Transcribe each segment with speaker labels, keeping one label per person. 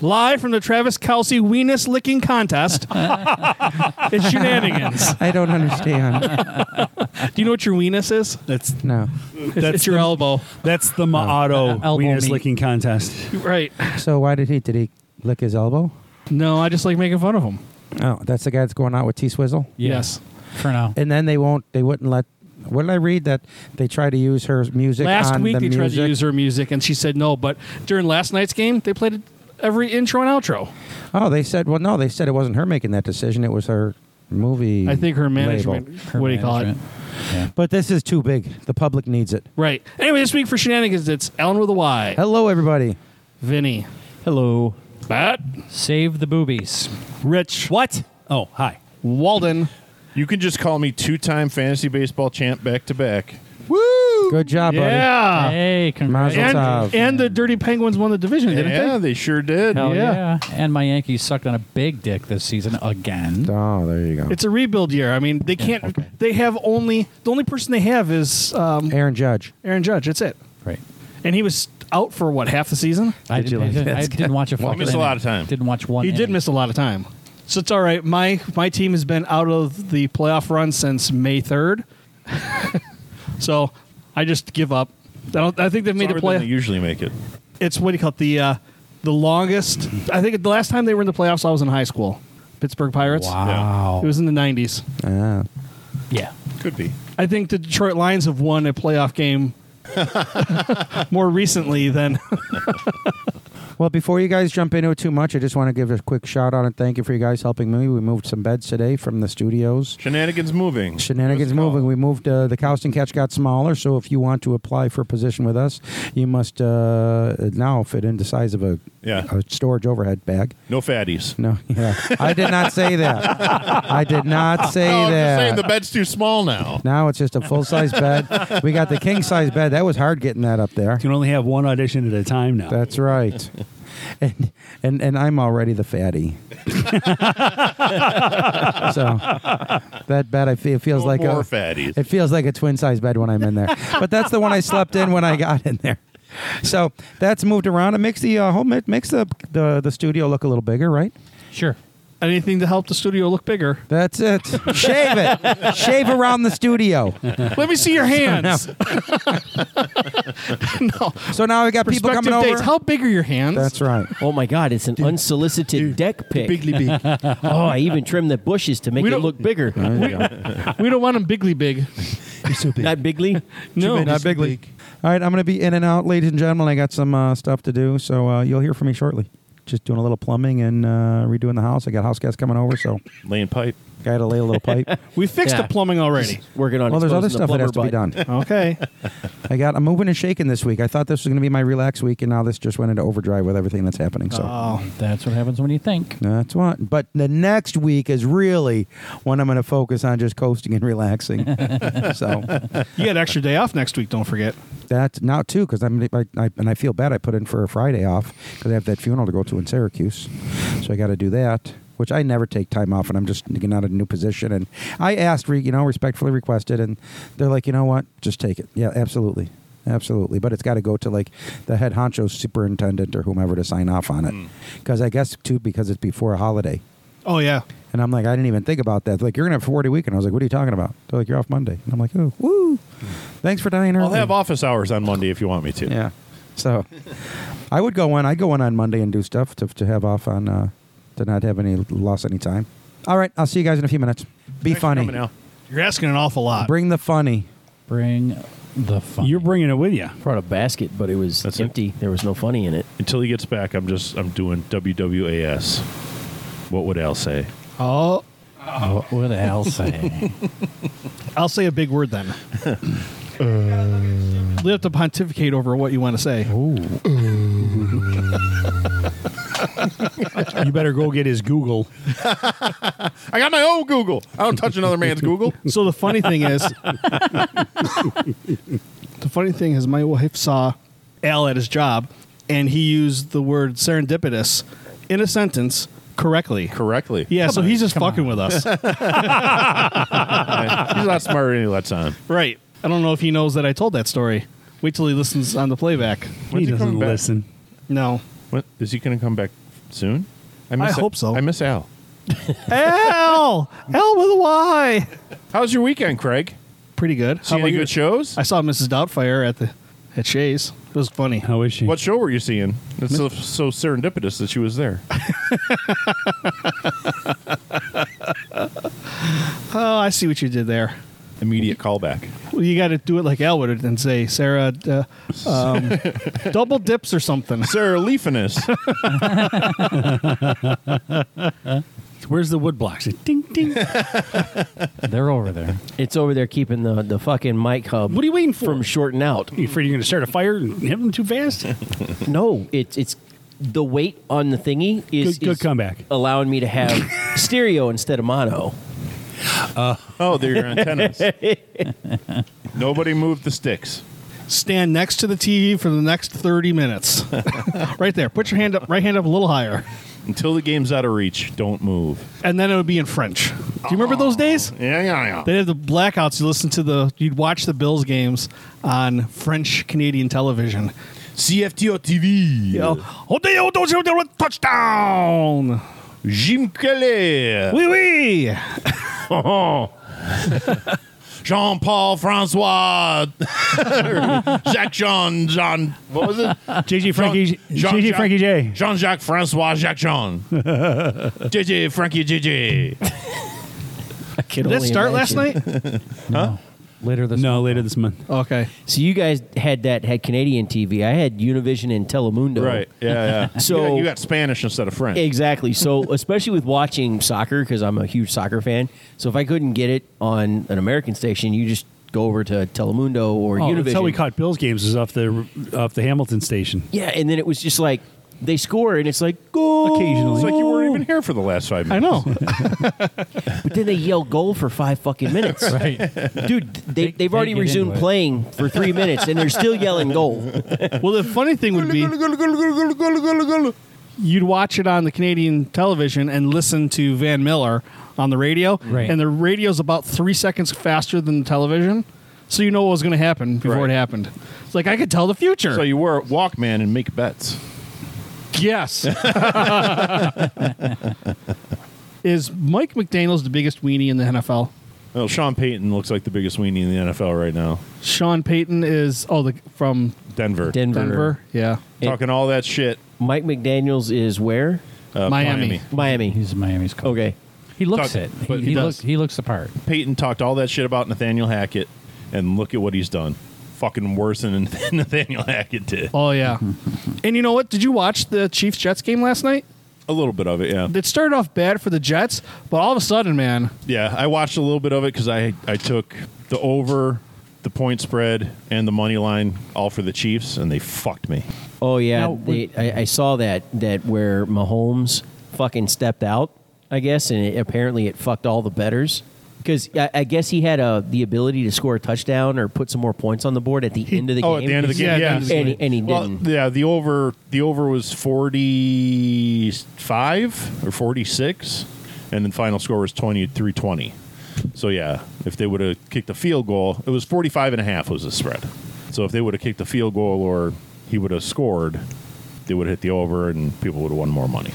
Speaker 1: live from the Travis Kelsey weenus licking contest. it's shenanigans.
Speaker 2: I don't understand.
Speaker 1: Do you know what your weenus is?
Speaker 3: That's
Speaker 2: No.
Speaker 1: It's,
Speaker 3: That's
Speaker 1: it's your
Speaker 3: the-
Speaker 1: elbow,
Speaker 3: that's the Maato
Speaker 4: elbow
Speaker 3: weenus
Speaker 4: meat.
Speaker 3: licking contest.
Speaker 1: right?
Speaker 2: So why did he did he lick his elbow?
Speaker 1: No, I just like making fun of him.
Speaker 2: Oh, that's the guy that's going out with T Swizzle.
Speaker 1: Yes.
Speaker 4: For now.
Speaker 2: And then they won't. They wouldn't let. What did I read that they try to use her music
Speaker 1: Last
Speaker 2: on
Speaker 1: week
Speaker 2: the
Speaker 1: they
Speaker 2: music?
Speaker 1: tried to use her music, and she said no. But during last night's game, they played every intro and outro.
Speaker 2: oh, they said. Well, no, they said it wasn't her making that decision. It was her movie.
Speaker 1: I think her management.
Speaker 2: label.
Speaker 4: Her
Speaker 1: what do you call it?
Speaker 4: management. Yeah.
Speaker 2: But this is too big. The public needs it.
Speaker 1: Right. Anyway, this week for shenanigans, it's Ellen with a Y,
Speaker 2: Hello, everybody.
Speaker 1: Vinny,
Speaker 4: Hello.
Speaker 1: Matt,
Speaker 4: Save the boobies.
Speaker 3: Rich. What? Oh, hi.
Speaker 1: Walden.
Speaker 5: You can just call me two-time fantasy baseball champ back to back.
Speaker 2: Good job,
Speaker 1: yeah.
Speaker 4: hey,
Speaker 2: Mazel
Speaker 4: congratulations.
Speaker 2: tov.
Speaker 1: And, and the Dirty Penguins won the division, didn't
Speaker 5: Yeah,
Speaker 1: they?
Speaker 5: they sure did.
Speaker 4: Hell
Speaker 1: Yeah.
Speaker 4: yeah. And my Yankees sucked on a big dick this season again.
Speaker 2: buddy. Oh, there you go.
Speaker 1: It's a rebuild year. I mean, they can't. They have only the only person they have is um,
Speaker 2: Aaron Judge.
Speaker 1: Aaron Judge. That's it.
Speaker 4: Right.
Speaker 1: And he was out for what half the season.
Speaker 4: I,
Speaker 2: Did you
Speaker 4: didn't, I
Speaker 2: like
Speaker 4: didn't- I
Speaker 2: that?
Speaker 4: didn't watch a fucking
Speaker 5: missed a lot of
Speaker 4: inning.
Speaker 5: time.
Speaker 4: Didn't watch one.
Speaker 1: He did
Speaker 4: inning.
Speaker 1: miss a lot of time. So it's all right. My my team has been out of the playoff run since May third. so I just give up. I don't. I think they've
Speaker 5: It's
Speaker 1: made the
Speaker 5: harder than
Speaker 1: play.
Speaker 5: they usually make it.
Speaker 1: it's what do you call it? The uh, the longest. I think the last time they were in the playoffs, I was in high school. Pittsburgh Pirates.
Speaker 4: Wow.
Speaker 1: It was in the nineties.
Speaker 2: Ah.
Speaker 4: yeah.
Speaker 5: Could be.
Speaker 1: I think the Detroit Lions have won a playoff game more recently than
Speaker 2: Well, before you guys jump into it too much, I just want to give a quick shout out and thank you for you guys helping me. We moved some beds today from the studios.
Speaker 5: Shenanigans moving.
Speaker 2: Shenanigans moving. We moved uh, the Cowston catch got smaller, so if you want to apply for a position with us, you must uh, now fit in the size of a,
Speaker 5: Yeah.
Speaker 2: a storage overhead bag.
Speaker 5: No fatties.
Speaker 2: No, yeah, I did not say that. I did not say
Speaker 5: No, Oh, I'm
Speaker 2: that.
Speaker 5: just saying the bed's too small now.
Speaker 2: now it's just a full size bed. We got the king size bed. That was hard getting that up there.
Speaker 3: You can only have one audition at a time now.
Speaker 2: That's right. And, and and I'm already the fatty. so that bed I feel it feels
Speaker 5: No
Speaker 2: like
Speaker 5: more
Speaker 2: a
Speaker 5: fatties.
Speaker 2: it feels like a twin size bed when I'm in there. but that's the one I slept in when I got in there. So that's moved around. It makes the uh, home it makes the, the the studio look a little bigger, right?
Speaker 4: Sure.
Speaker 1: anything to help the studio look bigger.
Speaker 2: That's it. Shave it. Shave around the studio.
Speaker 1: Let me see your hands. no.
Speaker 2: So now we got people
Speaker 1: Prospective
Speaker 2: coming over.
Speaker 1: dates. How big are your hands?
Speaker 2: That's right.
Speaker 6: Oh my God! It's an unsolicited deck pick.
Speaker 1: big.
Speaker 6: Oh, I even trimmed the bushes to make
Speaker 1: We
Speaker 6: it
Speaker 1: don't-
Speaker 6: look bigger.
Speaker 2: There you go.
Speaker 1: we don't want them bigly big.
Speaker 6: Not bigly.
Speaker 1: No.
Speaker 2: Not bigly. All right, I'm going to be in and out, ladies and gentlemen. I got some uh, stuff to do, so uh, you'll hear from me shortly. Just doing a little plumbing and uh, redoing the house. I got house guests coming over, so
Speaker 5: Laying pipe.
Speaker 2: got to lay a little pipe.
Speaker 1: We fixed
Speaker 6: Yeah.
Speaker 1: the plumbing already.
Speaker 6: Working on.
Speaker 2: well, there's other
Speaker 6: exposing the
Speaker 2: stuff that has to be
Speaker 6: plumber
Speaker 2: done.
Speaker 1: Okay.
Speaker 2: I got. I'm moving and shaking this week. I thought this was going to be my relax week, and now this just went into overdrive with everything that's happening. So.
Speaker 6: Ah.
Speaker 1: Oh.
Speaker 4: That's what happens when you think.
Speaker 2: That's what. But the next week is really when I'm going to focus on just coasting and relaxing. so
Speaker 1: You got an extra day off next week, don't forget.
Speaker 2: that's now too because I'm I, I, and I feel bad. I put in for a Friday off because I have that funeral to go to in Syracuse, so I got to do that. Which I never take time off, and I'm just getting out of a new position. And I asked, re, you know, respectfully requested, and they're like, you know what, just take it. Yeah, absolutely, absolutely. But it's got to go to like the head honcho, superintendent, or whomever to sign off on it,
Speaker 5: Hmm.
Speaker 2: because I guess too because it's before a holiday.
Speaker 1: Oh yeah.
Speaker 2: And I'm like, I didn't even think about that. They're like, you're gonna have 40 weekend. I was like, what are you talking about? They're like, you're off Monday. And I'm like, oh, woo! Thanks for dying early.
Speaker 5: Hmm. I'll have office hours on Monday if you want me to.
Speaker 2: Yeah. So, I would go in. I'd go in on Monday and do stuff to, to have off on uh, to not have any loss any time. All right, I'll see you guys in a few minutes. Be
Speaker 5: Thanks for
Speaker 2: funny.
Speaker 5: coming, Al.
Speaker 1: You're asking an awful lot.
Speaker 2: Bring the funny.
Speaker 4: Bring the fun.
Speaker 3: You're bringing it with you.
Speaker 6: Brought a basket, but it was
Speaker 5: That's it.
Speaker 6: empty. There was no funny in it.
Speaker 5: Until he gets back, I'm just I'm doing WWAS. What would Al say?
Speaker 1: Oh,
Speaker 4: oh, what the hell say?
Speaker 1: I'll say a big word then.
Speaker 3: Uh,
Speaker 1: You have to pontificate over what you want to say.
Speaker 3: You better go get his Google.
Speaker 5: I got my own Google. I don't touch another man's Google.
Speaker 1: So the funny thing is, the funny thing is, my wife saw Al at his job, and he used the word serendipitous in a sentence correctly.
Speaker 5: Correctly.
Speaker 1: Yeah, so he's just fucking with us,
Speaker 5: He's not smarter than he lets on.
Speaker 1: right? I don't know if he knows that I told that story. Wait till he listens on the playback.
Speaker 5: When's
Speaker 3: he
Speaker 5: he
Speaker 3: doesn't
Speaker 5: coming back?
Speaker 3: listen.
Speaker 1: No,
Speaker 5: What, is he going to come back soon?
Speaker 7: I
Speaker 5: miss
Speaker 7: hope so.
Speaker 5: I miss Al.
Speaker 1: L L with a Y.
Speaker 5: How's your weekend, Craig?
Speaker 1: Pretty good.
Speaker 5: See
Speaker 1: How about
Speaker 5: any good
Speaker 1: yours?
Speaker 5: shows?
Speaker 1: I saw Mrs. Doubtfire at the at Shay's. It was funny.
Speaker 3: How is she?
Speaker 5: What show were you seeing? It's so, so serendipitous that she was there.
Speaker 1: Oh, I see what you did there.
Speaker 5: Immediate callback.
Speaker 1: Well, you got to do it like Al would and say, Sarah, uh, um, double dips or something.
Speaker 5: Sarah Leafiness.
Speaker 3: Where's the wood blocks? Ding ding.
Speaker 4: They're over there.
Speaker 6: It's over there keeping the, the fucking mic hub.
Speaker 3: What are you waiting for?
Speaker 6: From shorting out.
Speaker 3: you afraid you're going to start a fire and hit them too fast?
Speaker 6: No, it's it's the weight on the thingy is,
Speaker 3: Good- good
Speaker 6: is
Speaker 3: comeback.
Speaker 6: allowing me to have stereo instead of mono.
Speaker 5: oh, they're your antennas. Nobody moved the sticks.
Speaker 1: Stand next to the TV for the next 30 minutes. right there. Put your hand up, right hand up a little higher.
Speaker 5: Until the game's out of reach, don't move.
Speaker 1: And then it would be in French. Do you remember those days?
Speaker 5: Yeah, yeah, yeah.
Speaker 1: They had the blackouts. You listen to the, you'd watch the Bills games on French Canadian television.
Speaker 5: CFTO TV.
Speaker 1: You know, Odeo Dojo Dojo, touchdown!
Speaker 5: Jim Kelly.
Speaker 1: Wee wee!
Speaker 5: Jean Paul Francois. Jacques Jean Jean. What was it?
Speaker 3: JJ Frankie, JJ Frankie J.
Speaker 5: Jean Jacques Francois Jacques Jean. JJ Frankie JJ.
Speaker 6: I can
Speaker 1: Did that
Speaker 6: only
Speaker 1: start last
Speaker 6: imagine.
Speaker 1: night?
Speaker 4: No. Later this
Speaker 3: No, later this month.
Speaker 1: Okay.
Speaker 6: So you guys had that had Canadian TV. I had Univision and Telemundo.
Speaker 5: Right. Yeah, yeah.
Speaker 6: So-
Speaker 5: you got, you got Spanish instead of French.
Speaker 6: Exactly. So especially with watching soccer because I'm a huge soccer fan. So if I couldn't get it on an American station, you just go over to Telemundo or
Speaker 3: Oh,
Speaker 6: Univision.
Speaker 3: that's how we caught Bills games is off the off the Hamilton station.
Speaker 6: yeah, and then it was just like they score and it's like goal
Speaker 3: Occasionally.
Speaker 5: It's like you weren't even here for the last five minutes.
Speaker 1: know.
Speaker 6: But then they yell goal for five fucking minutes.
Speaker 4: Right.
Speaker 6: Dude, they, they, have
Speaker 4: they
Speaker 6: already
Speaker 4: get
Speaker 6: resumed
Speaker 4: into it.
Speaker 6: playing for three minutes and they're still yelling goal.
Speaker 1: well, the funny thing would be
Speaker 5: know.
Speaker 1: you'd watch it on the Canadian television and listen to Van Miller on the radio,
Speaker 4: Right.
Speaker 1: and the radio's about three seconds faster than the television, so you know what was going to happen before
Speaker 5: Right.
Speaker 1: it happened. It's like I could tell the future.
Speaker 5: So you were Walkman and make bets.
Speaker 1: yes. Is Mike McDaniel's the biggest weenie in the NFL?
Speaker 5: Well, Sean Payton looks like the biggest weenie in the NFL right now.
Speaker 1: Sean Payton is oh the from
Speaker 5: Denver.
Speaker 6: Denver.
Speaker 1: Denver, yeah,
Speaker 5: Talking all that shit.
Speaker 6: Mike McDaniels is where?
Speaker 5: Uh,
Speaker 1: Miami.
Speaker 6: Miami.
Speaker 4: He's Miami's coach.
Speaker 6: Okay.
Speaker 4: He looks
Speaker 5: Talk-
Speaker 4: it. He,
Speaker 5: but
Speaker 4: he,
Speaker 5: he does.
Speaker 4: looks, he looks the part.
Speaker 5: Peyton talked all that shit about Nathaniel Hackett, and look at what he's done. Fucking worse than Nathaniel Hackett did.
Speaker 1: Oh yeah, and you know what? Did you watch the Chiefs Jets game last night?
Speaker 5: A little bit of it, yeah.
Speaker 1: It started off bad for the Jets, but all of a sudden, man,
Speaker 5: Yeah, I watched a little bit of it because I, I took the over, the point spread, and the money line all for the Chiefs, and they fucked me.
Speaker 6: Oh yeah,
Speaker 4: Now,
Speaker 6: they, I, I saw that that where Mahomes fucking stepped out, I guess, and it, apparently it fucked all the betters because I, I guess he had a, the ability to score a touchdown or put some more points on the board at the end of the
Speaker 5: oh,
Speaker 6: game.
Speaker 5: at the end of the
Speaker 1: Yeah, at the
Speaker 5: game, yeah.
Speaker 1: end of the
Speaker 6: and, he- and he
Speaker 5: Well,
Speaker 6: didn't.
Speaker 5: yeah, the over the over was forty five or forty six, and then final score was 23-20. So yeah, if they would have kicked a field goal, it was 45 and a half was the spread. So if they would have kicked a field goal or he would have scored, they would have hit the over and people would have won more money.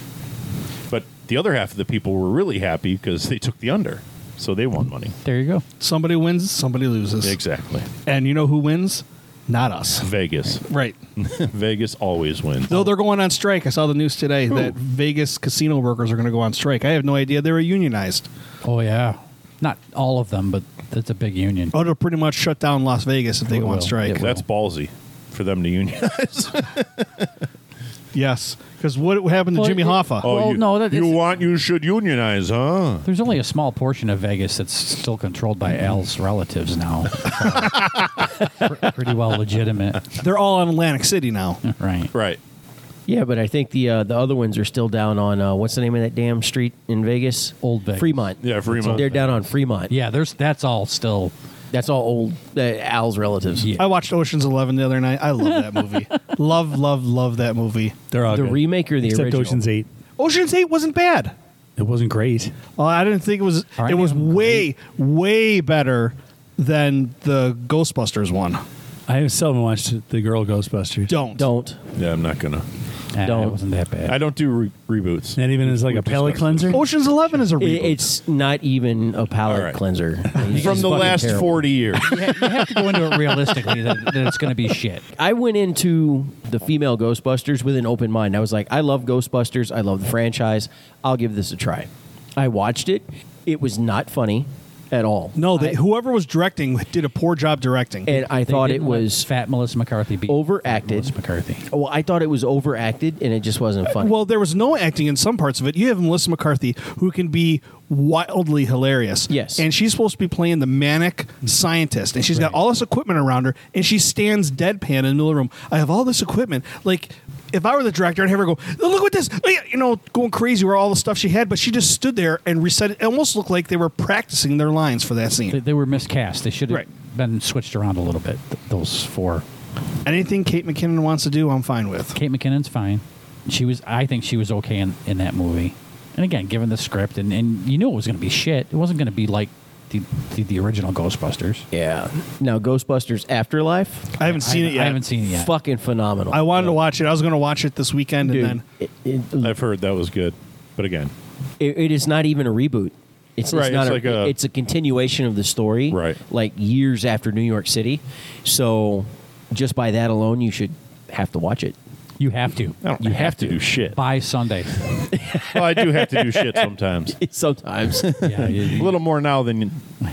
Speaker 5: But the other half of the people were really happy because they took the under, so they won money.
Speaker 4: There you go.
Speaker 1: somebody wins, somebody loses.
Speaker 5: Exactly,
Speaker 1: And you know who wins? Not us.
Speaker 5: Vegas.
Speaker 1: Right.
Speaker 5: Vegas always wins.
Speaker 1: Though they're going on strike. I saw the news today that Vegas casino workers are going to go on strike. I have no idea they were unionized.
Speaker 4: Oh, yeah. Not all of them, but that's a big union.
Speaker 1: Oh, they'll pretty much shut down Las Vegas if they
Speaker 4: It
Speaker 1: go on
Speaker 4: will.
Speaker 1: strike.
Speaker 4: It will.
Speaker 5: That's ballsy for them to unionize.
Speaker 1: Yes. Because what happened to
Speaker 4: Well,
Speaker 1: Jimmy
Speaker 4: it-
Speaker 1: Hoffa?
Speaker 4: Oh. Well,
Speaker 5: you,
Speaker 4: no, that-
Speaker 5: you
Speaker 4: it's-
Speaker 5: want you should unionize, huh?
Speaker 4: There's only a small portion of Vegas that's still controlled by
Speaker 6: Mm-hmm.
Speaker 4: Al's relatives now. Pr- pretty well legitimate.
Speaker 1: They're all in Atlantic City now.
Speaker 4: Right.
Speaker 5: Right.
Speaker 6: Yeah, but I think the uh, the other ones are still down on uh, what's the name of that damn street in Vegas?
Speaker 4: Old Vegas.
Speaker 6: Fremont.
Speaker 5: Yeah, Fremont.
Speaker 6: They're down on Fremont.
Speaker 4: Yeah, there's that's all still.
Speaker 6: that's all old uh, Al's relatives.
Speaker 4: Yeah.
Speaker 1: I watched Ocean's Eleven the other night. I love that movie. love, love, love that movie.
Speaker 3: They're all
Speaker 6: The
Speaker 3: good.
Speaker 6: remake or the
Speaker 3: Except
Speaker 6: original?
Speaker 3: Ocean's Eight.
Speaker 1: Ocean's Eight wasn't bad.
Speaker 3: It wasn't great.
Speaker 1: Oh, I didn't think it was.
Speaker 4: Aren't
Speaker 1: it
Speaker 4: they
Speaker 1: was
Speaker 4: all
Speaker 1: way, way better than the Ghostbusters one.
Speaker 3: I still haven't watched the Girl Ghostbusters.
Speaker 1: Don't
Speaker 6: Don't.
Speaker 5: Yeah, I'm not gonna.
Speaker 4: Nah,
Speaker 6: Don't.
Speaker 4: uh, It wasn't that bad.
Speaker 5: I don't do re- reboots.
Speaker 3: Not even as like a pellet cleanser.
Speaker 1: Ocean's Eleven is a
Speaker 6: It-
Speaker 1: reboot.
Speaker 6: it's not even a palate
Speaker 5: All right.
Speaker 6: cleanser. It's
Speaker 5: From
Speaker 6: just
Speaker 5: the
Speaker 6: fucking
Speaker 5: last
Speaker 6: terrible.
Speaker 5: 40 years.
Speaker 4: you have to go into it realistically that, that it's going to be shit.
Speaker 6: I went into the female Ghostbusters with an open mind. I was like, I love Ghostbusters. I love the franchise. I'll give this a try. I watched it. It was not funny at all.
Speaker 1: no, they,
Speaker 6: I-
Speaker 1: whoever was directing did a poor job directing.
Speaker 6: and I
Speaker 4: They
Speaker 6: thought it
Speaker 4: didn't let
Speaker 6: was.
Speaker 4: fat Melissa McCarthy be
Speaker 6: overacted.
Speaker 4: Melissa McCarthy.
Speaker 6: well, I thought it was overacted, and it just wasn't funny.
Speaker 1: well, there was no acting in some parts of it. You have Melissa McCarthy, who can be wildly hilarious.
Speaker 6: Yes.
Speaker 1: And she's supposed to be playing the manic scientist, and she's got all this equipment around her, and she stands deadpan in the middle of the room. I have all this equipment. Like, if I were the director, I'd have her go, "Oh, look what this, Oh, yeah," you know, going crazy with all the stuff she had, but she just stood there and reset it. It almost looked like they were practicing their lines for that
Speaker 4: They,
Speaker 1: scene.
Speaker 4: they were miscast. They should have
Speaker 1: Right.
Speaker 4: been switched around a little bit. th- Those four.
Speaker 1: Anything Kate McKinnon wants to do, I'm fine with.
Speaker 4: Kate McKinnon's fine. She was. I think she was okay in, in that movie. And again, given the script, and, and you knew it was going to be shit. It wasn't going to be like the, the the original Ghostbusters.
Speaker 6: yeah. Now, Ghostbusters Afterlife,
Speaker 1: I haven't seen
Speaker 4: I,
Speaker 1: it yet.
Speaker 4: I haven't seen it yet.
Speaker 6: fucking phenomenal.
Speaker 1: I wanted to watch it. I was going to watch it this weekend,
Speaker 6: Dude,
Speaker 1: and then
Speaker 6: it, it,
Speaker 5: I've heard that was good. But again,
Speaker 6: it, it is not even a reboot. It's, it's
Speaker 5: Right,
Speaker 6: not
Speaker 5: it's
Speaker 6: a,
Speaker 5: like a-
Speaker 6: it's a continuation of the story,
Speaker 5: Right.
Speaker 6: Like years after New York City, so just by that alone, you should have to watch it.
Speaker 4: You have to.
Speaker 5: I don't
Speaker 4: you
Speaker 5: have, to do shit.
Speaker 4: by Sunday.
Speaker 5: Well, I do have to do shit sometimes.
Speaker 6: Sometimes,
Speaker 4: yeah, you-
Speaker 5: A little more now than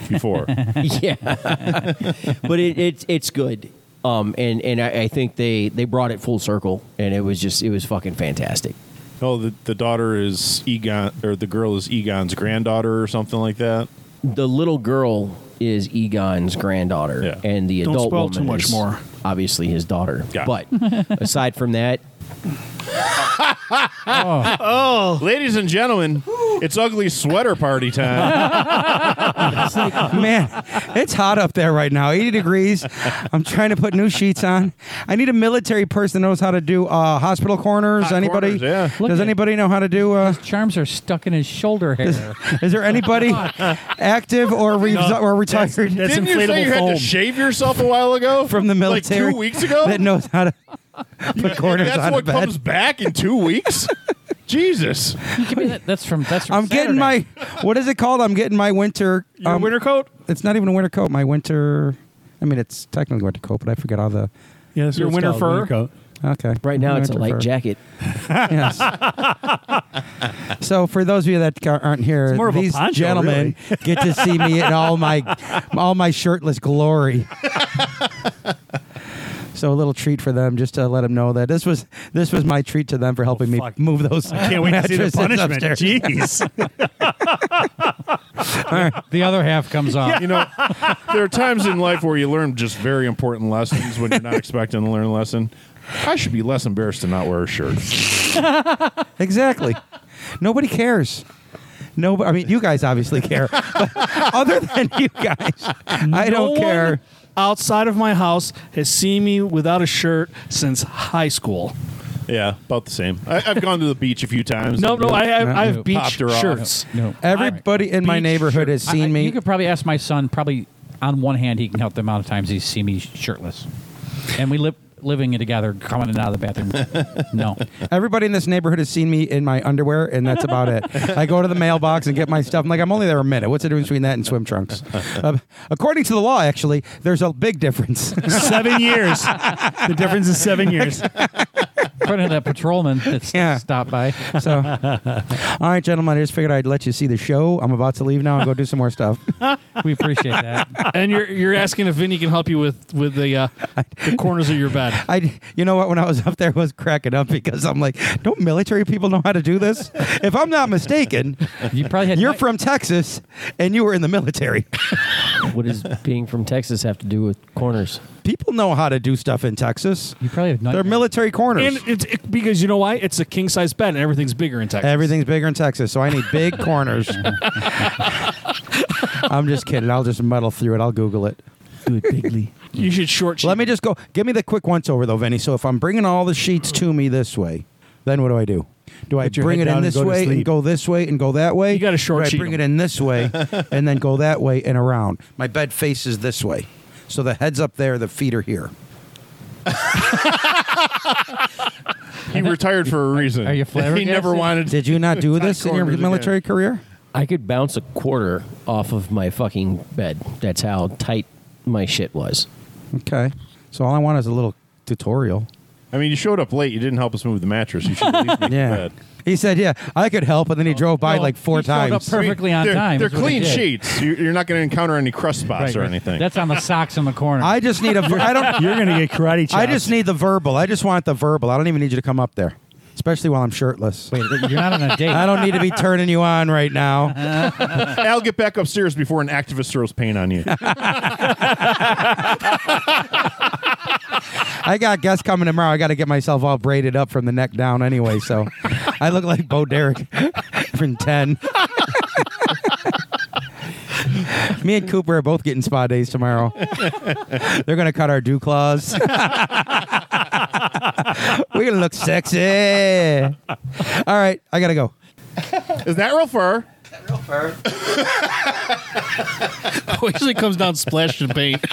Speaker 5: before.
Speaker 6: yeah, but it, it's it's good. Um, and and I, I think they they brought it full circle, and it was just it was fucking fantastic.
Speaker 5: Oh, the, the daughter is Egon, or the girl is Egon's granddaughter or something like that.
Speaker 6: The little girl is Egon's granddaughter,
Speaker 5: Yeah.
Speaker 6: and the
Speaker 1: Don't
Speaker 6: adult
Speaker 1: spoil
Speaker 6: woman
Speaker 1: too much
Speaker 6: is
Speaker 1: more.
Speaker 6: obviously his daughter.
Speaker 5: Got
Speaker 6: but aside from that,
Speaker 5: Ladies and gentlemen, it's ugly sweater party time. Oh.
Speaker 2: Man, it's hot up there right now. 80 degrees. I'm trying to put new sheets on. I need a military person that knows how to do uh, hospital corners.
Speaker 5: Hot
Speaker 2: anybody?
Speaker 5: corners, yeah.
Speaker 4: Look
Speaker 2: Does
Speaker 4: at-
Speaker 2: anybody know how to do? Uh,
Speaker 4: charms are stuck in his shoulder hair.
Speaker 2: is there anybody active or, re- or retired
Speaker 1: that's-
Speaker 5: Didn't you say
Speaker 1: inflatable
Speaker 5: you had
Speaker 1: foam.
Speaker 5: to shave yourself a while ago
Speaker 2: from the military
Speaker 5: Like two weeks ago?
Speaker 2: that knows how to put corners
Speaker 5: That's
Speaker 2: on a
Speaker 5: what
Speaker 2: bed?
Speaker 5: comes back in two weeks? Jesus.
Speaker 4: Give me that- that's from that's from
Speaker 2: I'm getting
Speaker 4: Saturday.
Speaker 2: my what is it called? I'm getting my winter
Speaker 1: your
Speaker 2: um,
Speaker 1: winter coat.
Speaker 2: It's not even a winter coat. My winter. I mean, it's technically winter coat, but I forget all the.
Speaker 3: Yeah, that's
Speaker 1: Your
Speaker 3: what it's
Speaker 1: winter fur?
Speaker 3: called, coat.
Speaker 2: Okay.
Speaker 6: right now it's a
Speaker 2: Winter
Speaker 6: light
Speaker 2: fur.
Speaker 6: jacket.
Speaker 2: Yes. so for those of you that ca- aren't here,
Speaker 3: more of a
Speaker 2: these
Speaker 3: poncho,
Speaker 2: gentlemen get to see me in all my all my shirtless glory. So a little treat for them, just to let them know that this was this was my treat to them for helping me
Speaker 3: Oh, fuck.
Speaker 2: move those.
Speaker 3: I can't wait to see the
Speaker 2: mattresses
Speaker 3: punishment.
Speaker 2: upstairs.
Speaker 3: Jeez.
Speaker 4: The other half comes off.
Speaker 5: You know, there are times in life where you learn just very important lessons when you're not expecting to learn a lesson. I should be less embarrassed to not wear a shirt.
Speaker 2: Exactly. Nobody cares. No, I mean you guys obviously care, but other than you guys, I
Speaker 1: No
Speaker 2: don't
Speaker 1: one
Speaker 2: care.
Speaker 1: Outside of my house has seen me without a shirt since high school.
Speaker 5: Yeah, about the same. I, I've gone to the beach a few times.
Speaker 1: No, no, I have, I have
Speaker 4: Nope.
Speaker 1: beach
Speaker 5: Popped her off.
Speaker 1: shirts.
Speaker 4: No.
Speaker 2: Everybody in my
Speaker 1: Beach
Speaker 2: neighborhood has
Speaker 4: I-
Speaker 2: seen me.
Speaker 4: You could probably ask my son. Probably on one hand, he can help the amount of times he's seen me shirtless, and we live living together, coming in and out of the bathroom. no,
Speaker 2: Everybody in this neighborhood has seen me in my underwear, and that's about it. I go to the mailbox and get my stuff. I'm like, I'm only there a minute. What's the difference between that and swim trunks? Uh, according to the law, actually, there's a big difference.
Speaker 3: seven years. The difference is seven years.
Speaker 4: in front of that patrolman that's
Speaker 2: Yeah.
Speaker 4: stopped by.
Speaker 2: so, all right, gentlemen, I just figured I'd let you see the show. I'm about to leave now and go do some more stuff.
Speaker 4: We appreciate that.
Speaker 1: And you're you're asking if Vinny can help you with with the uh, the corners of your bed.
Speaker 2: I, you know what? When I was up there, I was cracking up because I'm like, don't military people know how to do this? If I'm not mistaken,
Speaker 4: You probably had
Speaker 2: you're
Speaker 4: night-
Speaker 2: from Texas and you were in the military.
Speaker 6: What does being from Texas have to do with corners?
Speaker 2: People know how to do stuff in Texas.
Speaker 4: You probably have
Speaker 2: They're
Speaker 4: nightmares.
Speaker 2: military corners.
Speaker 1: And it's it, because you know why? It's a king size bed, and everything's bigger in Texas.
Speaker 2: Everything's bigger in Texas, so I need big corners. I'm just kidding. I'll just muddle through it. I'll Google it.
Speaker 6: Good bigly.
Speaker 1: You should short.
Speaker 2: Let me just go. Give me the quick once over, though, Vinny. So if I'm bringing all the sheets to me this way, then what do I do? Do I
Speaker 3: Put your
Speaker 2: bring
Speaker 3: head
Speaker 2: it in
Speaker 3: down
Speaker 2: this
Speaker 3: and go to
Speaker 2: way and
Speaker 3: sleep.
Speaker 2: go this way and go that way?
Speaker 1: You gotta short
Speaker 2: Or do
Speaker 1: sheet
Speaker 2: I bring
Speaker 1: 'em.
Speaker 2: it in this way and then go that way and around. My bed faces this way, so the head's up there, the feet are here.
Speaker 5: He retired for a reason.
Speaker 4: Are you
Speaker 5: He never
Speaker 4: flabbergasted?
Speaker 5: wanted.
Speaker 2: Did you not do this in your
Speaker 5: corners again.
Speaker 2: military career?
Speaker 6: I could bounce a quarter off of my fucking bed. That's how tight my shit was.
Speaker 2: Okay. So all I want is a little tutorial.
Speaker 5: I mean, you showed up late. You didn't help us move the mattress. You should at least make
Speaker 2: Yeah.
Speaker 5: the bed.
Speaker 2: He said, "Yeah, I could help," and then Oh, he drove by
Speaker 4: no,
Speaker 2: like four
Speaker 4: he showed up
Speaker 2: times.
Speaker 4: per- Perfectly on
Speaker 5: they're,
Speaker 4: time
Speaker 5: They're
Speaker 4: is what he
Speaker 5: clean
Speaker 4: did.
Speaker 5: sheets. You're, you're not going to encounter any crust spots or anything.
Speaker 4: That's on the socks in the corner.
Speaker 2: I just need a. Ver- I don't.
Speaker 3: You're gonna get karate chops.
Speaker 2: I just need the verbal. I just want the verbal. I don't even need you to come up there, especially while I'm shirtless.
Speaker 4: Wait, you're not on a date.
Speaker 2: I don't need to be turning you on right now.
Speaker 5: Al, get back upstairs before an activist throws paint on you.
Speaker 2: I got guests coming tomorrow. I got to get myself all braided up from the neck down anyway, so I look like Bo Derek from Ten. Me and Cooper are both getting spa days tomorrow. They're gonna cut our dew claws. We're gonna look sexy. All right, I gotta go.
Speaker 5: Is that real fur?
Speaker 1: Wesley comes down splashed in paint.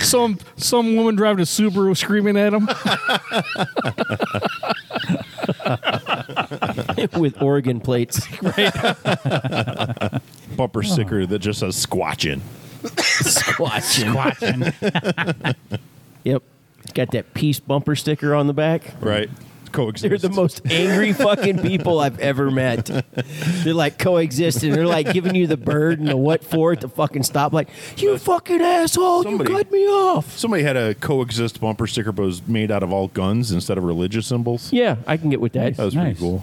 Speaker 8: some some woman driving a Subaru screaming at him.
Speaker 6: with Oregon plates.
Speaker 5: Bumper sticker that just says squatching.
Speaker 6: Squatching.
Speaker 4: Watching.
Speaker 6: Yep. Got that peace bumper sticker on the back.
Speaker 5: Right. Coexist.
Speaker 6: They're the most angry fucking people I've ever met. They're like coexisting. They're like giving you the bird and the what for at the fucking stoplight. You fucking asshole!
Speaker 5: Somebody-
Speaker 6: You cut me off.
Speaker 5: Somebody had a coexist bumper sticker, but it was made out of all guns instead of religious symbols.
Speaker 6: Yeah, I can get with that.
Speaker 5: That was
Speaker 4: Nice.
Speaker 5: pretty cool.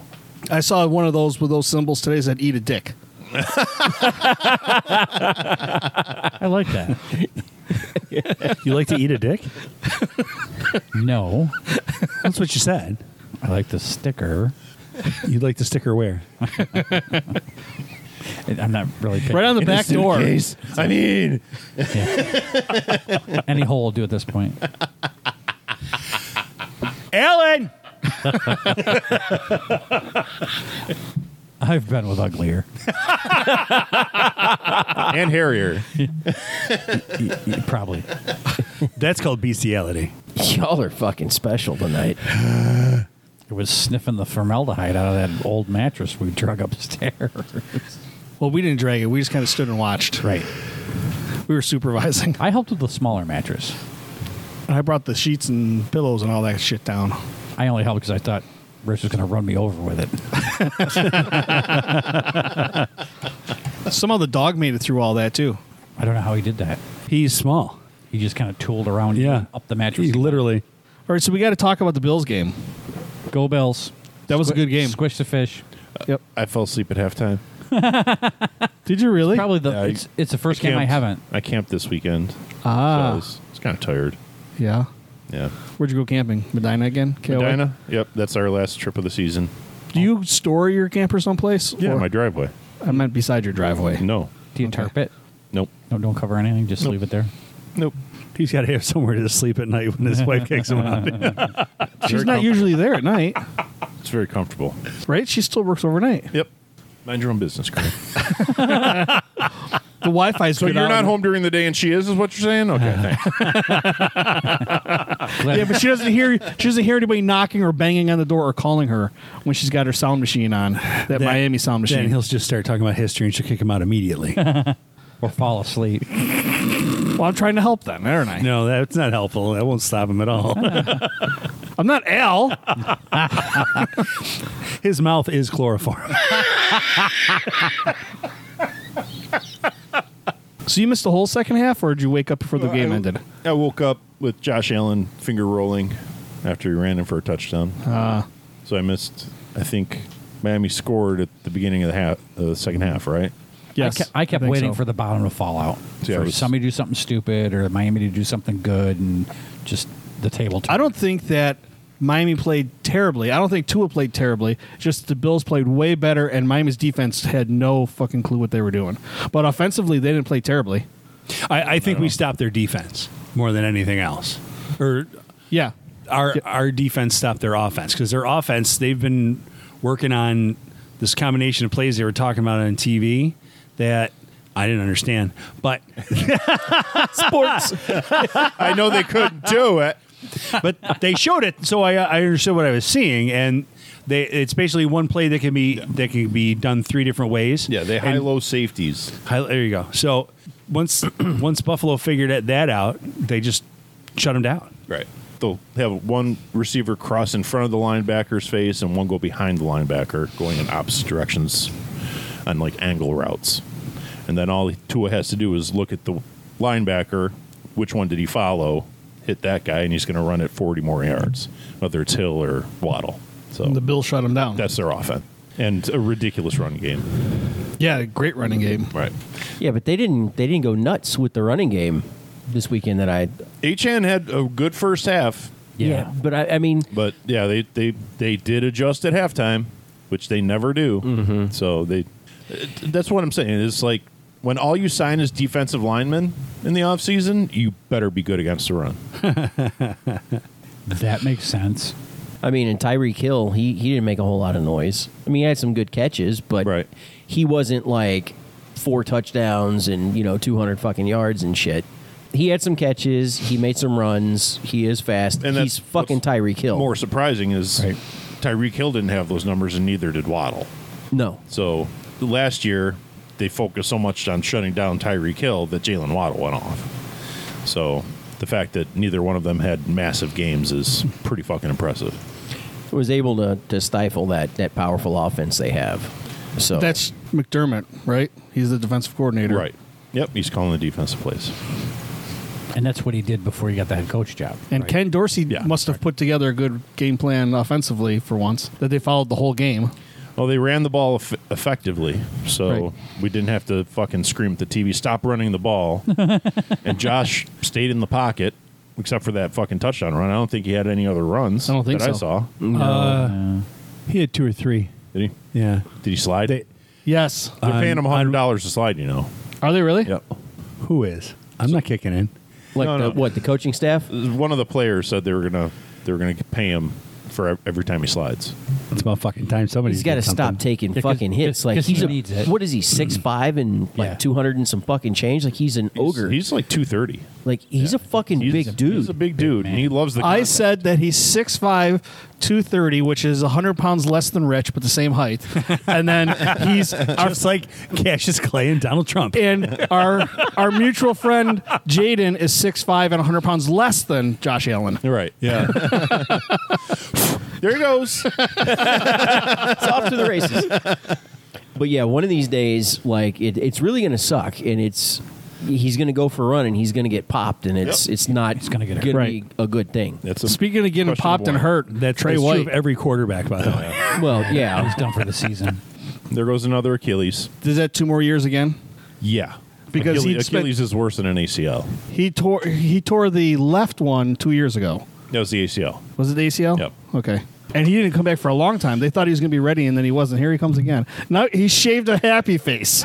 Speaker 1: I saw one of those with those symbols today that said eat a dick.
Speaker 4: I like that.
Speaker 3: You like to eat a dick?
Speaker 4: No,
Speaker 3: That's what you said.
Speaker 4: I like the sticker.
Speaker 3: You'd like to sticker where?
Speaker 4: I'm not really picking.
Speaker 8: Right on the back door.
Speaker 5: Case. I mean,
Speaker 4: Yeah. Any hole will do at this point.
Speaker 3: Ellen.
Speaker 4: I've been with uglier.
Speaker 5: and Harrier.
Speaker 4: Probably.
Speaker 3: That's called bestiality.
Speaker 6: Y'all are fucking special tonight.
Speaker 4: It was sniffing the formaldehyde out of that old mattress we drug upstairs.
Speaker 1: Well, we didn't drag it. We just kind of stood and watched.
Speaker 4: Right.
Speaker 1: We were supervising.
Speaker 4: I helped with the smaller mattress.
Speaker 1: I brought the sheets and pillows and all that shit down.
Speaker 4: I only helped because I thought Rich was going to run me over with it.
Speaker 1: Somehow the dog made it through all that too.
Speaker 4: I don't know how he did that.
Speaker 3: He's small.
Speaker 4: He just kind of tooled around
Speaker 3: Yeah.
Speaker 4: up the mattress.
Speaker 3: He literally.
Speaker 1: All right, so we got to talk about the Bills game.
Speaker 4: Go Bills.
Speaker 1: That was a good game.
Speaker 4: Squish the fish.
Speaker 5: I fell asleep at halftime.
Speaker 1: Did you really?
Speaker 4: Probably the
Speaker 5: Yeah, I-
Speaker 4: it's it's the first game I
Speaker 5: camped-
Speaker 4: haven't.
Speaker 5: I camped this weekend. So I
Speaker 1: Ah,
Speaker 5: was, kind of tired.
Speaker 1: yeah.
Speaker 5: Yeah.
Speaker 1: Where'd you go camping? Medina again? KOA?
Speaker 5: Medina? Yep. That's our last trip of the season.
Speaker 1: Do you store your camper someplace?
Speaker 5: Yeah.
Speaker 1: Or-
Speaker 5: My driveway.
Speaker 1: I meant beside your driveway.
Speaker 5: No.
Speaker 4: Do you tarp it?
Speaker 5: Nope.
Speaker 4: No, don't cover anything. Just leave it there.
Speaker 5: Nope.
Speaker 3: He's got to have somewhere to sleep at night when his wife kicks him out.
Speaker 1: She's not usually there at night,
Speaker 5: It's very comfortable.
Speaker 1: right? She still works overnight.
Speaker 5: Yep. Mind your own business, Craig.
Speaker 1: The Wi-Fi's
Speaker 5: So
Speaker 1: good
Speaker 5: you're
Speaker 1: out
Speaker 5: not
Speaker 1: in-
Speaker 5: home during the day and she is, is what you're saying? Okay, thanks.
Speaker 1: Yeah, but she doesn't hear she doesn't hear anybody knocking or banging on the door or calling her when she's got her sound machine on that, Miami sound
Speaker 3: Then
Speaker 1: machine.
Speaker 3: he'll just start talking about history and she'll kick him out immediately.
Speaker 4: Or fall asleep.
Speaker 1: well, I'm trying to help them, aren't I?
Speaker 3: no, that's not helpful. That won't stop him at all.
Speaker 1: I'm not Al.
Speaker 3: His mouth is chloroform.
Speaker 1: so you missed the whole second half, or did you wake up before
Speaker 7: Uh,
Speaker 1: the game ended?
Speaker 5: I woke up with Josh Allen finger rolling after he ran in for a touchdown. so I missed, I think Miami scored at the beginning of the, half, the second half, right?
Speaker 1: Yes,
Speaker 4: I, ke- I kept
Speaker 1: think
Speaker 4: waiting
Speaker 1: so.
Speaker 4: for the bottom to fall out.
Speaker 5: Yeah, it
Speaker 4: for
Speaker 5: was-
Speaker 4: somebody to do something stupid or Miami to do something good and just the table.
Speaker 1: I don't think that Miami played terribly. I don't think Tua played terribly. Just the Bills played way better, and Miami's defense had no fucking clue what they were doing. But offensively, they didn't play terribly.
Speaker 3: I, I think we stopped their defense more than anything else. Or
Speaker 1: Yeah,
Speaker 3: our our defense stopped their offense because their offense they've been working on this combination of plays they were talking about on TV that I didn't understand, but
Speaker 6: Sports.
Speaker 5: I know they couldn't do it.
Speaker 3: but they showed it, so I, I understood what I was seeing, and they it's basically one play that can be that can be done three different ways.
Speaker 5: Yeah, they
Speaker 3: And-
Speaker 5: high low safeties.
Speaker 3: Hi- there you go. So once once Buffalo figured that, that out, they just shut him down.
Speaker 5: Right. They'll have one receiver cross in front of the linebacker's face and one go behind the linebacker, going in opposite directions on like angle routes. And then all Tua has to do is look at the linebacker, which one did he follow, hit that guy, and he's going to run it 40 more yards, whether it's Hill or Waddle. So
Speaker 7: The Bills shut him down.
Speaker 5: that's their offense. And a ridiculous run game.
Speaker 7: yeah, great running game.
Speaker 5: Right.
Speaker 6: Yeah, but they didn't. They didn't go nuts with the running game this weekend. That I.
Speaker 5: HN had a good first half,
Speaker 4: Yeah.
Speaker 6: but I, I mean,
Speaker 5: But yeah, they they they did adjust at halftime, which they never do. Mm-hmm. So they that's what I'm saying. It's like when all you sign is defensive linemen in the offseason, you better be good against the run.
Speaker 4: That makes sense.
Speaker 6: I mean, and Tyreek Hill, he he didn't make a whole lot of noise. I mean, he had some good catches, but
Speaker 5: Right.
Speaker 6: he wasn't like four touchdowns and you know 200 fucking yards and shit. He had some catches. He made some runs. He is fast.
Speaker 5: And that's
Speaker 6: He's fucking
Speaker 5: what's
Speaker 6: Tyreek Hill.
Speaker 5: More surprising is
Speaker 6: Right.
Speaker 5: Tyreek Hill didn't have those numbers and neither did Waddle.
Speaker 6: No.
Speaker 5: So last year they focused so much on shutting down Tyreek Hill that Jalen Waddle went off. So the fact that neither one of them had massive games is pretty fucking impressive.
Speaker 6: was able to, to stifle that, that powerful offense they have. So
Speaker 7: That's McDermott, right? He's the defensive coordinator.
Speaker 5: Right. Yep, he's calling the defensive plays.
Speaker 4: And that's what he did before he got the head coach job.
Speaker 7: And
Speaker 4: right?
Speaker 7: Ken Dorsey
Speaker 5: Yeah,
Speaker 7: must have put together a good game plan offensively for once that they followed the whole game.
Speaker 5: Well, they ran the ball eff- effectively, so
Speaker 7: Right.
Speaker 5: we didn't have to fucking scream at the TV, stop running the ball. and Josh stayed in the pocket, except for that fucking touchdown run. I don't think he had any other runs
Speaker 7: I don't think
Speaker 5: that I
Speaker 7: so.
Speaker 5: saw.
Speaker 3: Uh, he had two or three.
Speaker 5: Did he?
Speaker 3: Yeah.
Speaker 5: Did he slide?
Speaker 3: They-
Speaker 7: Yes.
Speaker 5: They're
Speaker 3: Um,
Speaker 5: paying him
Speaker 3: on-
Speaker 5: $100 dollars to slide, you know.
Speaker 7: Are they really?
Speaker 3: Who is? I'm not kicking in.
Speaker 6: like
Speaker 5: no,
Speaker 6: the,
Speaker 5: no.
Speaker 6: what the coaching staff?
Speaker 5: One of the players said they were going to they were going to pay him for ev- every time he slides.
Speaker 3: It's about fucking time somebody.
Speaker 6: He's got to stop taking
Speaker 4: Yeah, 'cause-
Speaker 6: fucking hits.
Speaker 4: 'cause-
Speaker 6: like
Speaker 4: 'cause he
Speaker 6: he's a,
Speaker 4: needs it.
Speaker 6: what is he six five and like
Speaker 4: Yeah.
Speaker 6: two hundred and some fucking change? Like he's an ogre.
Speaker 5: He's like 230.
Speaker 6: like he's a fucking
Speaker 5: He's-
Speaker 6: big dude.
Speaker 5: He's a big dude, and he loves the
Speaker 7: I
Speaker 5: contact.
Speaker 7: said that he's 6'5, 230, which is 100 pounds less than Rich, but the same height. And then he's our,
Speaker 3: Just like Cassius Clay and Donald Trump.
Speaker 7: and our our mutual friend Jaden is 6'5 and 100 pounds less than Josh Allen.
Speaker 5: You're right. Yeah. there he goes.
Speaker 6: it's off to the races. But yeah, one of these days, like it, it's really going to suck, and it's he's going to go for a run and he's going to get popped, and it's it's not
Speaker 4: He's gonna get hurt.
Speaker 6: gonna
Speaker 7: Right.
Speaker 6: be a good thing.
Speaker 5: That's
Speaker 7: Speaking of getting
Speaker 5: Question
Speaker 7: popped and
Speaker 5: one.
Speaker 7: hurt,
Speaker 3: That's,
Speaker 7: Trey
Speaker 3: that's true
Speaker 7: White.
Speaker 3: of every quarterback, by the way.
Speaker 6: Well,
Speaker 4: He's
Speaker 6: yeah,
Speaker 4: done for the season.
Speaker 5: there goes another Achilles.
Speaker 7: Is that two more years again?
Speaker 5: Yeah.
Speaker 7: Because
Speaker 5: Achille-
Speaker 7: he'd
Speaker 5: Achilles,
Speaker 7: spent-
Speaker 5: is worse than an ACL.
Speaker 7: He tore he tore the left one two years ago.
Speaker 5: That was the ACL.
Speaker 7: Was it the ACL?
Speaker 5: Yep.
Speaker 7: Okay. And he didn't come back for a long time. They thought he was going to be ready, and then he wasn't. Here he comes again. Now he shaved a happy face.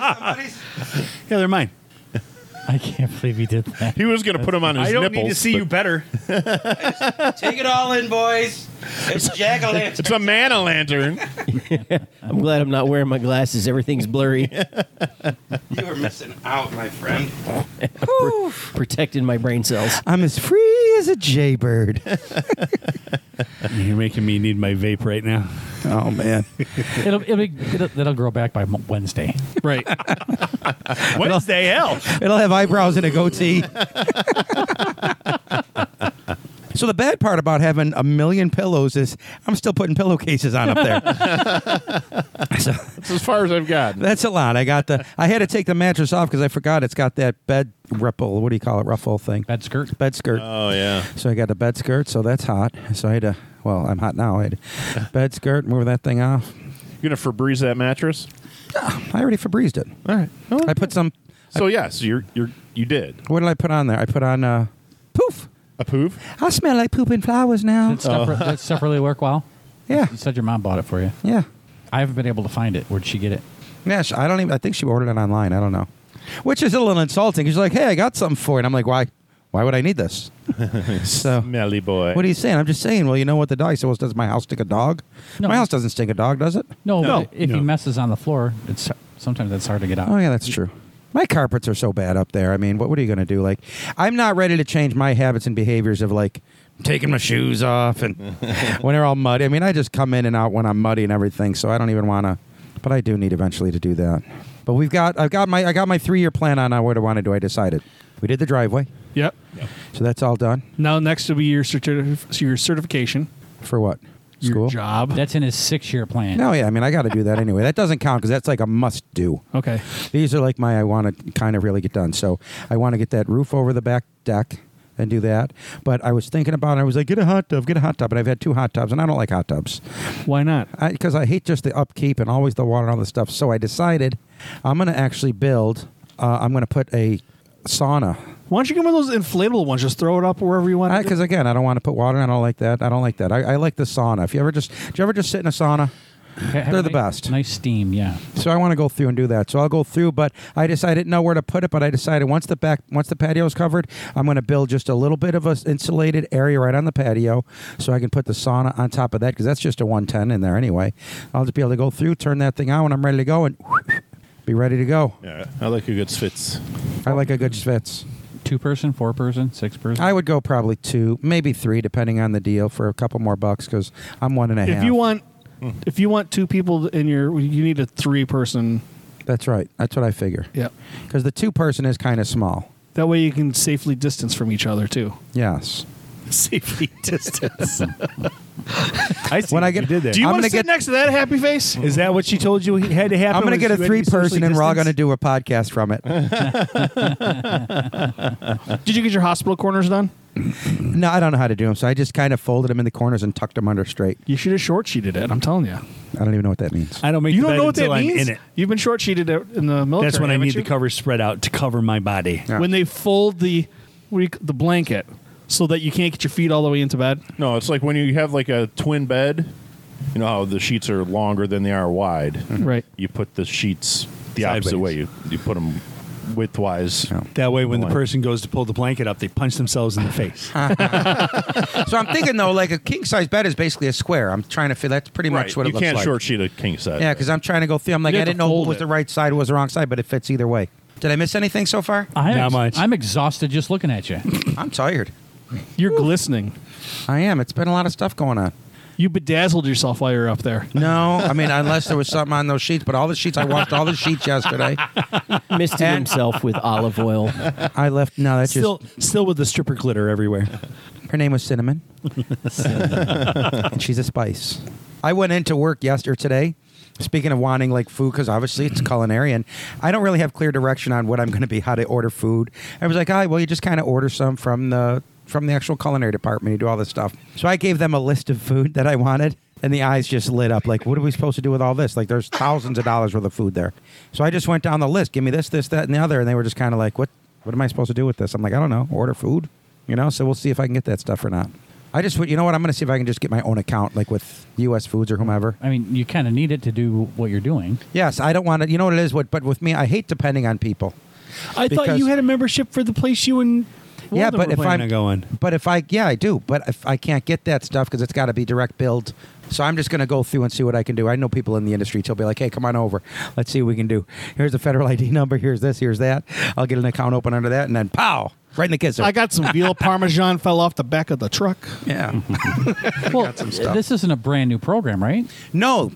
Speaker 3: Yeah, they're mine.
Speaker 4: I can't believe he did that.
Speaker 5: He was going to put him on his nipples. but
Speaker 3: better.
Speaker 9: Take it all in, boys. It's jack o' lantern.
Speaker 5: It's a man a lantern.
Speaker 6: I'm glad I'm not wearing my glasses. Everything's blurry.
Speaker 9: You were missing out, my friend.
Speaker 6: protecting my brain cells.
Speaker 2: I'm as free as a jaybird.
Speaker 3: You're making me need my vape right now.
Speaker 2: oh man,
Speaker 4: It'll, it'll, be, it'll, that'll grow back by Mo- Wednesday.
Speaker 7: right.
Speaker 3: Wednesday, hell.
Speaker 2: it'll have eyebrows and a goatee. so the bad part about having a million pillows is I'm still putting pillowcases on up there. so
Speaker 5: That's as far as I've got.
Speaker 2: that's a lot. I got the. I had to take the mattress off because I forgot it's got that bed ripple. What do you call it? Ruffle thing.
Speaker 4: Bad skirt.
Speaker 2: Bed skirt.
Speaker 5: Oh, yeah.
Speaker 2: So I got a bed skirt, so that's hot. So I had to, well, I'm hot now. I had to bed skirt, move that thing off.
Speaker 5: You're going to Febreze that mattress?
Speaker 2: I already Febrezed it.
Speaker 5: All right.
Speaker 2: I put some,
Speaker 5: So, yeah, so you're, you're, you did.
Speaker 2: what did I put on there? I put on, uh, poof.
Speaker 5: A poof?
Speaker 2: I smell like poop and flowers now.
Speaker 4: That stuff, that stuff really work well?
Speaker 2: Yeah.
Speaker 4: You said your mom bought it for you.
Speaker 2: Yeah.
Speaker 4: I haven't been able to find it. Where'd she get it?
Speaker 2: Yeah, sh- I don't even, I think she ordered it online. I don't know. Which is a little insulting. She's like, hey, I got something for you. And I'm like, why? Why would I need this? so,
Speaker 5: Smelly boy.
Speaker 2: what are you saying? I'm just saying, well, you know what the dog said? Well, does my house stink a dog?
Speaker 4: No.
Speaker 2: My house doesn't stink a dog, does it?
Speaker 4: No,
Speaker 3: No.
Speaker 4: but if
Speaker 3: No.
Speaker 4: he messes on the floor, it's sometimes that's hard to get out.
Speaker 2: Oh yeah, that's true. My carpets are so bad up there. I mean, what, what are you going to do? Like, I'm not ready to change my habits and behaviors of like taking my shoes off and when they're all muddy. I mean, I just come in and out when I'm muddy and everything, so I don't even want to. But I do need eventually to do that. But we've got I've got my I got my three year plan on what I want to do. I decided we did the driveway,
Speaker 7: Yep.
Speaker 2: so that's all done
Speaker 7: Now next will be your certif- your certification,
Speaker 2: for what
Speaker 7: your
Speaker 2: school.
Speaker 7: job.
Speaker 4: That's in his six-year plan.
Speaker 2: No, yeah, I mean, I got to do that anyway. That doesn't count because that's like a must do.
Speaker 7: okay.
Speaker 2: These are like my I want to kind of really get done. So I want to get that roof over the back deck and do that. But I was thinking about it. I was like, get a hot tub, get a hot tub. And I've had two hot tubs, and I don't like hot tubs
Speaker 7: Why not?
Speaker 2: because I, hate just the upkeep and always the water and all this stuff. So I decided I'm going to actually build. Uh, I'm going to put a sauna
Speaker 7: Why don't you give me those inflatable ones? Just throw it up wherever you want.
Speaker 2: because again, I don't want to put water. in. I don't like that. I don't like that. I, I like the sauna. If you ever just, do you ever just sit in a sauna?
Speaker 4: Have
Speaker 2: They're
Speaker 4: a
Speaker 2: the
Speaker 4: nice-
Speaker 2: best.
Speaker 4: Nice steam, yeah.
Speaker 2: So I want to go through and do that. So I'll go through, but I decided I didn't know where to put it. But I decided once the back, once the patio is covered, I'm going to build just a little bit of a insulated area right on the patio, so I can put the sauna on top of that because that's just a 110 in there anyway. I'll just be able to go through, turn that thing on when I'm ready to go, and be ready to go.
Speaker 5: Yeah, I like a good Fitz.
Speaker 2: I like a good schwitz.
Speaker 4: Two-person, four-person, six-person.
Speaker 2: I would go probably two, maybe three, depending on the deal, for a couple more bucks because I'm one and a half.
Speaker 7: if you want, if you want two people in your, you need a three person.
Speaker 2: that's right. That's what I figure.
Speaker 7: Yep.
Speaker 2: Because the two person is kind of small.
Speaker 7: That way you can safely distance from each other too.
Speaker 2: Yes.
Speaker 3: safety distance. I see
Speaker 2: When
Speaker 3: what
Speaker 2: I get-
Speaker 3: you did there.
Speaker 7: Do you
Speaker 2: I'm
Speaker 7: want
Speaker 2: gonna
Speaker 7: to sit
Speaker 2: get-
Speaker 7: next to that happy face?
Speaker 3: Is that what she told you had to happen?
Speaker 2: I'm going to
Speaker 3: was
Speaker 2: get a
Speaker 3: you had be
Speaker 2: three person
Speaker 3: socially
Speaker 2: and we're all going to
Speaker 3: distanced?
Speaker 2: do a podcast from it.
Speaker 7: Did you get your hospital corners done?
Speaker 2: no, I don't know how to do them. So I just kind of folded them in the corners and tucked them under straight.
Speaker 7: You should have short sheeted it. I'm telling you.
Speaker 2: I don't even know what that means.
Speaker 3: I don't make
Speaker 7: You
Speaker 3: the
Speaker 7: don't
Speaker 3: bed
Speaker 7: know what that
Speaker 3: until I'm
Speaker 7: means.
Speaker 3: in it.
Speaker 7: You've been short sheeted in the military.
Speaker 3: That's when I
Speaker 7: haven't
Speaker 3: need
Speaker 7: you?
Speaker 3: the cover spread out to cover my body.
Speaker 2: Yeah.
Speaker 7: When they fold the what do you, the blanket so that you can't get your feet all the way into bed.
Speaker 5: No, it's like when you have like a twin bed. You know how the sheets are longer than they are wide.
Speaker 7: Right.
Speaker 5: You put the sheets the opposite
Speaker 3: Sideways.
Speaker 5: way. You you put them widthwise.
Speaker 3: That way, when the
Speaker 5: Why?
Speaker 3: person goes to pull the blanket up, they punch themselves in the face.
Speaker 2: so I'm thinking though, like a king size bed is basically a square. I'm trying to figure that's pretty much what
Speaker 5: you
Speaker 2: it looks
Speaker 5: can't
Speaker 2: like.
Speaker 5: short sheet a king size.
Speaker 2: yeah, because I'm trying to go through. I'm like,
Speaker 7: You
Speaker 2: I
Speaker 7: have to
Speaker 2: didn't know what
Speaker 7: fold
Speaker 2: was
Speaker 7: it.
Speaker 2: the right side, what was the wrong side, but it fits either way. Did I miss anything so far?
Speaker 4: I'm
Speaker 3: Not much.
Speaker 4: I'm exhausted just looking at you.
Speaker 2: I'm tired.
Speaker 7: You're glistening.
Speaker 2: I am. It's been a lot of stuff going on.
Speaker 7: You bedazzled yourself while you're up there.
Speaker 2: No, I mean, unless there was something on those sheets, but all the sheets, I washed all the sheets yesterday.
Speaker 6: misted himself with olive oil.
Speaker 2: I left, no, that's just,
Speaker 3: still, still with the stripper glitter everywhere.
Speaker 2: Her name was Cinnamon. and she's a spice. I went into work yesterday today. Speaking of wanting like food, because obviously it's culinary, and I don't really have clear direction on what I'm going to be, how to order food. I was like, ah, well, you just kind of order some from the from the actual culinary department. You do all this stuff. So I gave them a list of food that I wanted, and the eyes just lit up. Like, what are we supposed to do with all this? Like, there's thousands of dollars worth of food there. So I just went down the list. Give me this, this, that, and the other, and they were just kind of like, what What am I supposed to do with this? I'm like, I don't know. Order food. You know, so we'll see if I can get that stuff or not. I just, would- you know what? I'm going to see if I can just get my own account, like with U.S. Foods or whomever.
Speaker 4: I mean, you kind of need it to do what you're doing.
Speaker 2: Yes, I don't want to. You know what it is? What, but with me, I hate depending on people.
Speaker 3: I thought
Speaker 2: Because-
Speaker 3: you had a membership for the place you and
Speaker 2: yeah, but if
Speaker 3: planning
Speaker 2: I'm
Speaker 3: on going.
Speaker 2: but if I, yeah, I do. But if I can't get that stuff because it's got to be direct build, so I'm just going to go through and see what I can do. I know people in the industry. They'll be like, "Hey, come on over. Let's see what we can do. Here's the federal ID number. Here's this. Here's that. I'll get an account open under that, and then pow, right in the kisser.
Speaker 7: I got some veal parmesan fell off the back of the truck.
Speaker 2: yeah.
Speaker 4: Well, this isn't a brand new program, right?
Speaker 2: No,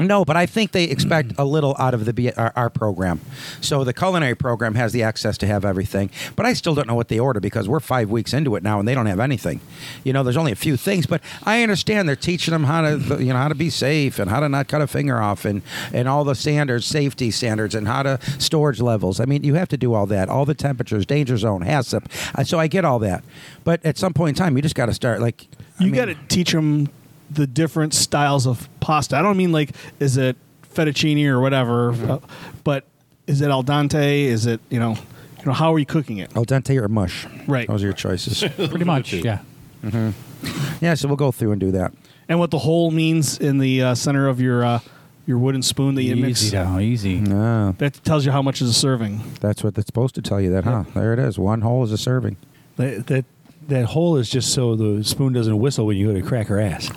Speaker 2: no, but I think they expect a little out of the B- our, our program. So the culinary program has the access to have everything, but I still don't know what they order because we're five weeks into it now and they don't have anything. You know, there's only a few things, but I understand they're teaching them how to you know how to be safe and how to not cut a finger off and and all the standards, safety standards, and how to storage levels. I mean, you have to do all that, all the temperatures, danger zone, HACCP. Uh, So I get all that, but at some point in time, you just got to start like I
Speaker 7: You
Speaker 2: mean-
Speaker 7: got to teach them the different styles of pasta. I don't mean like is it fettuccine or whatever,
Speaker 3: Mm-hmm.
Speaker 7: uh, but is it al dente? Is it you know, you know how are you cooking it?
Speaker 3: Oh.
Speaker 2: al dente or mush.
Speaker 7: Right.
Speaker 2: those are your choices.
Speaker 4: Pretty much, yeah.
Speaker 2: Yeah, so we'll go through and do that.
Speaker 7: And what the hole means in the uh, center of your uh, your wooden spoon that you
Speaker 4: Easy
Speaker 7: mix.
Speaker 4: now, easy.
Speaker 2: Ah,
Speaker 7: That tells you how much is a serving.
Speaker 2: that's what it's supposed to tell you. That, huh? There it is. One hole is a serving.
Speaker 3: That, that that hole is just so the spoon doesn't whistle when you go to crack her ass.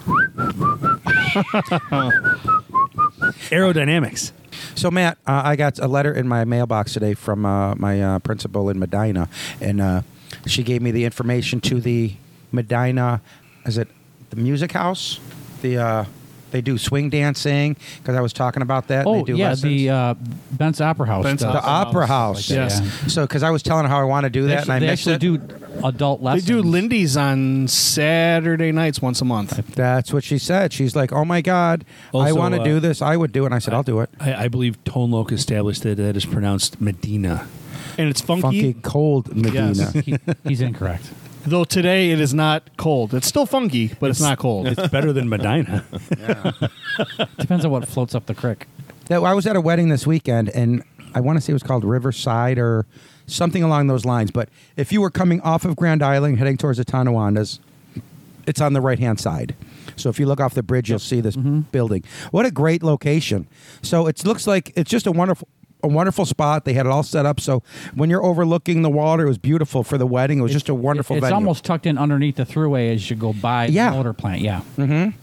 Speaker 3: Aerodynamics.
Speaker 2: So Matt, uh, I got a letter in my mailbox today from uh, my uh, principal in Medina, and uh, she gave me the information to the Medina. Is it the music house? The uh, they do swing dancing because I was talking about that. and
Speaker 4: Oh
Speaker 2: they do
Speaker 4: yeah,
Speaker 2: lessons.
Speaker 4: the uh, Bent's Opera House.
Speaker 1: Bent's
Speaker 4: stuff.
Speaker 2: the opera house.
Speaker 4: Like that,
Speaker 2: yes. So because I was telling her how I want to do
Speaker 4: They
Speaker 2: that,
Speaker 4: actually,
Speaker 2: and I
Speaker 4: they
Speaker 2: mixed
Speaker 4: actually
Speaker 2: it.
Speaker 4: do adult
Speaker 1: They
Speaker 4: lessons.
Speaker 1: do Lindy's on Saturday nights once a month.
Speaker 2: That's what she said. She's like, "Oh my God, I
Speaker 3: Also,
Speaker 2: want to
Speaker 3: uh,
Speaker 2: do this. I would do it." And I said, "I'll do it."
Speaker 3: I, I believe Tone Loc established that that is pronounced Medina.
Speaker 1: And it's funky,
Speaker 2: Funky cold Medina.
Speaker 4: He- he's incorrect.
Speaker 1: though today it is not cold. It's still funky, but it's, not cold.
Speaker 3: It's better than Medina.
Speaker 4: Depends on what floats up the creek.
Speaker 2: That I was at a wedding this weekend, and I want to say it was called Riverside or something along those lines. But if you were coming off of Grand Island, heading towards the Tonawandas, it's on the right hand side. So if you look off the bridge, you'll see this building. What a great location! So it looks like it's just a wonderful. A wonderful spot. They had it all set up. So when you're overlooking the water, it was beautiful for the wedding. It was just a wonderful
Speaker 4: It's
Speaker 2: venue.
Speaker 4: almost tucked in underneath the throughway as you go by
Speaker 2: Yeah. Mm-hmm.
Speaker 4: the motor plant. Yeah.
Speaker 2: and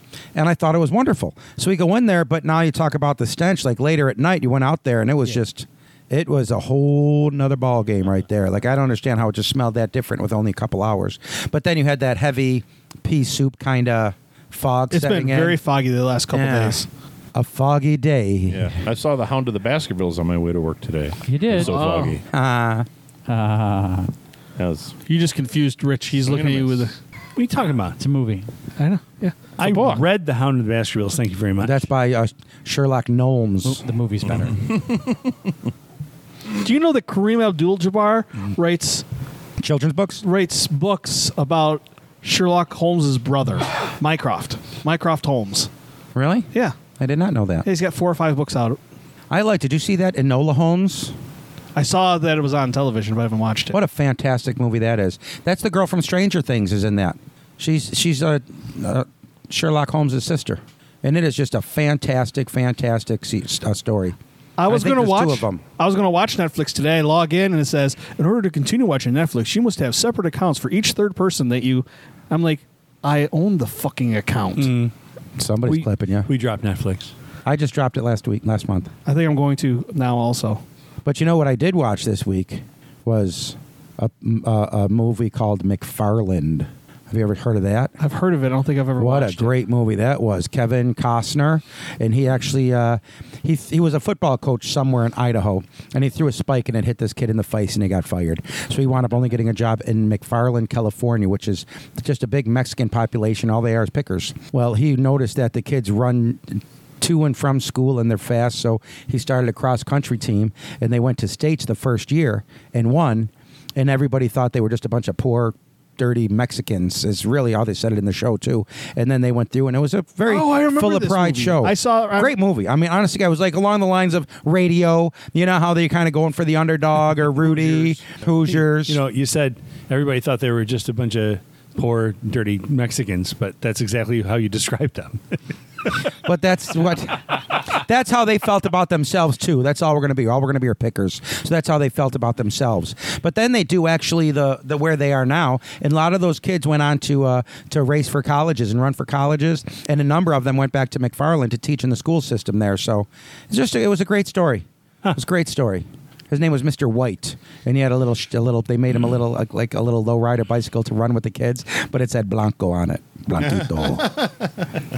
Speaker 2: I thought it was wonderful. So we go in there, but now you talk about the stench. Like later at night, you went out there, and it was just, it was a whole nother ball game right there. Like I don't understand how it just smelled that different with only a couple hours. But then you had that heavy pea soup kind of fog.
Speaker 1: it's been
Speaker 2: setting in.
Speaker 1: very foggy the last couple
Speaker 2: Yeah.
Speaker 1: days.
Speaker 2: A foggy day.
Speaker 5: Yeah, I saw the Hound of the Baskervilles on my way to work today.
Speaker 4: You did?
Speaker 5: It was so
Speaker 4: Oh.
Speaker 5: foggy.
Speaker 2: Uh, Ah.
Speaker 4: Uh,
Speaker 5: That was
Speaker 1: You just confused Rich. He's looking at you with a.
Speaker 3: What are you talking about?
Speaker 4: it's a movie.
Speaker 1: I know. Yeah.
Speaker 3: I read The Hound of the Baskervilles. Thank you very much.
Speaker 2: that's by uh, Sherlock Gnomes.
Speaker 4: The movie's better.
Speaker 1: Do you know that Kareem Abdul-Jabbar writes
Speaker 2: Children's books.
Speaker 1: writes books about Sherlock Holmes's brother, Mycroft. Mycroft Holmes.
Speaker 2: Really?
Speaker 1: Yeah.
Speaker 2: I did not know that.
Speaker 1: He's got four or five books out.
Speaker 2: I like. Did you see that Enola Holmes?
Speaker 1: I saw that it was on television, but I haven't watched it.
Speaker 2: What a fantastic movie that is. That's the girl from Stranger Things is in that. She's she's uh, uh, Sherlock Holmes' sister, and it is just a fantastic, fantastic se- uh, story.
Speaker 1: I was
Speaker 2: think
Speaker 1: going to
Speaker 2: there's
Speaker 1: watch.
Speaker 2: two of them.
Speaker 1: I was going to watch Netflix today. Log in and it says, in order to continue watching Netflix, you must have separate accounts for each third person that you. I'm like, I own the fucking account.
Speaker 2: Somebody's
Speaker 3: we,
Speaker 2: clipping you.
Speaker 3: We dropped Netflix.
Speaker 2: I just dropped it last week, last month.
Speaker 1: I think I'm going to now also.
Speaker 2: But you know what I did watch this week was a, a, a movie called McFarland. Have you ever heard of that?
Speaker 1: I've heard of it. I don't think I've ever
Speaker 2: What a
Speaker 1: watched
Speaker 2: great movie that was, Kevin Costner, and he actually uh, he he was a football coach somewhere in Idaho, and he threw a spike and it hit this kid in the face, and he got fired. So he wound up only getting a job in McFarland, California, which is just a big Mexican population. All they are is pickers. Well, he noticed that the kids run. To and from school, and they're fast. So he started a cross country team, and they went to states the first year and won. And everybody thought they were just a bunch of poor dirty Mexicans is really how they said it in the show too. And then they went through, and it was a very
Speaker 1: Oh, I remember
Speaker 2: full of
Speaker 1: this
Speaker 2: pride
Speaker 1: movie.
Speaker 2: show.
Speaker 1: I saw- I-
Speaker 2: great movie. I mean, honestly, I was like along the lines of radio. You know how they're kind of going for the underdog or Rudy Hoosiers.
Speaker 3: You know, you said everybody thought they were just a bunch of poor, dirty Mexicans, but that's exactly how you described them.
Speaker 2: but that's what that's how they felt about themselves too that's all we're going to be all we're going to be are pickers so that's how they felt about themselves but then they do actually the, the where they are now and a lot of those kids went on to uh, to race for colleges and run for colleges and a number of them went back to mcfarland to teach in the school system there so it's just it was a great story it was a great story his name was Mr. White, and he had a little, sh- a little. They made him a little, like, like a little low rider bicycle to run with the kids, but it said Blanco on it, Blanquito.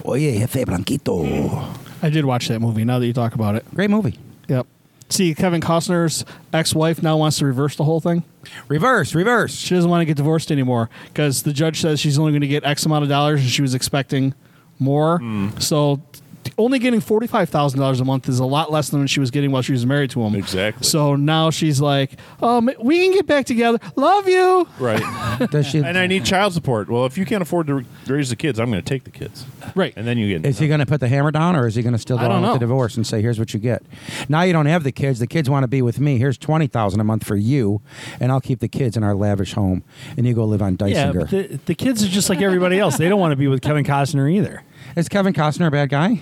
Speaker 2: Oye, jefe Blanquito.
Speaker 1: it. I did watch that movie. Now that you talk about it.
Speaker 2: Great movie.
Speaker 1: Yep. See, Kevin Costner's ex-wife now wants to reverse the whole thing.
Speaker 2: Reverse, reverse.
Speaker 1: She doesn't want to get divorced anymore because the judge says she's only going to get X amount of dollars, and she was expecting more.
Speaker 3: Hmm.
Speaker 1: So, t- only getting forty five thousand dollars a month is a lot less than what she was getting while she was married to him.
Speaker 5: Exactly.
Speaker 1: So now she's like, um, we can get back together. Love you.
Speaker 5: right.
Speaker 2: Does she,
Speaker 5: and I need child support. Well, if you can't afford to raise the kids, I'm going to take the kids.
Speaker 1: Right.
Speaker 5: And then you get
Speaker 2: is he going to put the hammer down, or is he going to still go
Speaker 1: I don't
Speaker 2: on with the
Speaker 1: know.
Speaker 2: divorce and say, "Here's what you get"? Now you don't have the kids. The kids want to be with me. Here's twenty thousand a month for you, and I'll keep the kids in our lavish home, and you go live on
Speaker 3: yeah,
Speaker 2: Dysinger.
Speaker 3: but the, the kids are just like everybody else. They don't want to be with Kevin Costner either.
Speaker 2: is Kevin Costner a bad guy?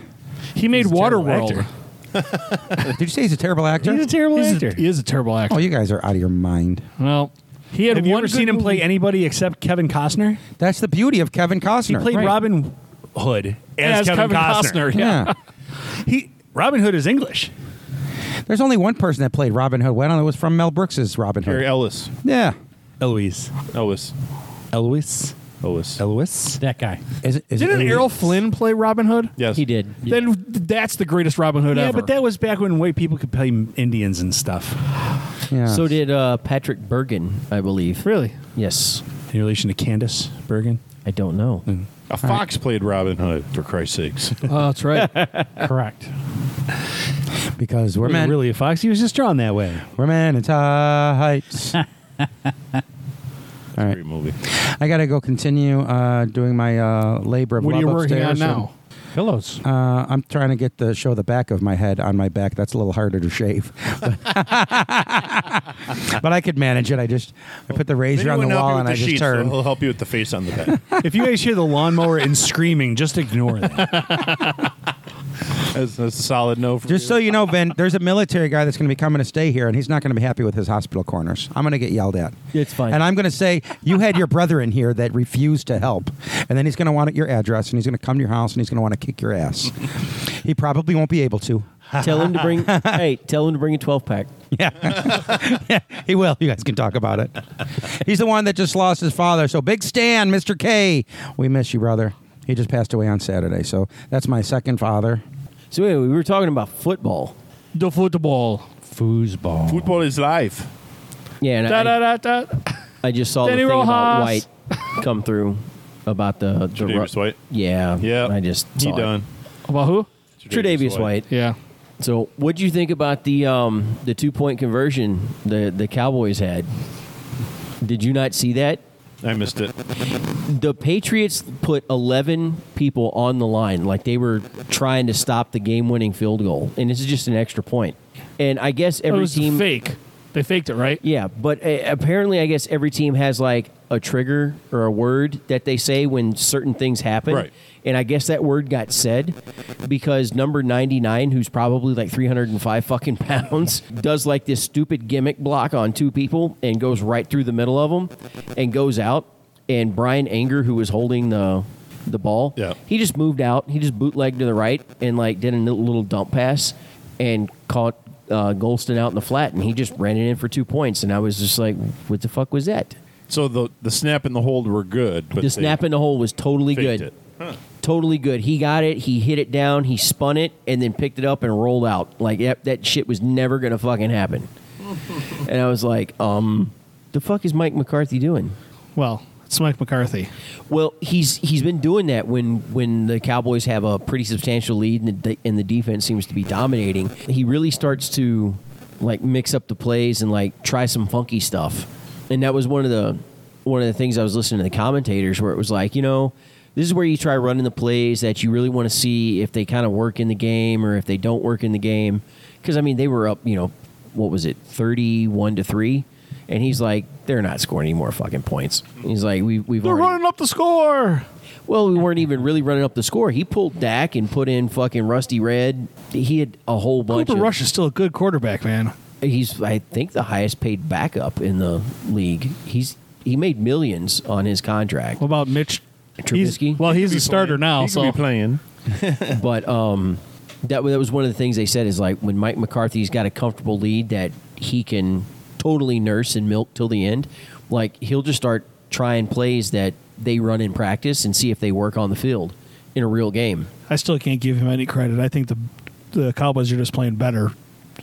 Speaker 1: He made
Speaker 3: He's a terrible
Speaker 1: Waterworld.
Speaker 3: actor.
Speaker 2: Did you say he's a terrible actor?
Speaker 3: He's a terrible
Speaker 1: He's
Speaker 3: actor.
Speaker 1: a, he is a terrible actor. Oh,
Speaker 2: oh, you guys are out of your mind.
Speaker 1: well, he had
Speaker 3: Have
Speaker 1: one
Speaker 3: you ever
Speaker 1: good
Speaker 3: seen him play
Speaker 1: movie.
Speaker 3: anybody except Kevin Costner?
Speaker 2: That's the beauty of Kevin Costner.
Speaker 3: He played
Speaker 4: Right.
Speaker 3: Robin Hood as, Kevin, Costner.
Speaker 1: Yeah.
Speaker 2: yeah.
Speaker 3: He Robin Hood is English.
Speaker 2: There's only one person that played Robin Hood. Well, I don't know. It was from Mel Brooks's Robin Hood.
Speaker 5: Harry Ellis.
Speaker 2: yeah.
Speaker 3: Eloise.
Speaker 5: Ellis.
Speaker 3: Eloise.
Speaker 5: Ellis.
Speaker 3: Eloise.
Speaker 4: That guy.
Speaker 2: Is it, is it
Speaker 1: Didn't
Speaker 2: Elise?
Speaker 1: Errol Flynn play Robin Hood?
Speaker 5: Yes.
Speaker 6: He did.
Speaker 1: Then that's the greatest Robin Hood
Speaker 3: Yeah,
Speaker 1: ever.
Speaker 3: but that was back when white people could play Indians and stuff.
Speaker 2: Yeah.
Speaker 6: So did uh, Patrick Bergen, I believe.
Speaker 1: really
Speaker 6: Yes.
Speaker 3: In relation to Candace Bergen.
Speaker 6: I don't know.
Speaker 1: Mm.
Speaker 5: A fox played Robin Hood, for Christ's sakes.
Speaker 1: Oh, that's right.
Speaker 4: Correct.
Speaker 2: because we're men.
Speaker 3: Really a fox? He was just drawn that way.
Speaker 2: We're men in tights. All right.
Speaker 5: Great movie.
Speaker 2: I gotta go continue uh, doing my uh, labor of
Speaker 1: what are
Speaker 2: love
Speaker 1: you working on
Speaker 2: upstairs and-
Speaker 1: now?
Speaker 4: Pillows.
Speaker 2: Uh, I'm trying to get the show the back of my head on my back. That's a little harder to shave, but I could manage it. I just I put the razor on the
Speaker 5: Anyone help you
Speaker 2: wall
Speaker 5: with
Speaker 2: and
Speaker 5: the
Speaker 2: I just
Speaker 5: sheets?
Speaker 2: turn.
Speaker 5: He'll help you with the face on the back.
Speaker 3: if you guys hear the lawnmower and screaming, just ignore that.
Speaker 5: that's, that's a solid no for
Speaker 2: Just so
Speaker 5: you.
Speaker 2: you know, Vin, there's a military guy that's going to be coming to stay here, and he's not going to be happy with his hospital corners. I'm going to get yelled at.
Speaker 6: It's fine.
Speaker 2: And I'm going to say, You had your brother in here that refused to help. And then he's going to want your address, and he's going to come to your house, and he's going to want to kick your ass. he probably won't be able to.
Speaker 6: tell him to bring. hey, tell him to bring a 12 pack.
Speaker 2: He will. You guys can talk about it. He's the one that just lost his father. So, Big Stan, Mr. K, we miss you, brother. He just passed away on Saturday. So, that's my second father.
Speaker 6: So anyway, we were talking about football.
Speaker 1: The football.
Speaker 4: Foosball.
Speaker 5: Football is life.
Speaker 6: Yeah, and
Speaker 1: Da,
Speaker 6: I,
Speaker 1: da, da, da.
Speaker 6: I just saw
Speaker 1: Danny
Speaker 6: the thing about
Speaker 1: Rojas.
Speaker 6: White come through about the, the ru-
Speaker 5: Tre'Davious White.
Speaker 6: Yeah,
Speaker 5: Yeah.
Speaker 6: I just
Speaker 5: he
Speaker 6: saw it.
Speaker 5: done.
Speaker 1: About who?
Speaker 6: Tre'Davious White.
Speaker 1: Yeah.
Speaker 6: So, what do you think about the um, the two point conversion the the Cowboys had? Did you not see that?
Speaker 5: I missed it.
Speaker 6: The Patriots put eleven people on the line, like they were trying to stop the game winning field goal, and this is just an extra point. And I guess
Speaker 1: It
Speaker 6: every
Speaker 1: was
Speaker 6: team,
Speaker 1: fake. They faked it, right?
Speaker 6: yeah, but uh, apparently, I guess every team has like a trigger or a word that they say when certain things happen.
Speaker 5: Right.
Speaker 6: And I guess that word got said because number 99, who's probably like 305 fucking pounds, does like this stupid gimmick block on two people and goes right through the middle of them and goes out. And Brian Anger, who was holding the the ball,
Speaker 5: Yeah.
Speaker 6: he just moved out. He just bootlegged to the right and like did a little dump pass and caught uh, Golston out in the flat, and he just ran it in for two points. And I was just like, "What the fuck was that?"
Speaker 5: So the the snap and the hold were good, but
Speaker 6: the
Speaker 5: they
Speaker 6: snap in the hole was totally
Speaker 5: faked
Speaker 6: good,
Speaker 5: It.
Speaker 6: totally good. He got it, he hit it down, he spun it, and then picked it up and rolled out. Like that, that shit was never gonna fucking happen. and I was like, um, "The fuck is Mike McCarthy doing?"
Speaker 1: Well, it's Mike McCarthy.
Speaker 6: Well, he's he's been doing that when when the Cowboys have a pretty substantial lead and the, de- and the defense seems to be dominating. He really starts to like mix up the plays and like try some funky stuff. And that was one of the one of the things I was listening to the commentators where it was like, you know, this is where you try running the plays that you really want to see if they kind of work in the game or if they don't work in the game. Because I mean, they were up, you know, what was it, thirty-one to three, and he's like, they're not scoring any more fucking points. He's like, we, we've
Speaker 1: They're
Speaker 6: already,
Speaker 1: running up the score.
Speaker 6: well, we weren't even really running up the score. He pulled Dak and put in fucking Rusty Red. He had a whole bunch
Speaker 1: Cooper
Speaker 6: of.
Speaker 1: Rush is still a good quarterback, man.
Speaker 6: He's, I think, the highest paid backup in the league. He's he made millions on his contract,
Speaker 1: What about Mitch?
Speaker 6: Trubisky?
Speaker 1: He's, well, he's a starter now,
Speaker 5: He could
Speaker 1: so
Speaker 5: be playing.
Speaker 6: but um, that that was one of the things they said is like when Mike McCarthy's got a comfortable lead that he can totally nurse and milk till the end. Like he'll just start trying plays that they run in practice and see if they work on the field in a real game.
Speaker 7: I still can't give him any credit. I think the the Cowboys are just playing better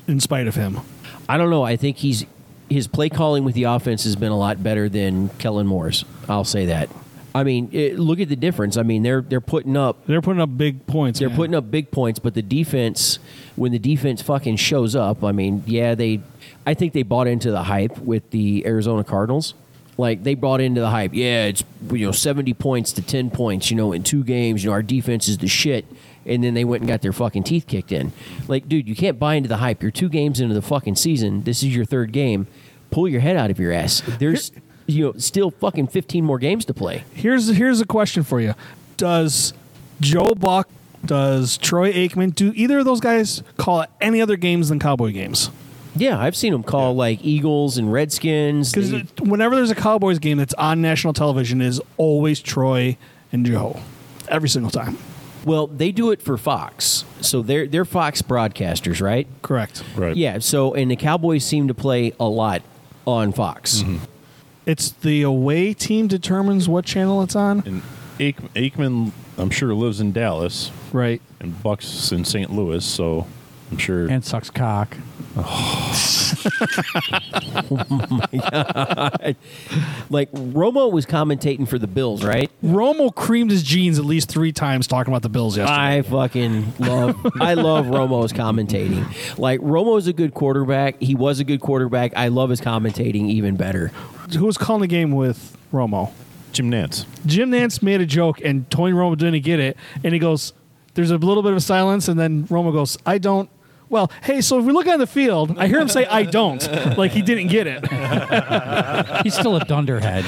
Speaker 7: in spite of him.
Speaker 6: I don't know. I think he's his play calling with the offense has been a lot better than Kellen Moore's. I'll say that. I mean, it, look at the difference. I mean, they're they're putting up
Speaker 1: they're putting up big points.
Speaker 6: they're
Speaker 1: man.
Speaker 6: putting up big points, but the defense when the defense fucking shows up, I mean, yeah, they I think they bought into the hype with the Arizona Cardinals. Like they bought into the hype. Yeah, it's you know 70 points to 10 points, you know, in two games, you know, our defense is the shit. And then they went and got their fucking teeth kicked in. Like, dude, you can't buy into the hype. You're two games into the fucking season. This is your third game. Pull your head out of your ass. There's you know, still fucking 15 more games to play.
Speaker 1: Here's here's a question for you. Does Joe Buck, does Troy Aikman, do either of those guys call any other games than Cowboy games?
Speaker 6: Yeah, I've seen them call like Eagles and Redskins.
Speaker 1: Because
Speaker 6: They-
Speaker 1: whenever there's a Cowboys game that's on national television, is always Troy and Joe, every single time.
Speaker 6: Well, they do it for Fox, so they're they're Fox broadcasters, right?
Speaker 1: Correct.
Speaker 5: Right.
Speaker 6: Yeah. So and the Cowboys seem to play a lot on Fox.
Speaker 1: It's the away team determines what channel it's on.
Speaker 5: And Ake, Aikman, I'm sure, lives in Dallas,
Speaker 1: Right.
Speaker 5: and Bucks in St. Louis, so I'm sure.
Speaker 4: and sucks cock.
Speaker 6: Like Romo was commentating for the Bills, right?
Speaker 1: Romo creamed his jeans at least three times talking about the Bills yesterday.
Speaker 6: I fucking love I love Romo's commentating. Like Romo's a good quarterback. He was a good quarterback. I love his commentating even better.
Speaker 1: Who was calling the game with Romo?
Speaker 5: Jim Nance.
Speaker 1: Jim Nance made a joke, and Tony Romo didn't get it, and he goes, "There's a little bit of a silence," and then Romo goes, "I don't." Well, hey, so if we look on the field, I hear him say, "I don't," like he didn't get it.
Speaker 4: He's still a dunderhead,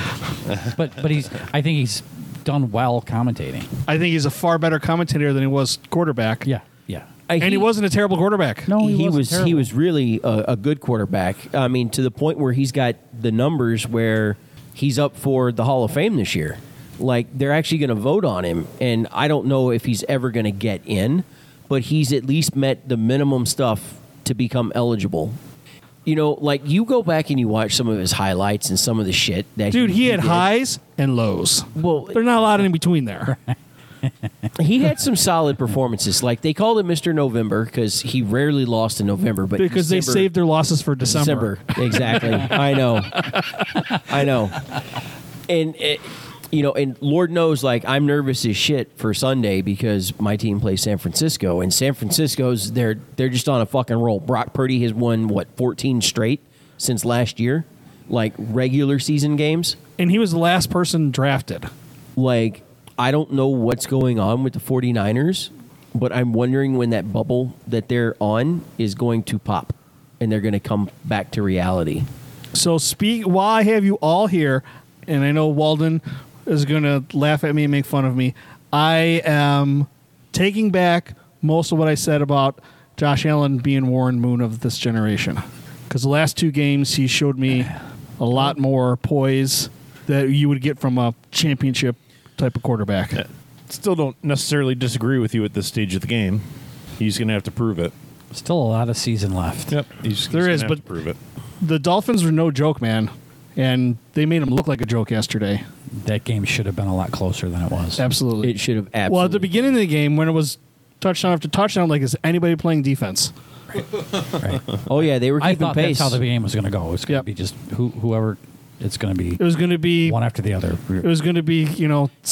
Speaker 4: but but he's I think he's done well commentating.
Speaker 1: I think he's a far better commentator than he was quarterback.
Speaker 4: Yeah, yeah.
Speaker 6: I-
Speaker 1: and he, wasn't a terrible quarterback.
Speaker 4: No, he,
Speaker 6: he,
Speaker 4: wasn't
Speaker 6: was he
Speaker 4: terrible.
Speaker 6: was really a, a good quarterback. I mean, to the point where he's got the numbers where he's up for the Hall of Fame this year. Like they're actually going to vote on him, and I don't know if he's ever going to get in, but he's at least met the minimum stuff to become eligible. You know, like you go back and you watch some of his highlights and some of the shit that
Speaker 1: dude, he had
Speaker 6: did.
Speaker 1: highs and lows.
Speaker 6: Well,
Speaker 1: They're not a lot in between there.
Speaker 6: he had some solid performances. Like they called him Mister November because he rarely lost in November, but
Speaker 1: because they
Speaker 6: December-
Speaker 1: saved their losses for December.
Speaker 6: December. Exactly. I know. I know. And it, you know, and Lord knows, like I'm nervous as shit for Sunday because my team plays San Francisco, and San Francisco's they're they're just on a fucking roll. Brock Purdy has won what 14 straight since last year, like regular season games.
Speaker 1: And he was the last person drafted.
Speaker 6: Like I don't know what's going on with the 49ers, but I'm wondering when that bubble that they're on is going to pop, and they're going to come back to reality.
Speaker 1: So speak while I have you all here, and I know Walden is gonna laugh at me and make fun of me. I am taking back most of what I said about Josh Allen being Warren Moon of this generation, because the last two games he showed me a lot more poise that you would get from a championship type of quarterback.
Speaker 5: Still don't necessarily disagree with you at this stage of the game. He's going to have to prove it.
Speaker 4: still a lot of season left.
Speaker 5: Yep. He's,
Speaker 1: There
Speaker 5: he's
Speaker 1: is,
Speaker 5: gonna have
Speaker 1: but-
Speaker 5: to prove it.
Speaker 1: The Dolphins were no joke, man, and they made him look like a joke yesterday.
Speaker 4: That game should have been a lot closer than it was.
Speaker 1: Absolutely,
Speaker 6: It should have absolutely.
Speaker 1: Well, at the beginning of the game, when it was touchdown after touchdown, like is anybody playing defense?
Speaker 4: Right.
Speaker 6: Oh yeah, they were
Speaker 4: I
Speaker 6: keeping
Speaker 4: thought
Speaker 6: pace.
Speaker 4: that's how the game was going to go. It's going to
Speaker 1: Yep.
Speaker 4: be just who, whoever it's going to be
Speaker 1: It was going to be
Speaker 4: one after the other.
Speaker 1: it was going to be you know
Speaker 6: was-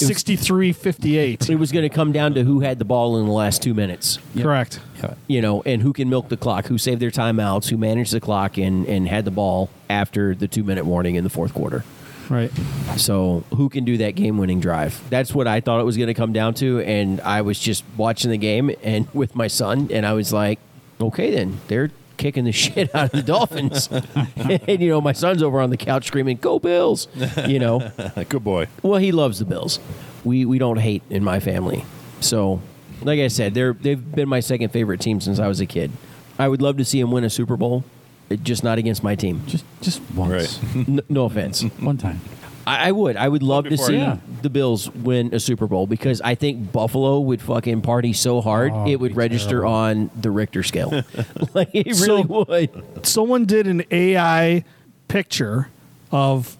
Speaker 1: 63-58.
Speaker 6: it was going to come down to who had the ball in the last two minutes,
Speaker 1: Correct.
Speaker 6: you know, and who can milk the clock, who saved their timeouts, who managed the clock, and and had the ball after the two minute warning in the fourth quarter.
Speaker 1: Right.
Speaker 6: So who can do that game winning drive? That's what I thought it was going to come down to, and I was just watching the game and with my son, and I was like, okay, then they're kicking the shit out of the Dolphins, and you know, my son's over on the couch screaming, "Go Bills!" You know.
Speaker 5: Good boy.
Speaker 6: Well, he loves the Bills. We we don't hate in my family. So, like I said, they're they've been my second favorite team since I was a kid. I would love to see him win a Super Bowl, eh, just not against my team.
Speaker 4: Just just once,
Speaker 6: N- no offense.
Speaker 4: one time.
Speaker 6: I, I would. I would love to
Speaker 5: Before
Speaker 6: see
Speaker 4: I-
Speaker 6: the Bills win a Super Bowl because I think Buffalo would fucking party so hard
Speaker 4: Oh,
Speaker 6: it would
Speaker 4: it'd be
Speaker 6: register
Speaker 4: terrible.
Speaker 6: on the Richter scale. like it really
Speaker 1: So-
Speaker 6: would.
Speaker 1: Someone did an AI picture of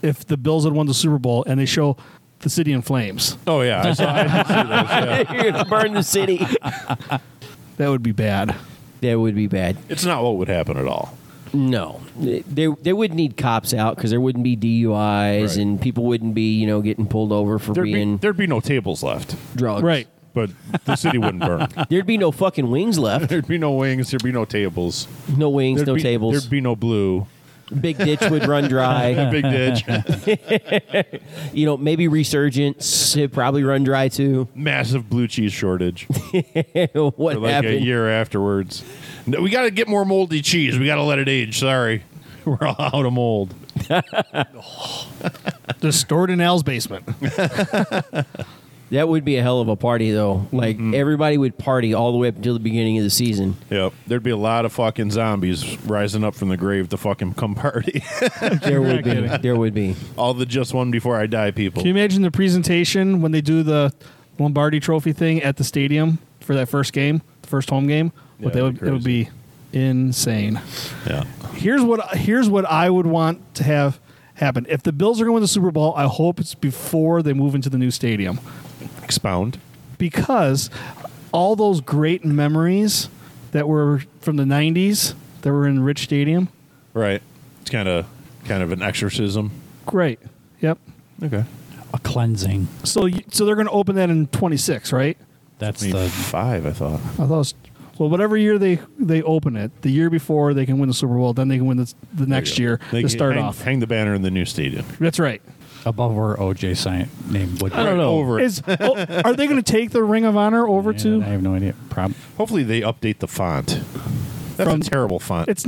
Speaker 1: if the Bills had won the Super Bowl, and they show the city in flames.
Speaker 5: Oh, yeah. I saw, I did see those, yeah.
Speaker 6: You're gonna burn the city.
Speaker 1: That would be bad.
Speaker 6: That would be bad.
Speaker 5: It's not what would happen at all.
Speaker 6: No, they they would need cops out because there wouldn't be DUIs
Speaker 5: Right.
Speaker 6: and people wouldn't be you know getting pulled over for
Speaker 5: There'd be,
Speaker 6: being
Speaker 5: there'd be no tables left,
Speaker 6: drugs.
Speaker 1: Right.
Speaker 5: but the city wouldn't burn.
Speaker 6: There'd be no fucking wings left.
Speaker 5: There'd be no wings. There'd be no tables.
Speaker 6: No wings,
Speaker 5: There'd
Speaker 6: no
Speaker 5: be,
Speaker 6: tables.
Speaker 5: There'd be no blue.
Speaker 6: Big ditch would run dry.
Speaker 5: Big ditch.
Speaker 6: you know, maybe resurgence. It'd probably run dry too.
Speaker 5: Massive blue cheese shortage.
Speaker 6: what
Speaker 5: for like
Speaker 6: happened?
Speaker 5: a year afterwards. No, we got to get more moldy cheese. We got to let it age. Sorry, we're all out of mold.
Speaker 1: Just stored in Al's basement.
Speaker 6: That would be a hell of a party though. Like
Speaker 5: Mm-hmm.
Speaker 6: everybody would party all the way up until the beginning of the season.
Speaker 5: Yep, there'd be a lot of fucking zombies rising up from the grave to fucking come party.
Speaker 6: There would be. There would be.
Speaker 5: all the just one before I die people.
Speaker 1: Can you imagine the presentation when they do the Lombardi Trophy thing at the stadium for that first game, the first home game,
Speaker 5: Yeah,
Speaker 1: what they would
Speaker 5: that'd be
Speaker 1: it would
Speaker 5: crazy.
Speaker 1: be insane.
Speaker 5: Yeah.
Speaker 1: Here's what here's what I would want to have happen. If the Bills are going to the Super Bowl, I hope it's before they move into the new stadium
Speaker 5: Expound.
Speaker 1: because all those great memories that were from the 90s that were in Rich Stadium,
Speaker 5: Right. It's kind of kind of an exorcism.
Speaker 1: great. Yep.
Speaker 5: Okay.
Speaker 4: A cleansing.
Speaker 1: So you- so they're going to open that in 26, right?
Speaker 4: That's the
Speaker 5: five, I thought.
Speaker 1: I thought it was, well, whatever year they they open it, the year before they can win the Super Bowl, then they can win the, the next year
Speaker 5: They
Speaker 1: to
Speaker 5: can
Speaker 1: start
Speaker 5: hang,
Speaker 1: off.
Speaker 5: Hang the banner in the new stadium.
Speaker 1: That's right.
Speaker 4: above where OJ sign name would.
Speaker 5: Right, Over it.
Speaker 1: Is, oh, are they going to take the Ring of Honor over to?
Speaker 4: I have no idea. Prob-
Speaker 5: Hopefully they update the font. That's a terrible font.
Speaker 1: It's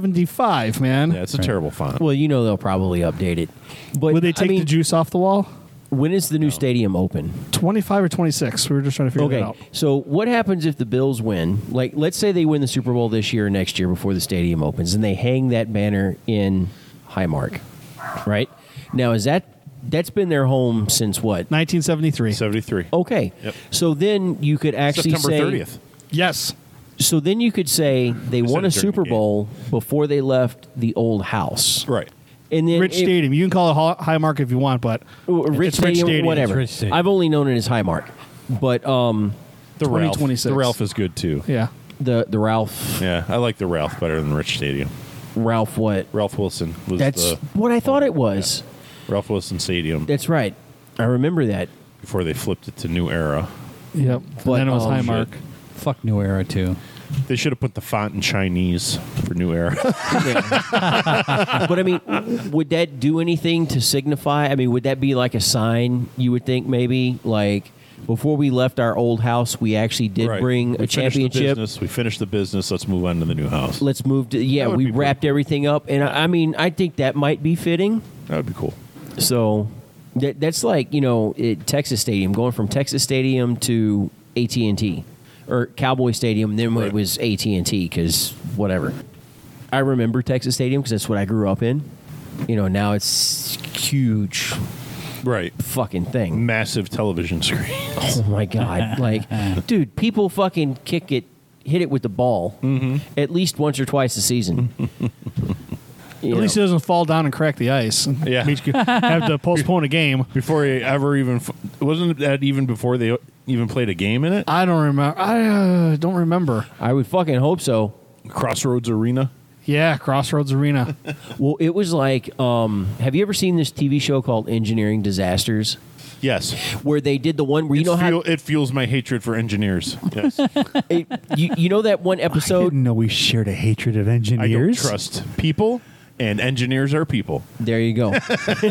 Speaker 1: 1975, man.
Speaker 5: yeah, it's a terrible font.
Speaker 6: Well, you know they'll probably update it. But
Speaker 1: Will they take
Speaker 6: I mean,
Speaker 1: the juice off the wall?
Speaker 6: when is the new stadium open?
Speaker 1: 25 or 26? We were just trying to figure
Speaker 6: okay.
Speaker 1: that out.
Speaker 6: So what happens if the Bills win? Like, let's say they win the Super Bowl this year or next year before the stadium opens, and they hang that banner in Highmark, right? Now is that that's been their home since what?
Speaker 1: 1973.
Speaker 5: 73.
Speaker 6: Okay.
Speaker 5: Yep.
Speaker 6: So then you could Oh, actually
Speaker 5: September
Speaker 6: say
Speaker 5: 30th.
Speaker 1: Yes.
Speaker 6: So then you could say they
Speaker 5: said it during
Speaker 6: won a
Speaker 5: the
Speaker 6: Super
Speaker 5: game.
Speaker 6: Bowl before they left the old house.
Speaker 5: Right.
Speaker 6: And then
Speaker 1: Rich
Speaker 6: it-
Speaker 1: Stadium. You can call it Hall- Highmark if you want, but
Speaker 6: or Rich,
Speaker 1: It's Rich
Speaker 6: Stadium,
Speaker 1: Stadium.
Speaker 6: whatever.
Speaker 4: It's Rich Stadium.
Speaker 6: I've only known it as Highmark, but um,
Speaker 5: The Ralph.
Speaker 1: 2026.
Speaker 5: The Ralph is good too.
Speaker 1: yeah.
Speaker 6: the the Ralph
Speaker 5: Yeah, I like the Ralph better than Rich Stadium.
Speaker 6: Ralph what?
Speaker 5: Ralph Wilson was
Speaker 6: That's
Speaker 5: the
Speaker 6: what I thought it was.
Speaker 5: Ralph Wilson Stadium
Speaker 6: That's right. I remember that.
Speaker 5: before they flipped it to New Era.
Speaker 1: Yep.
Speaker 6: But,
Speaker 1: and then it
Speaker 5: oh,
Speaker 1: was
Speaker 6: um,
Speaker 1: Highmark.
Speaker 4: fuck New Era too.
Speaker 5: They should have put the font in Chinese for New Era.
Speaker 6: but I mean, would that do anything to signify? I mean, would that be like a sign? You would think maybe like before we left our old house, we actually did
Speaker 5: Right.
Speaker 6: bring
Speaker 5: We
Speaker 6: a
Speaker 5: finished the
Speaker 6: championship.
Speaker 5: business, we finished the business. Let's move on to the new house.
Speaker 6: Let's move to yeah.
Speaker 5: That would
Speaker 6: We
Speaker 5: be pretty
Speaker 6: wrapped everything up, and I, I mean, I think that might be fitting.
Speaker 5: that would be cool.
Speaker 6: So that, that's like you know it, Texas Stadium going from Texas Stadium to AT and T or Cowboy Stadium. Then
Speaker 5: Right.
Speaker 6: it was AT and T because whatever. I remember Texas Stadium because that's what I grew up in. You know now it's huge
Speaker 5: Right.
Speaker 6: fucking
Speaker 1: Mm-hmm.
Speaker 6: thing.
Speaker 5: Massive television screen.
Speaker 6: Oh my god! like, dude, people fucking kick it, hit it with the ball
Speaker 1: Mm-hmm.
Speaker 6: at least once or twice a season.
Speaker 1: At least it doesn't fall down and crack the ice.
Speaker 5: Yeah.
Speaker 1: We could have to postpone a game.
Speaker 5: Before he ever even f- wasn't that even before they even played a game in it?
Speaker 1: I don't remember. I uh, don't remember.
Speaker 6: I would fucking hope so.
Speaker 5: Crossroads Arena.
Speaker 1: Yeah, Crossroads Arena.
Speaker 6: Well, it was like, um, have you ever seen this TV show called Engineering Disasters,
Speaker 5: Yes.
Speaker 6: where they did the one where you
Speaker 5: It
Speaker 6: know how
Speaker 5: fuel- it fuels my hatred for engineers. Yes.
Speaker 6: it, you, you know that one episode?
Speaker 3: know we shared a hatred of
Speaker 5: I don't
Speaker 3: engineers.
Speaker 5: trust people, and engineers are people.
Speaker 6: There you go.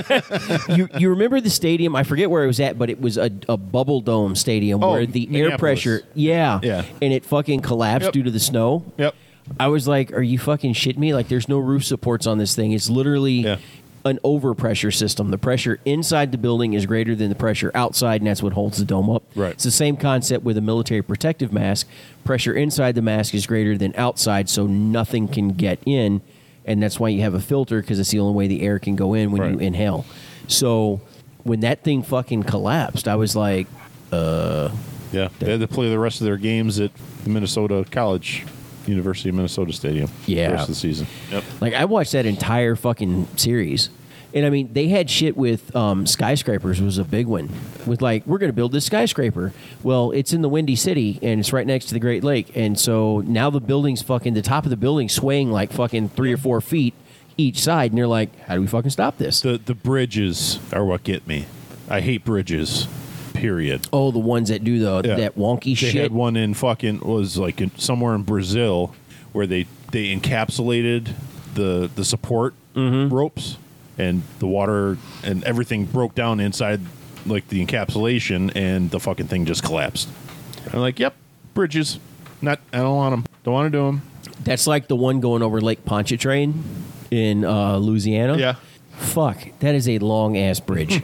Speaker 6: you you remember the stadium? I forget where it was at, but it was a, a bubble dome stadium
Speaker 5: Oh,
Speaker 6: where the air
Speaker 5: Minneapolis.
Speaker 6: pressure, yeah,
Speaker 5: Yeah.
Speaker 6: and it fucking collapsed
Speaker 5: Yep.
Speaker 6: due to the snow.
Speaker 5: Yep.
Speaker 6: I was like, "Are you fucking shitting me? Like, there's no roof supports on this thing. It's literally
Speaker 5: Yeah.
Speaker 6: an overpressure system. The pressure inside the building is greater than the pressure outside, and that's what holds the dome up.
Speaker 5: Right.
Speaker 6: It's the same concept with a military protective mask. Pressure inside the mask is greater than outside, so nothing can get in, and that's why you have a filter because it's the only way the air can go in when you
Speaker 5: Right.
Speaker 6: inhale. So when that thing fucking collapsed, I was like,
Speaker 5: Yeah. They had to play the rest of their games at Minnesota College, University of Minnesota Stadium.
Speaker 6: Yeah.
Speaker 5: The rest of the season. Yep.
Speaker 6: Like I watched that entire fucking series. And I mean, they had shit with um, skyscrapers was a big one. With like, we're going to build this skyscraper. Well, it's in the Windy City and it's right next to the Great Lake, and so now the building's fucking the top of the building swaying like fucking three or four feet each side, and they're like, how do we fucking stop this?
Speaker 5: The the bridges are what get me. I hate bridges. Period.
Speaker 6: oh, the ones that do the
Speaker 5: Yeah.
Speaker 6: that wonky
Speaker 5: they
Speaker 6: shit.
Speaker 5: had one in fucking was like in, somewhere in Brazil where they they encapsulated the the support
Speaker 6: Mm-hmm.
Speaker 5: ropes and the water and everything broke down inside like the encapsulation and the fucking thing just collapsed. I'm like, yep, bridges. Not I don't want them. Don't want to do them.
Speaker 6: That's like the one going over Lake Pontchartrain in uh, Louisiana.
Speaker 5: Yeah.
Speaker 6: Fuck, that is a long ass bridge.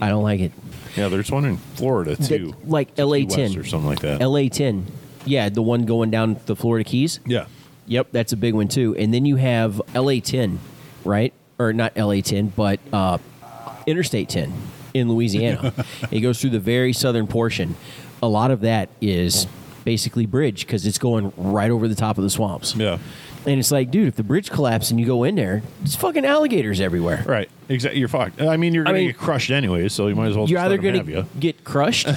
Speaker 6: I don't like it.
Speaker 5: Yeah, there's one in Florida
Speaker 6: that-
Speaker 5: too.
Speaker 6: like LA
Speaker 5: Key West
Speaker 6: ten
Speaker 5: or something like that.
Speaker 6: LA ten, yeah, the one going down the Florida Keys.
Speaker 5: yeah.
Speaker 6: Yep, that's a big one too. And then you have LA ten, right? Or not LA ten, but uh, Interstate ten. in Louisiana. it goes through the very southern portion. A lot of that is basically bridge because it's going right over the top of the swamps.
Speaker 5: Yeah.
Speaker 6: And it's like, dude, if the bridge collapsed and you go in there, it's fucking alligators everywhere.
Speaker 5: Right. Exactly. You're fucked. I mean, you're
Speaker 6: I
Speaker 5: going to
Speaker 6: mean,
Speaker 5: get crushed anyway, so you might as well
Speaker 6: You're
Speaker 5: just
Speaker 6: either
Speaker 5: let 'em
Speaker 6: going
Speaker 5: have
Speaker 6: to
Speaker 5: you.
Speaker 6: get crushed,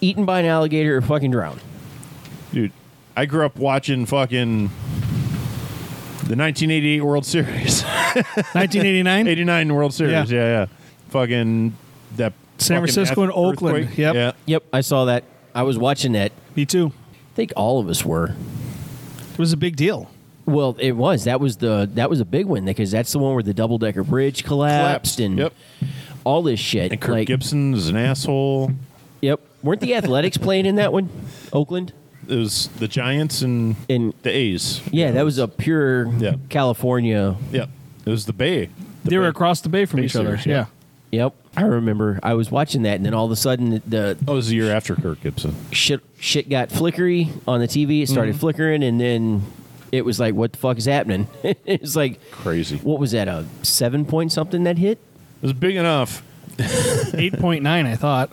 Speaker 6: eaten by an alligator, or fucking drown.
Speaker 5: Dude, I grew up watching fucking the 1988 World Series.
Speaker 1: 1989.
Speaker 5: 89 World Series. Yeah,
Speaker 1: Yeah.
Speaker 5: yeah. Fucking that
Speaker 1: San
Speaker 5: fucking
Speaker 1: Francisco and Oakland.
Speaker 5: earthquake.
Speaker 1: Yep.
Speaker 5: Yeah.
Speaker 6: Yep, I saw that. I was watching that.
Speaker 1: Me too.
Speaker 6: I think all of us were.
Speaker 1: It was a big deal.
Speaker 6: Well, it was. That was the that was a big one because that's the one where the double decker bridge collapsed,
Speaker 5: Collapsed.
Speaker 6: and
Speaker 5: Yep.
Speaker 6: all this shit.
Speaker 5: And Kirk
Speaker 6: like,
Speaker 5: Gibson is an asshole.
Speaker 6: Yep. Weren't the Athletics playing in that one? Oakland.
Speaker 5: It was the Giants and,
Speaker 6: And-
Speaker 5: the A's.
Speaker 6: Yeah, that was a pure
Speaker 5: Yeah.
Speaker 6: California.
Speaker 5: Yep. It was the Bay. The
Speaker 1: they were
Speaker 5: Bay.
Speaker 1: across the bay from
Speaker 5: Bay
Speaker 1: each other.
Speaker 5: Series, yeah.
Speaker 1: Yeah.
Speaker 6: Yep. I remember. I was watching that, and then all of a sudden, the
Speaker 5: Oh, it was the year after Kirk Gibson.
Speaker 6: shit shit got flickery on the TV. It
Speaker 5: Mm-hmm.
Speaker 6: started flickering, and then it was like, "What the fuck is happening?" it was like
Speaker 5: Crazy. It
Speaker 6: What was that? A seven point something that hit?
Speaker 5: was big enough.
Speaker 1: 8.9, I thought.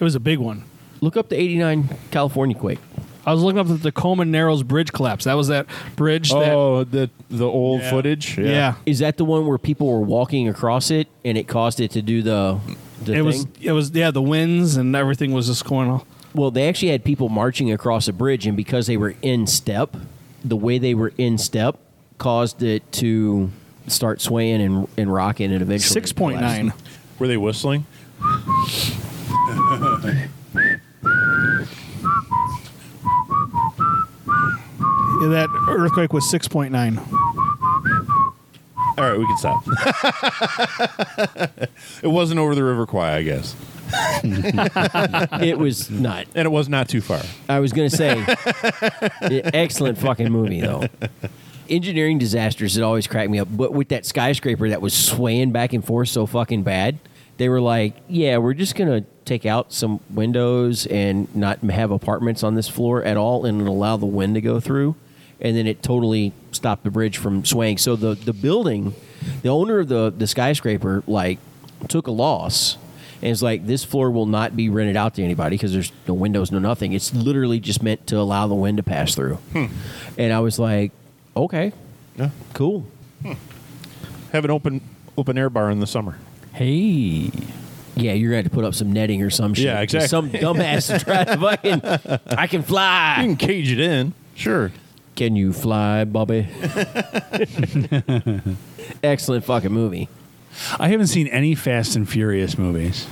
Speaker 1: It was a big one.
Speaker 6: Look up the '89 California quake.
Speaker 1: I was looking up the Tacoma Narrows Bridge collapse. That was that bridge that.
Speaker 5: Oh, the the old footage.
Speaker 1: Yeah.
Speaker 6: Is that the one where people were walking across it and it caused it to do the? the
Speaker 1: It
Speaker 6: thing?
Speaker 1: was, it was, yeah, the winds and everything was just going all.
Speaker 6: Well, they actually had people marching across a bridge, and because they were in step, the way they were in step caused it to start swaying and, and rocking, and eventually it
Speaker 1: 6.9.
Speaker 6: collapsed.
Speaker 5: Were they whistling?
Speaker 1: Yeah, that earthquake was 6.9.
Speaker 5: All right, we can stop. it wasn't over the River Kwai, I guess,
Speaker 6: It was not.
Speaker 5: and it was not too far.
Speaker 6: I was gonna say, excellent fucking movie though. Engineering disasters it always cracked me up, but with that skyscraper that was swaying back and forth so fucking bad, they were like, "Yeah, we're just gonna take out some windows and not have apartments on this floor at all, and allow the wind to go through." And then it totally stopped the bridge from swaying. So the the building, the owner of the the skyscraper, like took a loss and it's like this floor will not be rented out to anybody because there's no windows, no nothing. It's literally just meant to allow the wind to pass through.
Speaker 5: Hmm.
Speaker 6: And I was like, okay,
Speaker 5: Yeah.
Speaker 6: cool.
Speaker 5: Have an open open air bar in the summer.
Speaker 4: Hey,
Speaker 6: Yeah, you're gonna have to put up some netting or some shit.
Speaker 5: Yeah, exactly. Hmm.
Speaker 6: Some dumbass tried to fucking. I can fly.
Speaker 5: You can cage it in. Sure.
Speaker 6: Can you fly, Bobby? Excellent fucking movie.
Speaker 3: I haven't seen any Fast and Furious movies.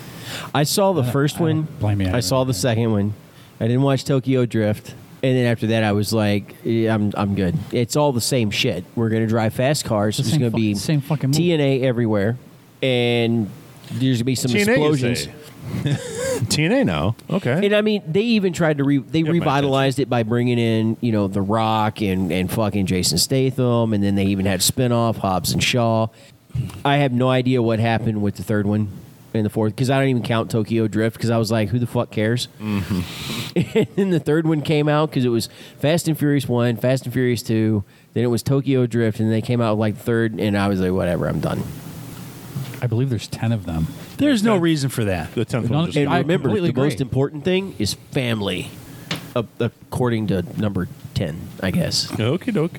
Speaker 6: I saw the first one.
Speaker 4: blame me, Uh, I
Speaker 6: I saw the
Speaker 4: haven't.
Speaker 6: second one. I didn't watch Tokyo Drift. And then after that, I was like, eh, I'm, I'm good. It's all the same shit. We're going to drive fast cars.
Speaker 4: The
Speaker 6: There's
Speaker 4: same
Speaker 6: going to
Speaker 4: fu-
Speaker 6: be
Speaker 4: same fucking movie.
Speaker 6: TNA everywhere. And there's going to be some
Speaker 5: TNA, you say?
Speaker 6: explosions.
Speaker 5: TNA now. Okay.
Speaker 6: And I mean, they even tried to re- they
Speaker 5: my
Speaker 6: revitalized it by bringing in you know The Rock and and fucking Jason Statham, and then they even had spinoff Hobbs and Shaw. I have no idea what happened with the third one and the fourth because I don't even count Tokyo Drift because I was like, who the fuck cares? and
Speaker 5: Mm-hmm.
Speaker 6: then the third one came out because it was Fast and Furious one, Fast and Furious two, then it was Tokyo Drift, and they came out with like the third, and I was like, whatever, I'm done.
Speaker 4: I believe there's ten of them.
Speaker 3: There's no reason for that.
Speaker 5: the tenth
Speaker 4: No,
Speaker 5: one. Just
Speaker 4: it-
Speaker 6: And
Speaker 4: I
Speaker 6: remember, the
Speaker 4: completely agree.
Speaker 6: most important thing is family, a- according to number 10, I guess.
Speaker 5: Okie doke.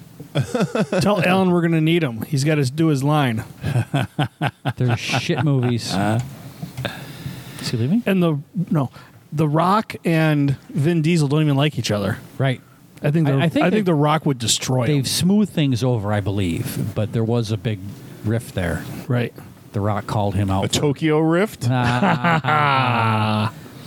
Speaker 1: Tell Alan we're going to need him. He's got to do his line.
Speaker 4: There's shit movies. Is he leaving?
Speaker 1: And the, no, The Rock and Vin Diesel don't even like each other.
Speaker 4: Right.
Speaker 1: I think the,
Speaker 4: I-
Speaker 1: I,
Speaker 4: I think
Speaker 1: think,
Speaker 4: they-
Speaker 1: The Rock would destroy him.
Speaker 4: They've smoothed things over, I believe, but there was a big rift there.
Speaker 1: Right.
Speaker 4: The Rock called him
Speaker 5: A
Speaker 4: out.
Speaker 5: Tokyo Rift.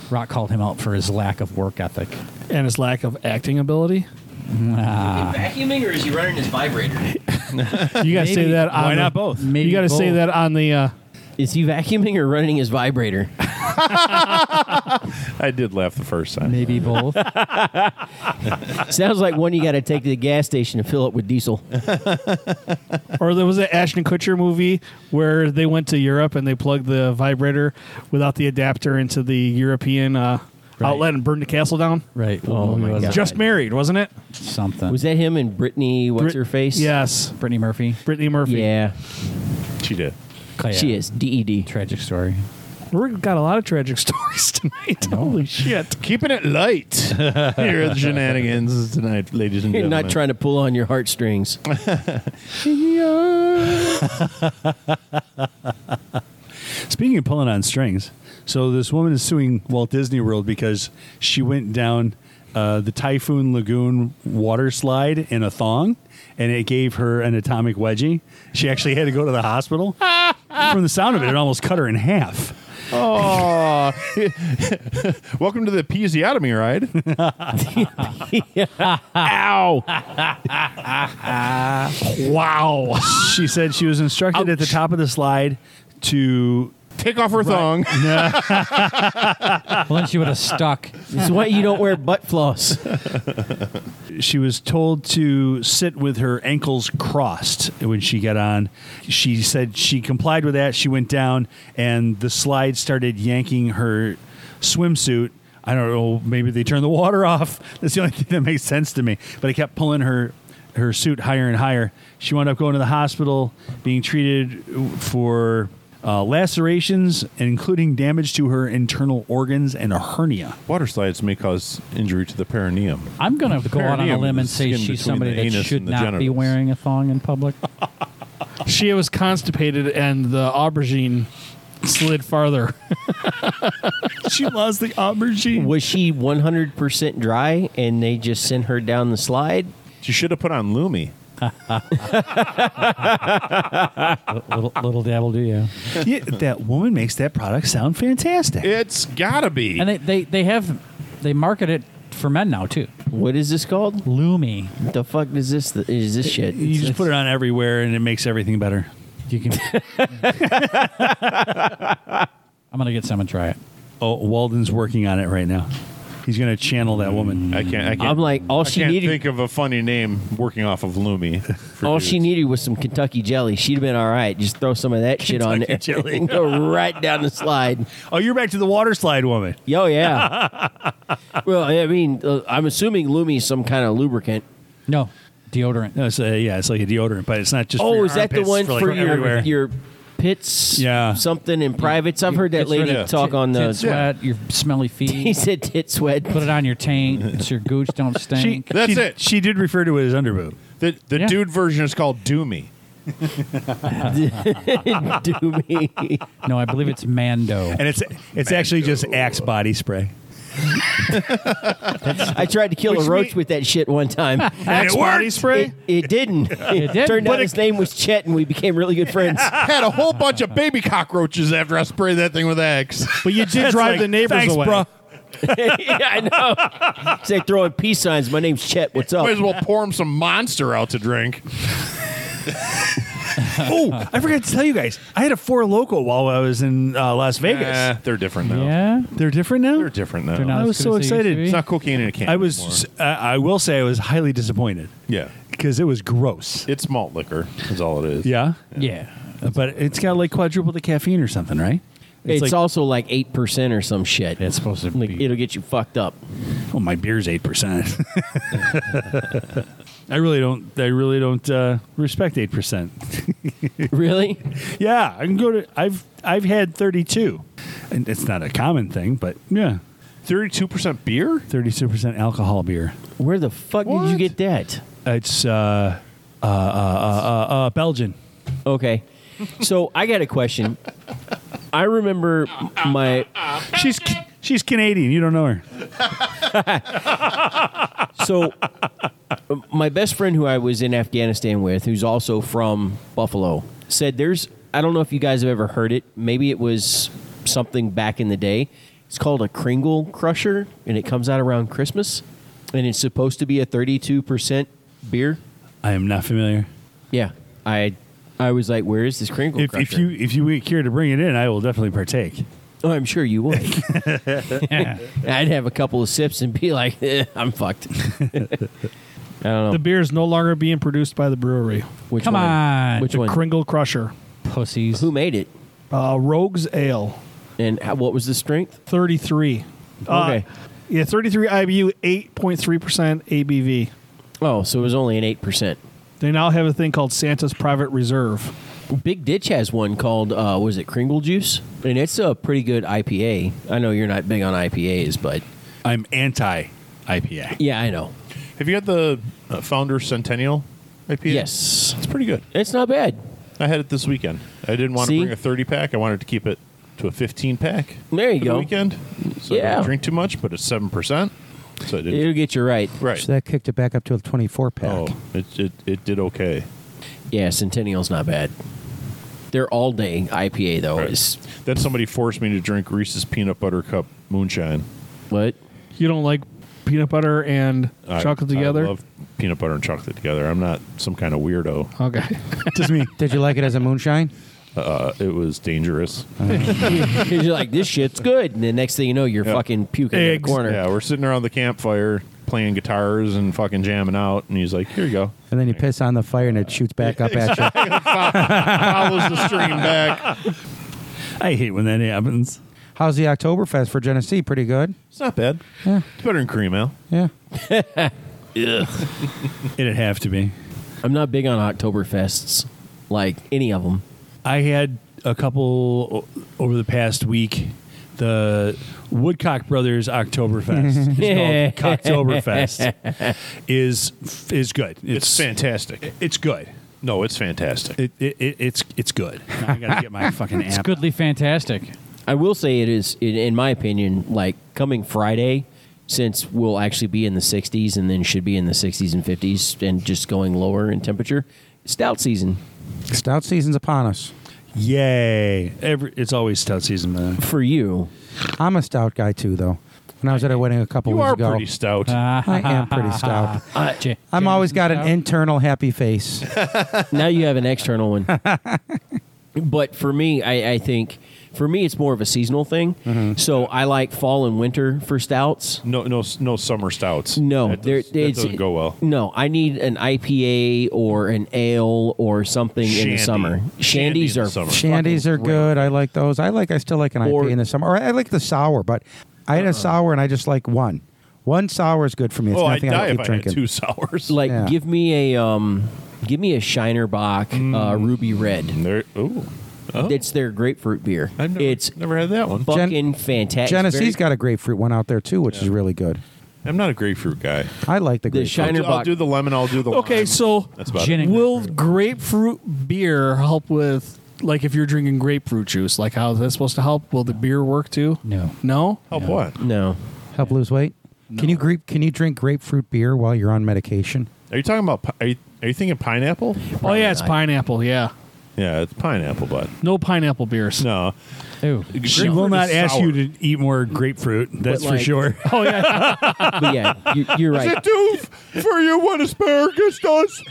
Speaker 4: Rock called him out for his lack of work ethic.
Speaker 1: And his lack of acting ability.
Speaker 6: Vacuuming or is he running his vibrator?
Speaker 1: You got to say
Speaker 4: Maybe-
Speaker 1: that on
Speaker 3: why
Speaker 1: the-
Speaker 3: not both?
Speaker 4: Maybe
Speaker 1: you got to say
Speaker 4: both.
Speaker 1: that on the uh,
Speaker 6: Is he vacuuming or running his vibrator?
Speaker 5: I did laugh the first time.
Speaker 4: Maybe both.
Speaker 6: Sounds like one you got to take to the gas station to fill up with diesel.
Speaker 1: or there was an Ashton Kutcher movie where they went to Europe and they plugged the vibrator without the adapter into the European uh,
Speaker 4: Right.
Speaker 1: outlet and burned the castle down.
Speaker 4: right.
Speaker 6: Oh, my God.
Speaker 1: Just married, wasn't it?
Speaker 4: Something.
Speaker 6: Was that him and Brittany? What's
Speaker 1: Brit-
Speaker 6: her face?
Speaker 1: Yes,
Speaker 4: Brittany Murphy?
Speaker 1: Brittany Murphy.
Speaker 6: Yeah,
Speaker 5: She did.
Speaker 4: Clay-
Speaker 6: she is E DED.
Speaker 4: Tragic story.
Speaker 1: We're got a lot of tragic stories tonight. Holy shit!
Speaker 5: Keeping it light here at the shenanigans tonight, ladies and
Speaker 6: You're
Speaker 5: gentlemen.
Speaker 6: not trying to pull on your heartstrings.
Speaker 3: Speaking of pulling on strings, so this woman is suing Walt Disney World because she went down uh, the Typhoon Lagoon water slide in a thong, and it gave her an atomic wedgie. She actually had to go to the hospital. From the sound of it, it almost cut her in half.
Speaker 5: Aw. welcome to the episiotomy ride.
Speaker 1: Wow.
Speaker 3: She said she was instructed at the top of the slide to.
Speaker 5: Take off her thong.
Speaker 4: well, then she would have stuck.
Speaker 6: this is why you don't wear butt floss.
Speaker 3: She was told to sit with her ankles crossed when she got on. She said she complied with that. She went down, and the slide started yanking her swimsuit. I don't know. Maybe they turned the water off. That's the only thing that makes sense to me. But it kept pulling her her suit higher and higher. She wound up going to the hospital, being treated for uh, lacerations, including damage to her internal organs and a hernia.
Speaker 5: Water slides may cause injury to the perineum.
Speaker 4: I'm going to go out on a
Speaker 5: Perineum
Speaker 4: limb and
Speaker 5: is
Speaker 4: say
Speaker 5: skin
Speaker 4: she's
Speaker 5: between
Speaker 4: somebody
Speaker 5: the
Speaker 4: that
Speaker 5: anus
Speaker 4: should
Speaker 5: and the
Speaker 4: not be
Speaker 5: genitals.
Speaker 4: wearing a thong in public.
Speaker 7: She was constipated, and the aubergine slid farther.
Speaker 3: She lost the aubergine.
Speaker 6: Was she 100% dry and they just sent her down the slide?
Speaker 5: You should have put on Lumi.
Speaker 4: little, little dabble do you.
Speaker 3: yeah, that woman makes that product sound fantastic.
Speaker 5: It's gotta be.
Speaker 4: And they, they, they have, they market it for men now, too.
Speaker 6: What is this called?
Speaker 4: Lumi.
Speaker 6: What the fuck is this? Is this shit?
Speaker 3: you just put it on everywhere, and it makes everything better.
Speaker 4: You can. I'm going to get someone to try it.
Speaker 3: Oh, Walden's working on it right now. He's going to channel that
Speaker 4: Mm.
Speaker 3: woman.
Speaker 5: I can't. I can't.
Speaker 6: I'm like, all
Speaker 5: I
Speaker 6: she
Speaker 5: can't
Speaker 6: needed-
Speaker 5: think of a funny name working off of Lumi. for
Speaker 6: All
Speaker 5: dudes.
Speaker 6: she needed was some Kentucky jelly. She'd have been all right. Just throw some of that shit on
Speaker 3: Kentucky
Speaker 6: there.
Speaker 3: jelly.
Speaker 6: and go right down the slide.
Speaker 3: Oh, you're back to the water slide woman.
Speaker 6: Yo, yeah. well, I mean, uh, I'm assuming Lumi's some kind of lubricant.
Speaker 4: No, deodorant.
Speaker 3: No, it's a, yeah, it's like a deodorant, but it's not just. for
Speaker 6: Oh,
Speaker 3: your
Speaker 6: is that the
Speaker 3: armpits,
Speaker 6: one
Speaker 3: for,
Speaker 6: for,
Speaker 3: like, everywhere?
Speaker 6: your your pits?
Speaker 3: Yeah.
Speaker 6: something in privates. I've heard that
Speaker 4: Gets rid
Speaker 6: lady
Speaker 4: of
Speaker 6: talk
Speaker 4: tit-
Speaker 6: on
Speaker 4: tit
Speaker 6: the.
Speaker 4: sweat, your smelly
Speaker 6: He
Speaker 4: feet.
Speaker 6: said tit sweat.
Speaker 4: put it on your taint. It's your gooch don't
Speaker 3: she,
Speaker 4: stink.
Speaker 5: That's
Speaker 3: she-
Speaker 5: it.
Speaker 3: She did refer to it as underboob.
Speaker 5: The, the
Speaker 4: Yeah.
Speaker 5: dude version is called Do Me.
Speaker 6: Do me.
Speaker 4: no, I believe it's Mando.
Speaker 3: And it's it's actually just Axe body spray.
Speaker 6: I tried to kill
Speaker 1: Which
Speaker 6: a roach
Speaker 1: mean-
Speaker 6: with that shit one time.
Speaker 1: Axe body spray.
Speaker 6: It, it didn't. It
Speaker 4: didn't?
Speaker 6: Turned
Speaker 4: But
Speaker 6: out his name was Chet, and we became really good friends.
Speaker 5: Had a whole bunch of baby cockroaches after I sprayed that thing with Axe.
Speaker 7: But you did
Speaker 3: That's
Speaker 7: drive
Speaker 3: like,
Speaker 7: the neighbors
Speaker 3: "Thanks,
Speaker 7: away.
Speaker 3: bruh."
Speaker 6: yeah, I know. Say throwing peace signs. My name's Chet. What's up?
Speaker 5: Might as well pour him some Monster out to drink.
Speaker 3: oh, I forgot to tell you guys. I had a four local while I was in uh, Las Vegas.
Speaker 5: Eh, they're different now.
Speaker 4: yeah.
Speaker 3: They're different now.
Speaker 5: They're different now.
Speaker 4: They're not
Speaker 3: I
Speaker 4: as
Speaker 3: was
Speaker 4: good
Speaker 3: so
Speaker 4: as they used to
Speaker 3: excited.
Speaker 4: be.
Speaker 5: it's not cocaine in a can.
Speaker 3: I
Speaker 5: anymore.
Speaker 3: was. Uh, I will say I was highly disappointed.
Speaker 5: Yeah.
Speaker 3: because it was gross.
Speaker 5: It's malt liquor. Is all it is.
Speaker 3: Yeah,
Speaker 4: Yeah.
Speaker 3: but it's got like quadruple the caffeine or something, right?
Speaker 6: It's,
Speaker 3: like,
Speaker 6: also like eight percent or some shit.
Speaker 4: It's supposed to
Speaker 6: Like,
Speaker 4: be.
Speaker 6: it'll get you fucked up.
Speaker 3: oh, my beer's eight percent. I really don't. I really don't uh, respect eight percent.
Speaker 6: Really?
Speaker 3: Yeah, I can go to. I've I've had thirty two, and it's not a common thing, but yeah,
Speaker 5: Thirty-two percent beer.
Speaker 3: thirty two percent alcohol beer.
Speaker 6: Where the fuck did you
Speaker 5: What?
Speaker 6: get that?
Speaker 3: It's uh, uh, uh, uh, uh, uh, Belgian.
Speaker 6: Okay. So I got a question. I remember my
Speaker 3: She's ca- she's Canadian. You don't know her.
Speaker 6: so my best friend who I was in Afghanistan with, who's also from Buffalo, said there's I don't know if you guys have ever heard it. Maybe it was something back in the day. It's called a Kringle Crusher, and it comes out around Christmas, and it's supposed to be a 32% beer.
Speaker 3: I am not familiar.
Speaker 6: Yeah, I I was like, where is this Kringle
Speaker 3: If,
Speaker 6: Crusher?
Speaker 3: if you if you get here to bring it in, I will definitely partake.
Speaker 6: oh, I'm sure you would. I'd have a couple of sips and be like, eh, I'm fucked.
Speaker 5: Oh.
Speaker 7: The beer is no longer being produced by the brewery.
Speaker 6: Which
Speaker 4: Come
Speaker 6: one?
Speaker 4: on.
Speaker 6: Which
Speaker 7: the
Speaker 6: one?
Speaker 7: Kringle Crusher,
Speaker 4: Pussies.
Speaker 6: Who made it?
Speaker 7: uh, Rogue's Ale,
Speaker 6: And how, what was the strength?
Speaker 7: thirty-three. Uh,
Speaker 6: Okay.
Speaker 7: Yeah, thirty-three IBU, eight point three percent ABV.
Speaker 6: Oh, so it was only an eight percent.
Speaker 7: They now have a thing called Santa's Private Reserve.
Speaker 6: Big Ditch has one called uh, was it Kringle Juice, and it's a pretty good IPA. I know you're not big on IPAs, but
Speaker 3: I'm anti IPA.
Speaker 6: yeah, I know.
Speaker 5: Have you had the uh, Founder Centennial IPA?
Speaker 6: Yes,
Speaker 5: It's pretty good.
Speaker 6: it's not bad.
Speaker 5: I had it this weekend. I didn't want
Speaker 6: See?
Speaker 5: to bring a 30 pack. I wanted to keep it to a 15 pack.
Speaker 6: There you
Speaker 5: for
Speaker 6: go.
Speaker 5: The weekend. So I
Speaker 6: Yeah.
Speaker 5: didn't drink too much, but it's 7%. So I did.
Speaker 6: It'll get you right.
Speaker 5: right.
Speaker 2: So that kicked it back up to a 24 pack.
Speaker 5: oh, it, it, it did okay.
Speaker 6: Yeah, Centennial's not bad. Their all day IPA though
Speaker 5: Right.
Speaker 6: is
Speaker 5: Then somebody forced me to drink Reese's Peanut Butter Cup Moonshine.
Speaker 6: what
Speaker 7: You don't like peanut butter and
Speaker 5: I-
Speaker 7: chocolate together?
Speaker 5: I love peanut butter and chocolate together. I'm not some kind of weirdo.
Speaker 7: okay.
Speaker 3: Just me.
Speaker 2: Did you like it as a moonshine?
Speaker 5: Uh, it was dangerous.
Speaker 6: Because you're like, this shit's good. And the next thing you know, you're
Speaker 5: Yeah.
Speaker 6: fucking puking in the corner.
Speaker 5: Yeah, we're sitting around the campfire playing guitars and fucking jamming out. And he's like, here you go.
Speaker 2: And then you piss on the fire and it shoots back up at you.
Speaker 5: Follows the stream back.
Speaker 3: I hate when that happens.
Speaker 2: How's the Oktoberfest for Genesee? Pretty good.
Speaker 5: It's not bad.
Speaker 2: Yeah.
Speaker 5: It's better than cream ale.
Speaker 2: Yeah.
Speaker 3: It'd have to be.
Speaker 6: I'm not big on Oktoberfests, like any of them.
Speaker 3: I had a couple o- over the past week. The Woodcock Brothers Oktoberfest. it's called Cocktoberfest. Is is good.
Speaker 5: It's fantastic.
Speaker 3: It's good.
Speaker 5: No, it's fantastic.
Speaker 3: It, it, it it's it's good. Now I gotta get my fucking
Speaker 4: It's
Speaker 3: app.
Speaker 4: goodly fantastic.
Speaker 6: I will say it is, in, in my opinion, like coming Friday, since we'll actually be in the 60s and then should be in the 60s and 50s and just going lower in temperature, stout season.
Speaker 2: Stout season's upon us.
Speaker 3: Yay! Every it's always stout season. Man.
Speaker 6: For you,
Speaker 2: I'm a stout guy too, though. When I was at a wedding a couple
Speaker 5: You
Speaker 2: weeks
Speaker 5: are
Speaker 2: ago,
Speaker 5: pretty Uh, stout.
Speaker 2: I am pretty stout.
Speaker 4: Ja-
Speaker 2: I'm always got an
Speaker 4: Jameson's
Speaker 2: internal happy face.
Speaker 6: now you have an external one. but for me, I, I think for me it's more of a seasonal thing.
Speaker 5: Mm-hmm.
Speaker 6: So I like fall and winter for stouts.
Speaker 5: no, no, no summer stouts.
Speaker 6: No,
Speaker 5: that,
Speaker 6: there,
Speaker 5: does, that
Speaker 6: it's-
Speaker 5: doesn't go well.
Speaker 6: No, I need an IPA or an ale or something in the
Speaker 5: Shandy.
Speaker 6: summer.
Speaker 5: Shandy in
Speaker 6: Shandies
Speaker 5: the
Speaker 6: are
Speaker 5: summer.
Speaker 2: Shandies
Speaker 6: fucking
Speaker 2: are
Speaker 6: great.
Speaker 2: good. I like those. I like. I still like an
Speaker 6: Or-
Speaker 2: IPA in the summer. Or I like the sour, but I had a sour and I just like one. One sour is good for me. It's
Speaker 5: Uh-huh. Oh, I'd
Speaker 2: nothing
Speaker 5: die
Speaker 2: I
Speaker 5: if
Speaker 2: keep
Speaker 5: I
Speaker 2: drinking.
Speaker 5: had two sours.
Speaker 6: Like
Speaker 2: Yeah.
Speaker 6: give me a um, give me a Shiner Bach uh,
Speaker 5: Mm.
Speaker 6: Ruby Red.
Speaker 5: there, ooh,
Speaker 6: It's their grapefruit beer.
Speaker 5: Oh. I've never,
Speaker 6: it's
Speaker 5: never had that one.
Speaker 6: fucking fantastic.
Speaker 2: Genesee's got a grapefruit one out there too, which is really good.
Speaker 5: I'm not a grapefruit guy.
Speaker 2: I like the
Speaker 6: The
Speaker 2: grapefruit.
Speaker 6: Shiner
Speaker 5: I'll
Speaker 6: Bach.
Speaker 5: do the lemon. I'll do the
Speaker 7: Okay,
Speaker 5: lime.
Speaker 7: so
Speaker 5: that's about
Speaker 4: Gin
Speaker 5: it.
Speaker 4: and
Speaker 7: will
Speaker 4: grapefruit.
Speaker 7: grapefruit beer help with like if you're drinking grapefruit juice? Like how is that supposed to help? Will the beer work too?
Speaker 4: No.
Speaker 7: No?
Speaker 5: Help what?
Speaker 6: no.
Speaker 2: Help lose weight. Can you grape? Can you drink grapefruit beer while you're on medication?
Speaker 5: Are you talking about? pi- Are you, are you thinking pineapple?
Speaker 7: oh yeah, it's
Speaker 6: not.
Speaker 7: pineapple, yeah.
Speaker 5: Yeah, it's pineapple, but
Speaker 7: No pineapple beers.
Speaker 5: no.
Speaker 4: Ew.
Speaker 3: She will not ask you to eat more grapefruit. That's for
Speaker 6: like-
Speaker 3: sure.
Speaker 7: Oh yeah.
Speaker 6: But yeah, you, you're right.
Speaker 5: do for you what asparagus does.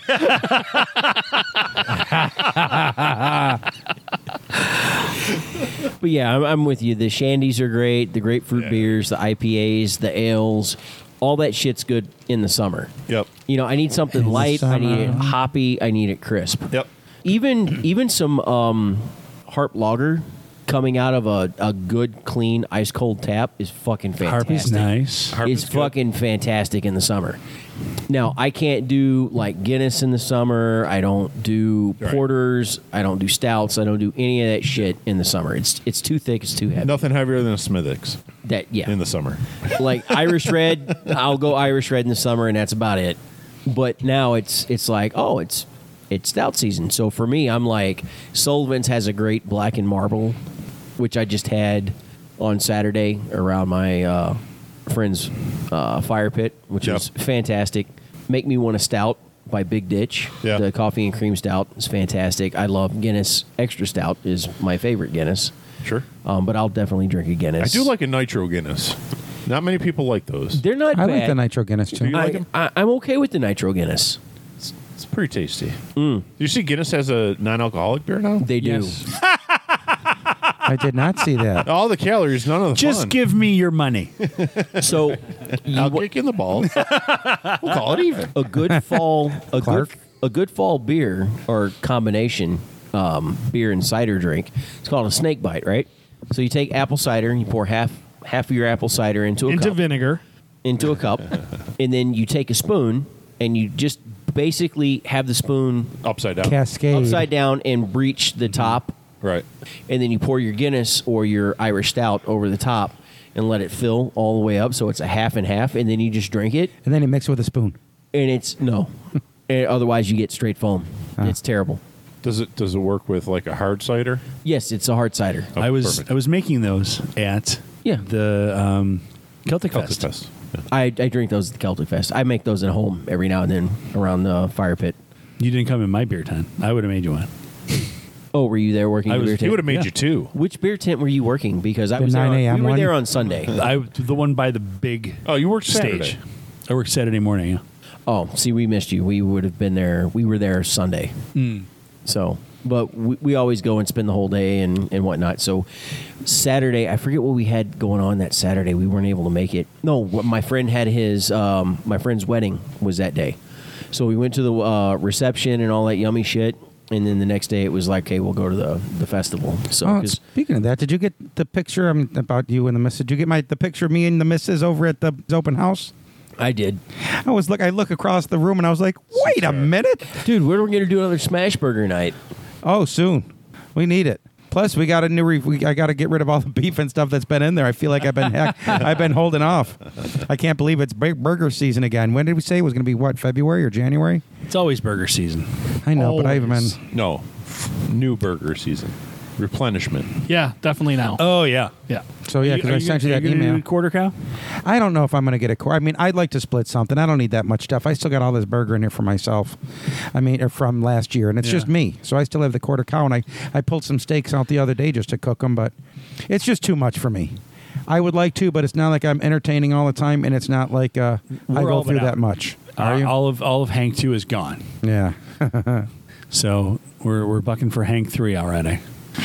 Speaker 6: But yeah, I'm, I'm with you. The shandies are great. The grapefruit beers, the IPAs, the ales, all that shit's good in the summer.
Speaker 5: Yep.
Speaker 6: You know, I need something
Speaker 2: the
Speaker 6: light. I need it
Speaker 2: summer.
Speaker 6: hoppy. I need it crisp.
Speaker 5: Yep.
Speaker 6: Even even some um, harp lager coming out of a, a good clean ice cold tap is fucking fantastic.
Speaker 3: Harp is nice.
Speaker 5: Harp
Speaker 6: It's
Speaker 5: is good.
Speaker 6: fucking fantastic in the summer. Now I can't do like Guinness in the summer. I don't do
Speaker 5: Right.
Speaker 6: porters. I don't do stouts. I don't do any of that shit in the summer. It's it's too thick. It's too heavy.
Speaker 5: Nothing heavier than a Smithix
Speaker 6: That yeah.
Speaker 5: in the summer.
Speaker 6: like Irish red, I'll go Irish red in the summer, and that's about it. But now it's it's like oh it's it's stout season. So for me, I'm like Sullivan's has a great black and marble, which I just had on Saturday around my uh, friend's uh, fire pit, which
Speaker 5: Yep.
Speaker 6: is fantastic. Make me want a stout by Big Ditch.
Speaker 5: Yeah.
Speaker 6: The coffee and cream stout is fantastic. I love Guinness. Extra stout is my favorite Guinness.
Speaker 5: Sure.
Speaker 6: Um, but I'll definitely drink a
Speaker 5: I
Speaker 6: Guinness.
Speaker 5: do like a nitro Guinness. Not many people like those.
Speaker 6: They're not
Speaker 2: I
Speaker 6: bad.
Speaker 2: like the nitro Guinness
Speaker 5: Do
Speaker 2: too.
Speaker 5: you like
Speaker 6: I,
Speaker 5: 'em?
Speaker 6: I, I'm okay with the nitro Guinness.
Speaker 5: It's, it's pretty tasty. Mm. You see, Guinness has a non-alcoholic beer now.
Speaker 6: They do.
Speaker 2: I did not see that.
Speaker 5: All the calories, none of the
Speaker 3: Just
Speaker 5: fun.
Speaker 3: give me your money.
Speaker 6: So you-
Speaker 5: I'll kick in the ball. we'll call it even.
Speaker 6: a good fall, a good,
Speaker 2: Clark?
Speaker 6: a good fall beer or combination um, beer and cider drink. It's called a snake bite, right? So you take apple cider and you pour half half of your apple cider into a
Speaker 7: Into
Speaker 6: cup,
Speaker 7: vinegar.
Speaker 6: into a cup, and then you take a spoon and you just basically have the spoon
Speaker 5: upside down.
Speaker 2: Cascade.
Speaker 6: upside down and breach the top,
Speaker 5: Right.
Speaker 6: and then you pour your Guinness or your Irish Stout over the top and let it fill all the way up, so it's a half and half, and then you just drink it,
Speaker 2: And then you mix it with a spoon.
Speaker 6: and it's no. and otherwise, you get straight foam.
Speaker 2: Ah.
Speaker 6: It's terrible.
Speaker 5: Does it does it work with like a hard cider?
Speaker 6: Yes, it's a hard cider.
Speaker 5: Oh,
Speaker 3: I was
Speaker 5: perfect.
Speaker 3: I was making those at
Speaker 6: Yeah.
Speaker 3: the um, Celtic,
Speaker 5: Celtic
Speaker 3: Fest.
Speaker 5: Fest.
Speaker 6: I, I drink those at the Celtic Fest. I make those at home every now and then around the fire pit.
Speaker 3: You didn't come in my beer tent. I would have made you one.
Speaker 6: Oh, were you there working?
Speaker 3: I
Speaker 6: at the
Speaker 3: was-
Speaker 6: beer
Speaker 3: he
Speaker 5: He
Speaker 6: tent?
Speaker 5: would have made
Speaker 3: Yeah.
Speaker 5: you two.
Speaker 6: Which beer tent were you working? Because I
Speaker 2: The
Speaker 6: was there
Speaker 2: 9
Speaker 6: on-
Speaker 2: a.m.
Speaker 6: We were there
Speaker 2: one?
Speaker 6: on Sunday.
Speaker 3: I the one by the big
Speaker 5: Oh, you worked
Speaker 3: stage.
Speaker 5: Saturday.
Speaker 3: I worked Saturday morning. Yeah.
Speaker 6: Oh, see, we missed you. We would have been there. We were there Sunday. So, but we, we always go and spend the whole day and, and whatnot. So, Saturday, I forget what we had going on that Saturday. We weren't able to make it. No, wh- my friend had his, um, my friend's wedding was that day. So, we went to the uh, reception and all that yummy shit. And then the next day, it was like, okay, we'll go to the, the festival. So,
Speaker 2: Oh,
Speaker 6: 'cause-
Speaker 2: speaking of that, did you get the picture um, about you and the missus? Did you get my the picture of me and the missus over at the open house?
Speaker 6: I did.
Speaker 2: I was look. I look across the room and I was like, "Wait a minute!
Speaker 6: Dude, we're going to do another Smash Burger night.
Speaker 2: Oh, soon. We need it. Plus, we got a new. Re- we, I got to get rid of all the beef and stuff that's been in there. I feel like I've been heck, I've been holding off. I can't believe it's big burger season again. When did we say it was going to be? What February or January?
Speaker 3: It's always burger season.
Speaker 2: I know, but I haven't been.
Speaker 5: No, new burger season, replenishment.
Speaker 7: Yeah, definitely now.
Speaker 3: Oh yeah.
Speaker 7: yeah.
Speaker 2: So yeah, because I sent you that email.
Speaker 3: quarter cow.
Speaker 2: I don't know if I'm going to get a core. I mean, I'd like to split something. I don't need that much stuff. I still got all this burger in here for myself. I mean, or from last year, and it's just me. So I still have the quarter cow, and I, I pulled some steaks out the other day just to cook them, but it's just too much for me. I would like to, but it's not like I'm entertaining all the time, and it's not like uh, I
Speaker 3: We're
Speaker 2: go
Speaker 3: all but
Speaker 2: through
Speaker 3: out.
Speaker 2: that much. Are
Speaker 3: Uh,
Speaker 2: you?
Speaker 3: All of all of Hank two is gone.
Speaker 2: Yeah.
Speaker 3: So we're we're bucking for Hank three already.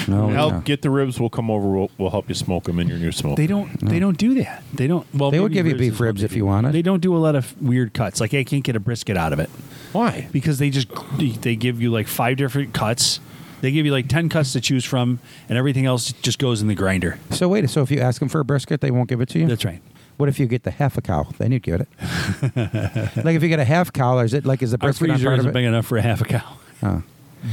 Speaker 2: No,
Speaker 5: help
Speaker 2: no.
Speaker 5: get the ribs. We'll come over. We'll, we'll help you smoke them in your new smoke.
Speaker 3: They don't they don't do that. They don't. Well,
Speaker 2: They would
Speaker 3: maybe
Speaker 2: give you beef
Speaker 3: is what
Speaker 2: ribs
Speaker 3: they
Speaker 2: if
Speaker 3: do.
Speaker 2: you wanted.
Speaker 3: They don't do a lot of weird cuts. Like I can't get a brisket out of it
Speaker 5: Why?
Speaker 3: because they just they give you like five different cuts. They give you like ten cuts to choose from, and everything else just goes in the grinder.
Speaker 2: So wait. So if you ask them for a brisket, they won't give it to you.
Speaker 3: That's right.
Speaker 2: What if you get the half a cow? Then you'd get it. like if you get a half cow, is it like is the
Speaker 3: Our
Speaker 2: brisket on
Speaker 3: freezer
Speaker 2: part of
Speaker 3: isn't
Speaker 2: it?
Speaker 3: big enough for a half a cow.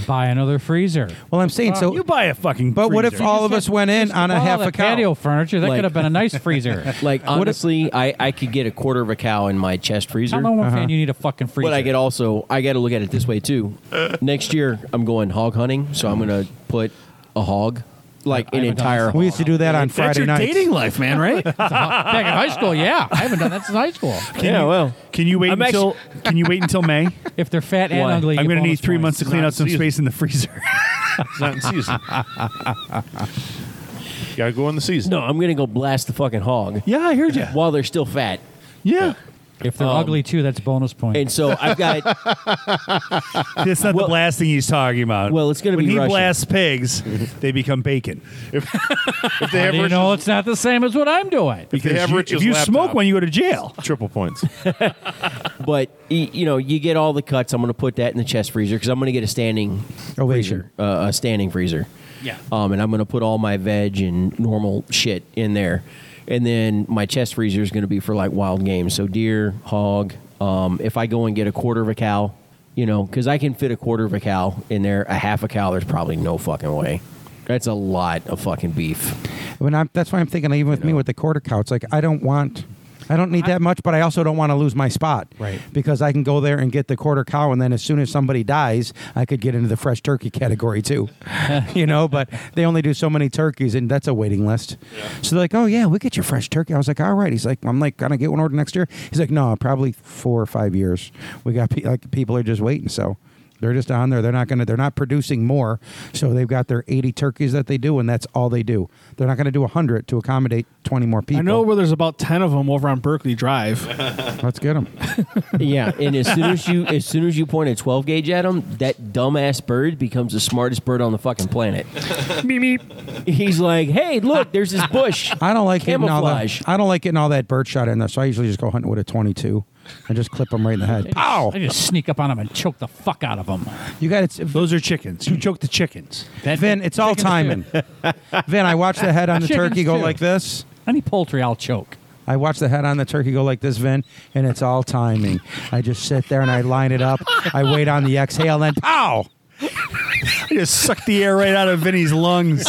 Speaker 4: Buy another freezer.
Speaker 2: Well, I'm saying so.
Speaker 3: you buy a fucking.
Speaker 2: But what if
Speaker 3: freezer.
Speaker 2: all of us went in on a
Speaker 4: All
Speaker 2: half
Speaker 4: that
Speaker 2: a cow?
Speaker 4: patio furniture. That
Speaker 6: Like-
Speaker 4: could have been a nice freezer.
Speaker 6: Like, honestly, I, I could get a quarter of a cow in my chest freezer.
Speaker 4: I'm a
Speaker 3: Uh-huh.
Speaker 4: one fan. You need a fucking freezer.
Speaker 6: But I could also I got to look at it this way too. Next year I'm going hog hunting, so I'm going to put a hog, like
Speaker 4: I
Speaker 6: an
Speaker 4: haven't done
Speaker 6: entire.
Speaker 4: this.
Speaker 2: We used to do that on Friday night.
Speaker 7: life, man, right?
Speaker 4: back in high school. Yeah, I haven't done that since high school.
Speaker 6: yeah, well,
Speaker 3: Can you wait
Speaker 6: I'm
Speaker 3: until Can you wait until May?
Speaker 4: If they're fat and
Speaker 6: Why?
Speaker 4: ugly, you
Speaker 3: I'm
Speaker 4: get
Speaker 3: going to need
Speaker 4: bonus
Speaker 3: three
Speaker 4: points.
Speaker 3: months to clean out some
Speaker 5: season.
Speaker 3: space in the freezer.
Speaker 5: It's not in season. Gotta go in the season.
Speaker 6: no, I'm going to go blast the fucking hog
Speaker 3: yeah, I heard you.
Speaker 6: while they're still fat.
Speaker 3: Yeah,
Speaker 4: If they're ugly too, that's bonus points.
Speaker 6: Um, And so I've got
Speaker 3: that's not the blasting he's talking about.
Speaker 6: Well, it's gonna
Speaker 3: when
Speaker 6: be
Speaker 3: he
Speaker 6: Russian.
Speaker 3: blasts pigs, they become bacon.
Speaker 5: If they
Speaker 4: How
Speaker 5: have
Speaker 4: do you
Speaker 5: Rich's-
Speaker 4: know it's not the same as what I'm doing?
Speaker 3: Because
Speaker 5: have
Speaker 3: you-
Speaker 5: Rich's
Speaker 3: if you smoke
Speaker 5: laptop.
Speaker 3: one, you go to jail.
Speaker 5: triple points.
Speaker 6: but y- you know, you get all the cuts. I'm going to put that in the chest freezer cuz I'm going to get a standing
Speaker 2: Ovation.
Speaker 6: freezer, uh, a standing freezer.
Speaker 4: Yeah.
Speaker 6: Um, and I'm going to put all my veg and normal shit in there. And then my chest freezer is going to be for like wild games. So deer, hog. Um, if I go and get a quarter of a cow, you know, because I can fit a quarter of a cow in there, a half a cow, there's probably no fucking way. That's a lot of fucking beef.
Speaker 2: When I'm, that's why I'm thinking, even with me with the quarter cow, it's like I don't want, I don't need that much, but I also don't want to lose my spot,
Speaker 4: Right.
Speaker 2: Because I can go there and get the quarter cow, and then as soon as somebody dies, I could get into the fresh turkey category too, you know. But they only do so many turkeys, and that's a waiting list. So they're like, "Oh yeah, we get your fresh turkey." I was like, "All right." He's like, "I'm like, gonna get one order next year." He's like, "No, probably four or five years. We got pe- like people are just waiting." So. They're just on there. They're not going to. They're not producing more, so they've got their 80 turkeys that they do, and that's all they do. They're not going to do 100 to accommodate 20 more people.
Speaker 7: I know where there's about 10 of them over on Berkeley Drive.
Speaker 2: Let's get them.
Speaker 6: Yeah, and as soon as you as soon as you point a 12 gauge at him, that dumbass bird becomes the smartest bird on the fucking planet. He's like, "Hey, look, there's this bush."
Speaker 2: I don't like getting all that.
Speaker 6: Camouflage.
Speaker 2: I don't like getting all that bird shot in there, so I usually just go hunting with a 22 and just clip them right in the head. Pow!
Speaker 4: I just sneak up on them and choke the fuck out of them.
Speaker 2: You got it,
Speaker 3: Those are chickens. You choke the chickens.
Speaker 2: Vin. It's all timing. Vin, I watch the head on the
Speaker 4: Chickens
Speaker 2: turkey go
Speaker 4: too.
Speaker 2: like this.
Speaker 4: Any poultry, I'll choke.
Speaker 2: I watch the head on the turkey go like this, Vin, and it's all timing. I just sit there and I line it up. I wait on the exhale, then pow!
Speaker 3: I just sucked the air right out of Vinny's lungs.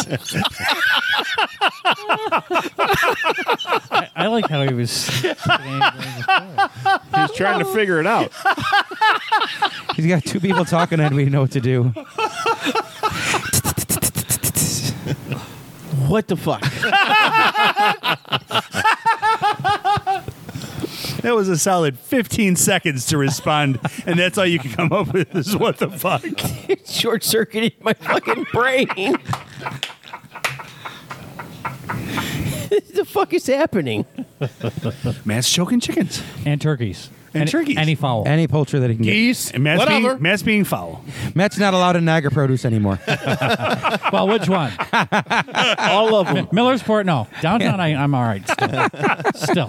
Speaker 4: I like how he was.
Speaker 5: He's trying to figure it out.
Speaker 2: He's got two people talking and we know what to do.
Speaker 6: What the fuck?
Speaker 3: That was a solid 15 seconds to respond, and that's all you can come up with is what the fuck.
Speaker 6: It Short circuited my fucking brain. the fuck is happening?
Speaker 3: Matt's choking chickens.
Speaker 4: and turkeys.
Speaker 3: And
Speaker 4: Any-
Speaker 3: turkeys.
Speaker 4: Any fowl.
Speaker 2: Any poultry that he can get.
Speaker 5: Geese.
Speaker 3: And Matt's,
Speaker 5: Whatever.
Speaker 3: being, Matt's being foul.
Speaker 2: Matt's not allowed in Niagara produce anymore.
Speaker 4: well, which one?
Speaker 6: All of them.
Speaker 4: Millersport, no. Downtown, I, I'm all right still. still.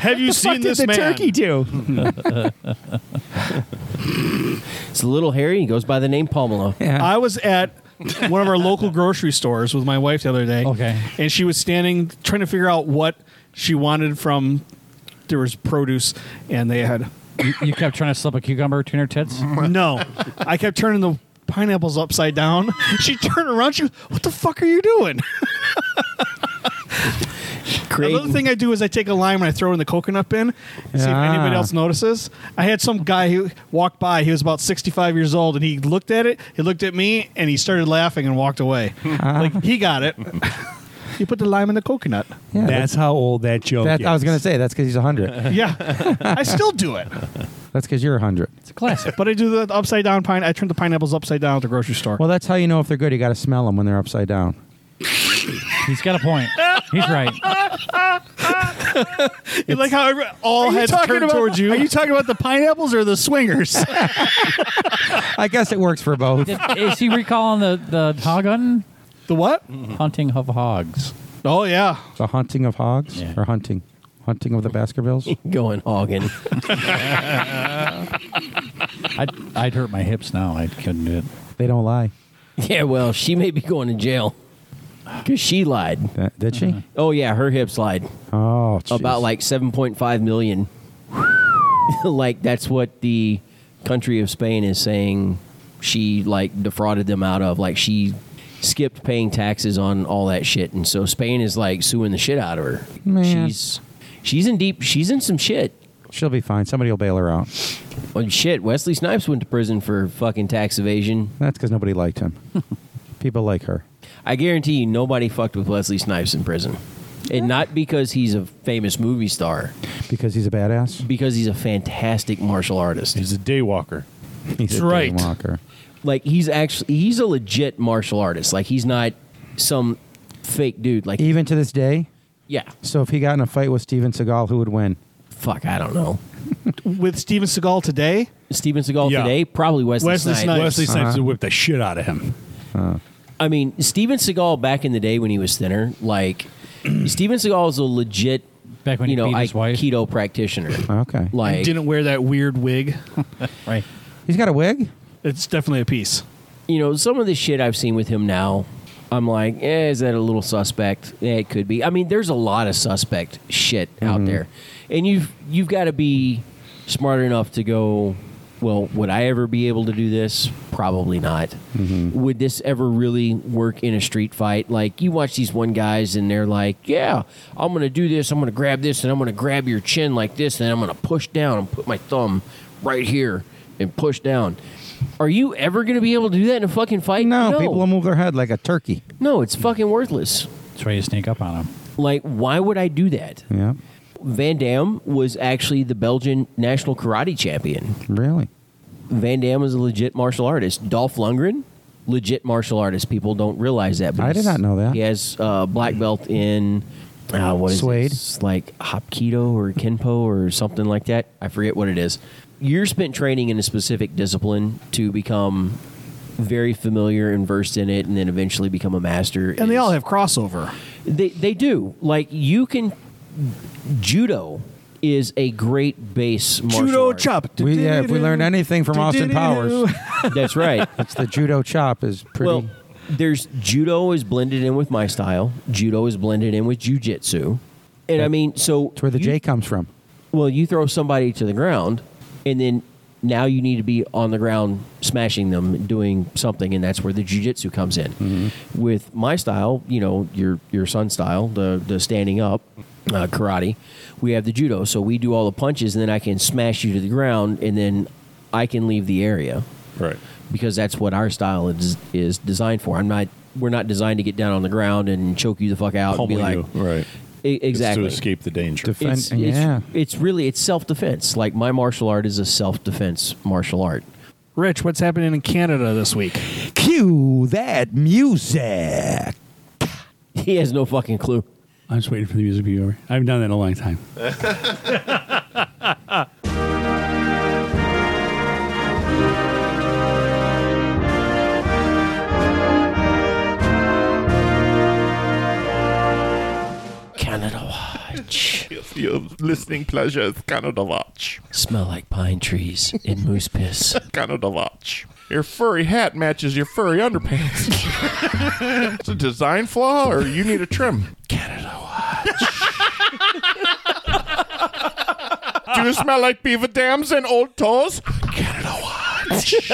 Speaker 5: Have you seen this man?
Speaker 6: do? it's a little hairy. He goes by the name Pomelo.
Speaker 2: Yeah.
Speaker 7: I was at one of our local grocery stores with my wife the other day.
Speaker 4: Okay.
Speaker 7: And she was standing trying to figure out what she wanted from there was produce and they had
Speaker 4: You, you kept trying to slip a cucumber between her tits?
Speaker 7: no. I kept turning the pineapples upside down. She turned around, she was, what the fuck are you doing? Another
Speaker 6: Creating-
Speaker 7: thing I do is I take a lime and I throw it in the coconut bin and see if
Speaker 2: Ah.
Speaker 7: anybody else notices. I had some guy who walked by. He was about 65 years old and he looked at it. He looked at me and he started laughing and walked away. like he got it. you put the lime in the coconut.
Speaker 2: Yeah,
Speaker 3: that's how old that joke
Speaker 2: that, I was
Speaker 3: is.
Speaker 2: going to say, that's because he's 100.
Speaker 7: Yeah. I still do it.
Speaker 2: That's because you're 100.
Speaker 4: It's a classic.
Speaker 7: But I do the upside down pine. I turn the pineapples upside down at the grocery store.
Speaker 2: Well, that's how you know if they're good. You got to smell them when they're upside down.
Speaker 4: He's got a point. He's right.
Speaker 7: you like how every, all heads turn towards you?
Speaker 1: Are you talking about the pineapples or the swingers?
Speaker 2: I guess it works for both.
Speaker 4: Did- Is he recalling the, the hog hunting?
Speaker 7: the what?
Speaker 4: Hunting of hogs.
Speaker 7: Oh, yeah.
Speaker 2: The hunting of hogs
Speaker 4: Yeah.
Speaker 2: or hunting? Hunting of the Baskervilles?
Speaker 6: Going hogging.
Speaker 4: I'd, I'd hurt my hips now. I couldn't do it.
Speaker 2: they don't lie.
Speaker 6: Yeah, well, she may be going to jail because she lied.
Speaker 2: That- did she?
Speaker 6: Oh yeah, her hips lied
Speaker 2: Oh, jeez.
Speaker 6: about like 7.5 million. like that's what the country of Spain is saying. She like defrauded them out of like she skipped paying taxes on all that shit, and so Spain is like suing the shit out of her.
Speaker 2: Man.
Speaker 6: She's she's in deep. She's in some shit.
Speaker 2: She'll be fine. Somebody will bail her out.
Speaker 6: Oh shit, Wesley Snipes went to prison for fucking tax evasion.
Speaker 2: That's because nobody liked him. People like her.
Speaker 6: I guarantee you nobody fucked with Wesley Snipes in prison. And not because he's a famous movie star,
Speaker 2: Because he's a badass.
Speaker 6: because he's a fantastic martial artist.
Speaker 5: He's a daywalker.
Speaker 2: He's a
Speaker 7: right.
Speaker 2: damn Walker.
Speaker 6: Like he's actually he's a legit martial artist. Like he's not some fake dude. Like
Speaker 2: Even to this day.
Speaker 6: yeah,
Speaker 2: So if he got in a fight with Steven Seagal, who would win?
Speaker 6: fuck, I don't know.
Speaker 7: With Steven Seagal today,
Speaker 6: Steven Seagal
Speaker 3: Yeah.
Speaker 6: today probably Wesley,
Speaker 7: Wesley
Speaker 6: Snipes.
Speaker 7: Snipes.
Speaker 3: Wesley Snipes would whip the shit out of him.
Speaker 6: I mean, Steven Seagal back in the day when he was thinner, like Steven Seagal is a legit
Speaker 4: Back when
Speaker 6: you
Speaker 4: he
Speaker 6: know
Speaker 4: beat his wife.
Speaker 6: keto practitioner.
Speaker 2: Okay.
Speaker 6: Like
Speaker 7: didn't wear that weird wig.
Speaker 4: Right.
Speaker 2: He's got a wig?
Speaker 7: It's definitely a piece.
Speaker 6: you know, some of the shit I've seen with him now, I'm like, eh, is that a little suspect? Eh, it could be. I mean, there's a lot of suspect shit out there, and you've you've got to be smart enough to go. Well, would I ever be able to do this? Probably not. Would this ever really work in a street fight? Like you watch these one guys and they're like, "Yeah, I'm gonna do this. I'm gonna grab this and I'm gonna grab your chin like this, and I'm gonna push down and put my thumb right here and push down." Are you ever going to be able to do that in a fucking fight?
Speaker 2: No, people will move their head like a turkey.
Speaker 6: No, it's fucking worthless.
Speaker 4: That's why you sneak up on him.
Speaker 6: Like, why would I do that?
Speaker 2: Yeah.
Speaker 6: Van Dam was actually the Belgian national karate champion.
Speaker 2: Really?
Speaker 6: Van Dam was a legit martial artist. Dolph Lundgren, legit martial artist. People don't realize that. but
Speaker 2: I did
Speaker 6: he's-
Speaker 2: not know that.
Speaker 6: He has uh, black belt in uh, what is
Speaker 2: Suede?
Speaker 6: it? It's like Hapkido or Kenpo or something like that. I forget what it is. You're spent training in a specific discipline to become very familiar and versed in it, and then eventually become a master.
Speaker 7: And they
Speaker 6: It's-
Speaker 7: all have crossover.
Speaker 6: they they do. Like you can judo is a great base martial
Speaker 7: Judo
Speaker 6: art.
Speaker 7: chop.
Speaker 2: We, yeah, if we learned anything from Austin Powers,
Speaker 6: That's right.
Speaker 2: it's the judo chop is pretty.
Speaker 6: Well, there's judo is blended in with my style. Judo is blended in with jujitsu. And I mean, so
Speaker 2: It's where the
Speaker 6: you-
Speaker 2: J comes from.
Speaker 6: Well, you throw somebody to the ground, and then now you need to be on the ground smashing them, doing something, and that's where the jujitsu comes in.
Speaker 2: Mm-hmm.
Speaker 6: With my style, you know, your your son style, the the standing up uh, karate, we have the judo, so we do all the punches, and then I can smash you to the ground, and then I can leave the area
Speaker 5: Right.
Speaker 6: because that's what our style is is designed for. I'm not. We're not designed to get down on the ground and choke you the fuck out
Speaker 5: Pummel
Speaker 6: and be like,
Speaker 5: you. Right.
Speaker 6: E-
Speaker 5: It's
Speaker 6: exactly
Speaker 5: to escape the danger.
Speaker 2: Def- defend-
Speaker 6: it's,
Speaker 2: yeah.
Speaker 6: it's, it's really it's self defense. Like my martial art is a self defense martial art.
Speaker 1: Rich, what's happening in Canada this week?
Speaker 2: Cue that music.
Speaker 6: He has no fucking clue.
Speaker 3: I'm just waiting for the music to be over. I haven't done that in a long time.
Speaker 6: Canada Watch
Speaker 5: Your listening pleasure is Canada Watch.
Speaker 6: smell like pine trees and moose piss.
Speaker 5: Canada Watch. Your furry hat matches your furry underpants. it's a design flaw, or you need a trim. Canada Watch. Do you smell like beaver dams and old toes? Canada Watch.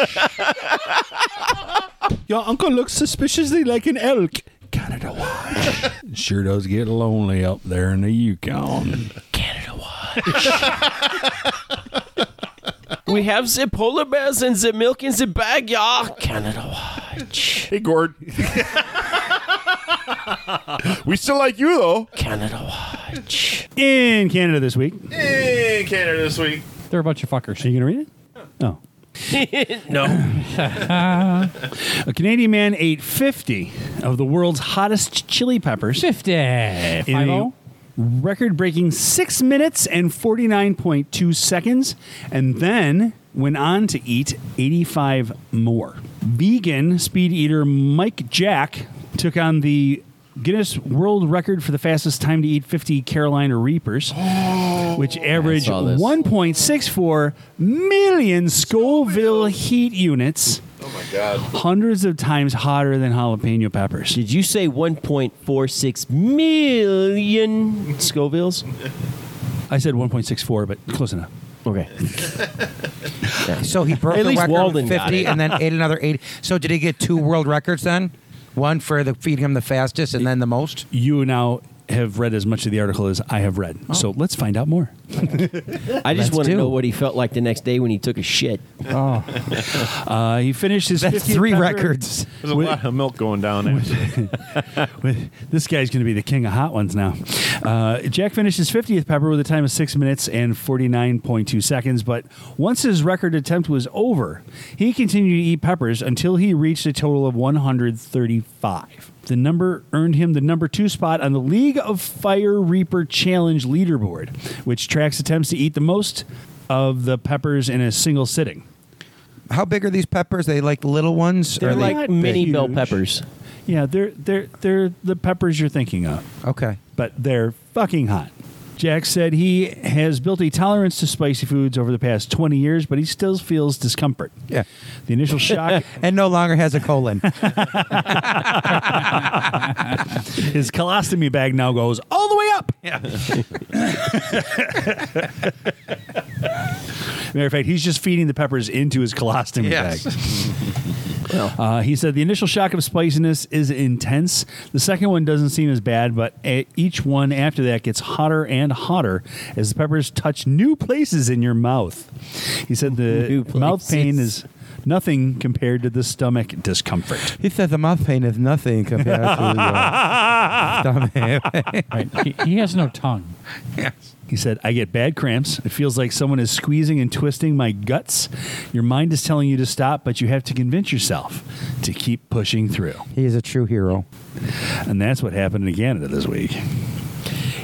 Speaker 1: Your uncle looks suspiciously like an elk.
Speaker 3: Canada Watch. sure does get lonely up there in the Yukon.
Speaker 6: Canada Watch. we have the polar bears and the milk in the bag, y'all. Canada Watch.
Speaker 5: Hey, Gord. we still like you, though.
Speaker 6: Canada Watch.
Speaker 3: In Canada this week. Are
Speaker 5: Hey, Canada this week.
Speaker 4: They're a bunch of fuckers. Oh.
Speaker 3: you going to read it? No.
Speaker 6: No.
Speaker 3: A Canadian man ate 50 of the world's hottest chili peppers in
Speaker 4: 50.
Speaker 3: a
Speaker 4: 50.
Speaker 3: record breaking 6 minutes and 49.2 seconds, and then went on to eat 85 more. Vegan speed eater Mike Jack took on the Guinness World Record for the fastest time to eat 50 Carolina Reapers, which averaged
Speaker 6: Oh. saw this.
Speaker 3: 1.64 million Scoville heat units
Speaker 6: Oh
Speaker 3: hundreds of times hotter than jalapeno peppers.
Speaker 6: Did you say 1.46 million Scovilles?
Speaker 3: I said 1.64, but close enough.
Speaker 6: Okay.
Speaker 2: So he broke
Speaker 6: At
Speaker 2: the
Speaker 6: least
Speaker 2: record
Speaker 6: Walden
Speaker 2: with
Speaker 6: got
Speaker 2: 50
Speaker 6: it.
Speaker 2: and then ate another 80. So did he get two world records then? One for the feeding him the fastest and then the most?
Speaker 3: You now have read as much of the article as I have read.
Speaker 2: Oh.
Speaker 3: So let's find out more.
Speaker 6: I just
Speaker 2: Let's
Speaker 6: want to
Speaker 2: do.
Speaker 6: know what he felt like the next day when he took a shit.
Speaker 3: Uh, he finished his
Speaker 2: That's
Speaker 3: 50th
Speaker 2: three
Speaker 3: pepper-
Speaker 2: records.
Speaker 5: There's a lot of milk going down.
Speaker 3: With, this guy's going to be the king of hot ones now. Uh, Jack finished his 50th pepper with a time of 6 minutes and 49.2 seconds, but once his record attempt was over, he continued to eat peppers until he reached a total of 135. The number earned him the number two spot on the League of Fire Reaper Challenge leaderboard, which tracks attempts to eat the most of the peppers in a single sitting.
Speaker 2: How big are these peppers? They like little ones?
Speaker 3: They're
Speaker 2: Are they-
Speaker 3: like
Speaker 6: Like
Speaker 3: big.
Speaker 6: mini bell
Speaker 3: Huge.
Speaker 6: peppers.
Speaker 3: Yeah, they're they're they're the peppers you're thinking of.
Speaker 2: okay.
Speaker 3: but they're fucking hot. Jack said he has built a tolerance to spicy foods over the past 20 years, but he still feels discomfort.
Speaker 2: Yeah.
Speaker 3: The initial shock,
Speaker 2: And no longer has a colon.
Speaker 3: his colostomy bag now goes all the way up. Yeah. Matter of fact, he's just feeding the peppers into his colostomy bag. Uh, he said the initial shock of spiciness is intense. The second one doesn't seem as bad, but e- each one after that gets hotter and hotter as the peppers touch new places in your mouth. He said the
Speaker 6: New
Speaker 3: mouth pain
Speaker 6: places.
Speaker 3: is nothing compared to the stomach discomfort.
Speaker 2: he said the mouth pain is nothing compared to the stomach.
Speaker 4: Right. He, he has no tongue.
Speaker 3: He said, I get bad cramps. It feels like someone is squeezing and twisting my guts. Your mind is telling you to stop, but you have to convince yourself to keep pushing through.
Speaker 2: he is a true hero.
Speaker 3: And that's what happened in Canada this week.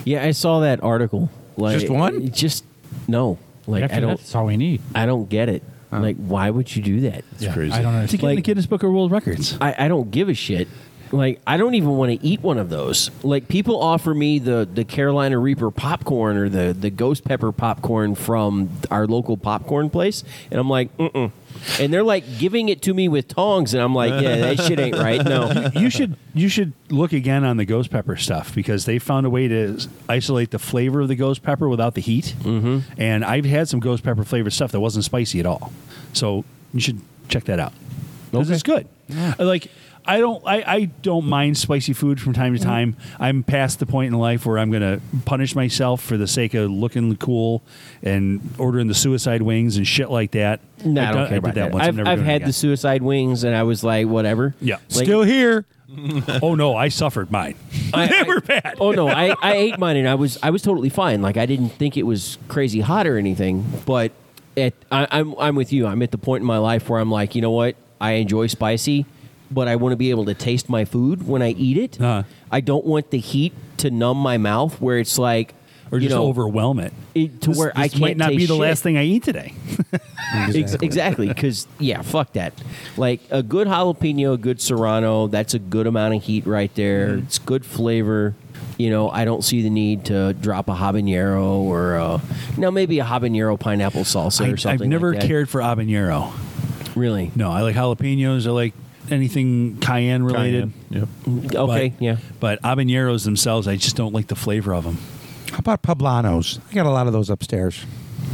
Speaker 6: Yeah, I saw that article. Like
Speaker 2: Just one?
Speaker 6: Just no. Like
Speaker 4: After
Speaker 6: I
Speaker 4: that,
Speaker 6: don't.
Speaker 4: that's all we need.
Speaker 6: I don't get it. Like why would you do that?
Speaker 4: Yeah,
Speaker 5: crazy.
Speaker 4: I don't
Speaker 3: To
Speaker 4: understand.
Speaker 3: get in the Guinness Book of World Records.
Speaker 6: I, I don't give a shit. Like I don't even want to eat one of those. Like people offer me the the Carolina Reaper popcorn or the the ghost pepper popcorn from our local popcorn place, and I'm like, mm and they're like giving it to me with tongs, and I'm like, yeah, that shit ain't right. No,
Speaker 3: you should you should look again on the ghost pepper stuff because they found a way to s- isolate the flavor of the ghost pepper without the heat. Mm-hmm. And I've had some ghost pepper flavored stuff that wasn't spicy at all, so you should check that out. 'Cause It's good. I Like I don't I, I don't mind spicy food from time to
Speaker 6: Mm-hmm.
Speaker 3: time. I'm past the point in life where I'm gonna punish myself for the sake of looking cool and ordering the suicide wings and shit like that.
Speaker 6: no, I
Speaker 3: I've
Speaker 6: don't
Speaker 3: done-
Speaker 6: care
Speaker 3: I
Speaker 6: about
Speaker 3: did that
Speaker 6: that.
Speaker 3: once. I'm
Speaker 6: I've,
Speaker 3: never
Speaker 6: I've
Speaker 3: doing it
Speaker 6: had the
Speaker 3: again.
Speaker 6: suicide wings, and I was like, whatever.
Speaker 3: Yeah.
Speaker 6: Like-
Speaker 2: Still here.
Speaker 3: oh no, I suffered mine. they were bad.
Speaker 6: Oh no, I, I ate mine and I was I was totally fine. Like I didn't think it was crazy hot or anything. But at I, I'm I'm with you. I'm at the point in my life where I'm like, you know what? I enjoy spicy, but I want to be able to taste my food when I eat it.
Speaker 3: Uh-huh.
Speaker 6: I don't want the heat to numb my mouth where it's like
Speaker 3: or
Speaker 6: you
Speaker 3: just
Speaker 6: know,
Speaker 3: overwhelm it.
Speaker 6: it- to
Speaker 3: This-
Speaker 6: where I
Speaker 3: this
Speaker 6: can't
Speaker 3: might not be
Speaker 6: taste
Speaker 3: the
Speaker 6: shit.
Speaker 3: last thing I eat today.
Speaker 6: Ex- exactly because yeah fuck that like a good jalapeno a good serrano that's a good amount of heat right there it's good flavor you know i don't see the need to drop a habanero or a, now maybe a habanero pineapple salsa or
Speaker 3: I,
Speaker 6: something
Speaker 3: have never
Speaker 6: like that.
Speaker 3: cared for habanero.
Speaker 6: really
Speaker 3: No, I like jalapenos. I like anything cayenne related.
Speaker 5: Yep.
Speaker 6: okay
Speaker 3: But-
Speaker 6: yeah
Speaker 3: But habaneros themselves, I just don't like the flavor of them.
Speaker 2: How about poblanos? I got a lot of those upstairs,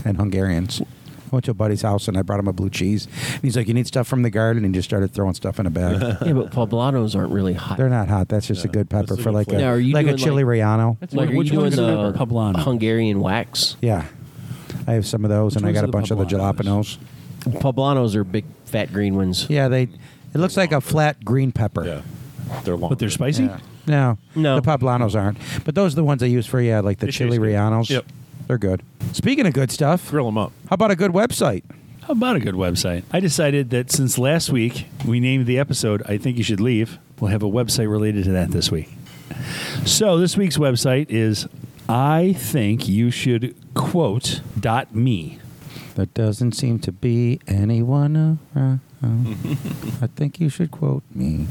Speaker 2: and Hungarians. I went to a buddy's house and I brought him a blue cheese. And he's like, "You need stuff from the garden," and he just started throwing stuff in a bag.
Speaker 6: yeah but poblanos aren't really hot
Speaker 2: They're not hot. That's just a good pepper
Speaker 5: That's a
Speaker 2: for
Speaker 5: good
Speaker 2: like a
Speaker 5: flavor.
Speaker 6: Now, are you
Speaker 2: like a
Speaker 6: doing,
Speaker 2: chili
Speaker 6: like-
Speaker 2: rallano.
Speaker 6: like are
Speaker 3: which
Speaker 6: you doing
Speaker 3: one's
Speaker 6: the
Speaker 3: the poblano?
Speaker 6: hungarian wax
Speaker 2: Yeah, I have some of those, and I
Speaker 3: ones
Speaker 2: got
Speaker 3: are
Speaker 2: a
Speaker 3: the
Speaker 2: bunch of the
Speaker 3: poblanos?
Speaker 2: jalapenos.
Speaker 6: poblanos are big fat green ones
Speaker 2: Yeah, they. It looks like a flat green pepper.
Speaker 5: Yeah. They're long.
Speaker 3: But they're spicy.
Speaker 2: No,
Speaker 6: No.
Speaker 2: the poblanos aren't. But those are the ones I use for yeah, like the
Speaker 5: They
Speaker 2: chili
Speaker 5: taste good.
Speaker 2: rellenos.
Speaker 5: Yep.
Speaker 2: they're good. Speaking of good stuff,
Speaker 5: Grill them up.
Speaker 2: how about a good website?
Speaker 3: How about a good website? I decided that since last week we named the episode I Think You Should Leave, we'll have a website related to that this week. So this week's website is I think you should quote dot me.
Speaker 2: There doesn't seem to be anyone around. I think you should quote me.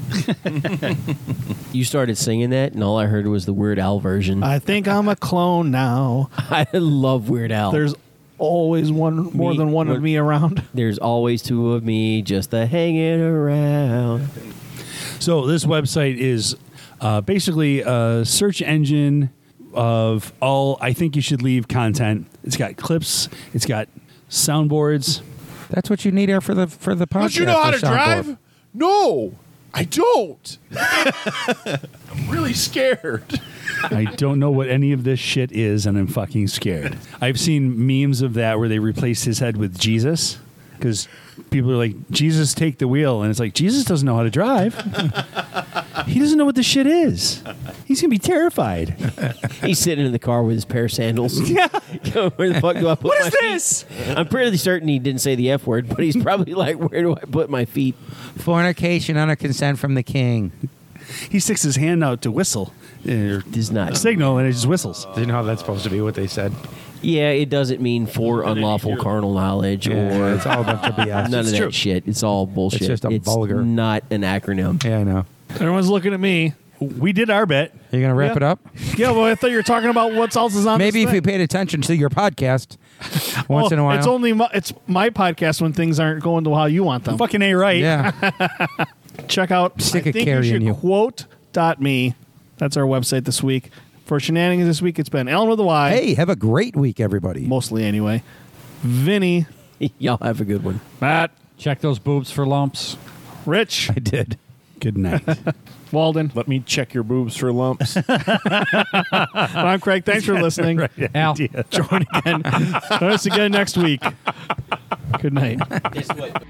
Speaker 6: you started singing that and all i heard was the weird al version i,
Speaker 1: I think I'm a clone now.
Speaker 6: love weird al
Speaker 1: There's always one more
Speaker 6: Me-
Speaker 1: than one of me around.
Speaker 6: There's always two of me just a hanging around.
Speaker 3: So this website is uh, basically a search engine of all I think you should leave content. It's got clips. It's got soundboards.
Speaker 2: That's what you need here for the for the podcast.
Speaker 5: Don't you know how
Speaker 2: for
Speaker 5: to
Speaker 2: soundboard.
Speaker 5: drive? No, I don't. I'm really scared.
Speaker 3: I don't know what any of this shit is, and I'm fucking scared. I've seen memes of that where they replaced his head with Jesus because people are like, "Jesus, take the wheel," and it's like Jesus doesn't know how to drive. he doesn't know what this shit is. He's gonna be terrified.
Speaker 6: He's sitting in the car with his pair of sandals. Yeah. where the fuck do I put
Speaker 3: What
Speaker 6: my
Speaker 3: is
Speaker 6: feet?
Speaker 3: this?
Speaker 6: I'm pretty certain he didn't say the F word, but he's probably like, where do I put my feet?
Speaker 2: Fornication under consent from the king.
Speaker 3: He sticks his hand out to whistle. uh,
Speaker 6: Does not.
Speaker 3: Signal and it just whistles.
Speaker 10: Do you know how that's supposed to be what they said?
Speaker 6: Yeah, it doesn't mean for unlawful carnal knowledge or
Speaker 2: it's all a bunch of BS.
Speaker 6: none of that shit. It's all bullshit.
Speaker 2: just a vulgar-
Speaker 6: not an acronym.
Speaker 2: Yeah, I know.
Speaker 1: Everyone's looking at me.
Speaker 3: We did our bet.
Speaker 2: You're gonna wrap
Speaker 1: Yeah.
Speaker 2: it up.
Speaker 1: Yeah, well, I thought you were talking about what else is on.
Speaker 2: Maybe
Speaker 1: this
Speaker 2: if
Speaker 1: thing.
Speaker 2: you paid attention to your podcast once
Speaker 1: Well,
Speaker 2: in a while.
Speaker 1: It's only my, it's my podcast when things aren't going to how you want them.
Speaker 3: Fucking a right.
Speaker 2: yeah,
Speaker 1: Check out
Speaker 2: Stick
Speaker 1: I
Speaker 2: a
Speaker 1: think
Speaker 2: carry in
Speaker 1: should
Speaker 2: you.
Speaker 1: quote dot me. That's our website this week. For shenanigans this week, it's been Ellen with a Y.
Speaker 2: hey, have a great week, everybody.
Speaker 1: Mostly anyway. Vinny,
Speaker 6: Y'all have a good one.
Speaker 1: Matt,
Speaker 4: Check those boobs for lumps.
Speaker 1: Rich,
Speaker 2: I did.
Speaker 3: Good night.
Speaker 1: Walden.
Speaker 5: Let me check your boobs for lumps.
Speaker 1: And I'm Craig. Thanks for listening.
Speaker 4: Al.
Speaker 1: Join again. Join us again next week. Good night.
Speaker 9: Guess what?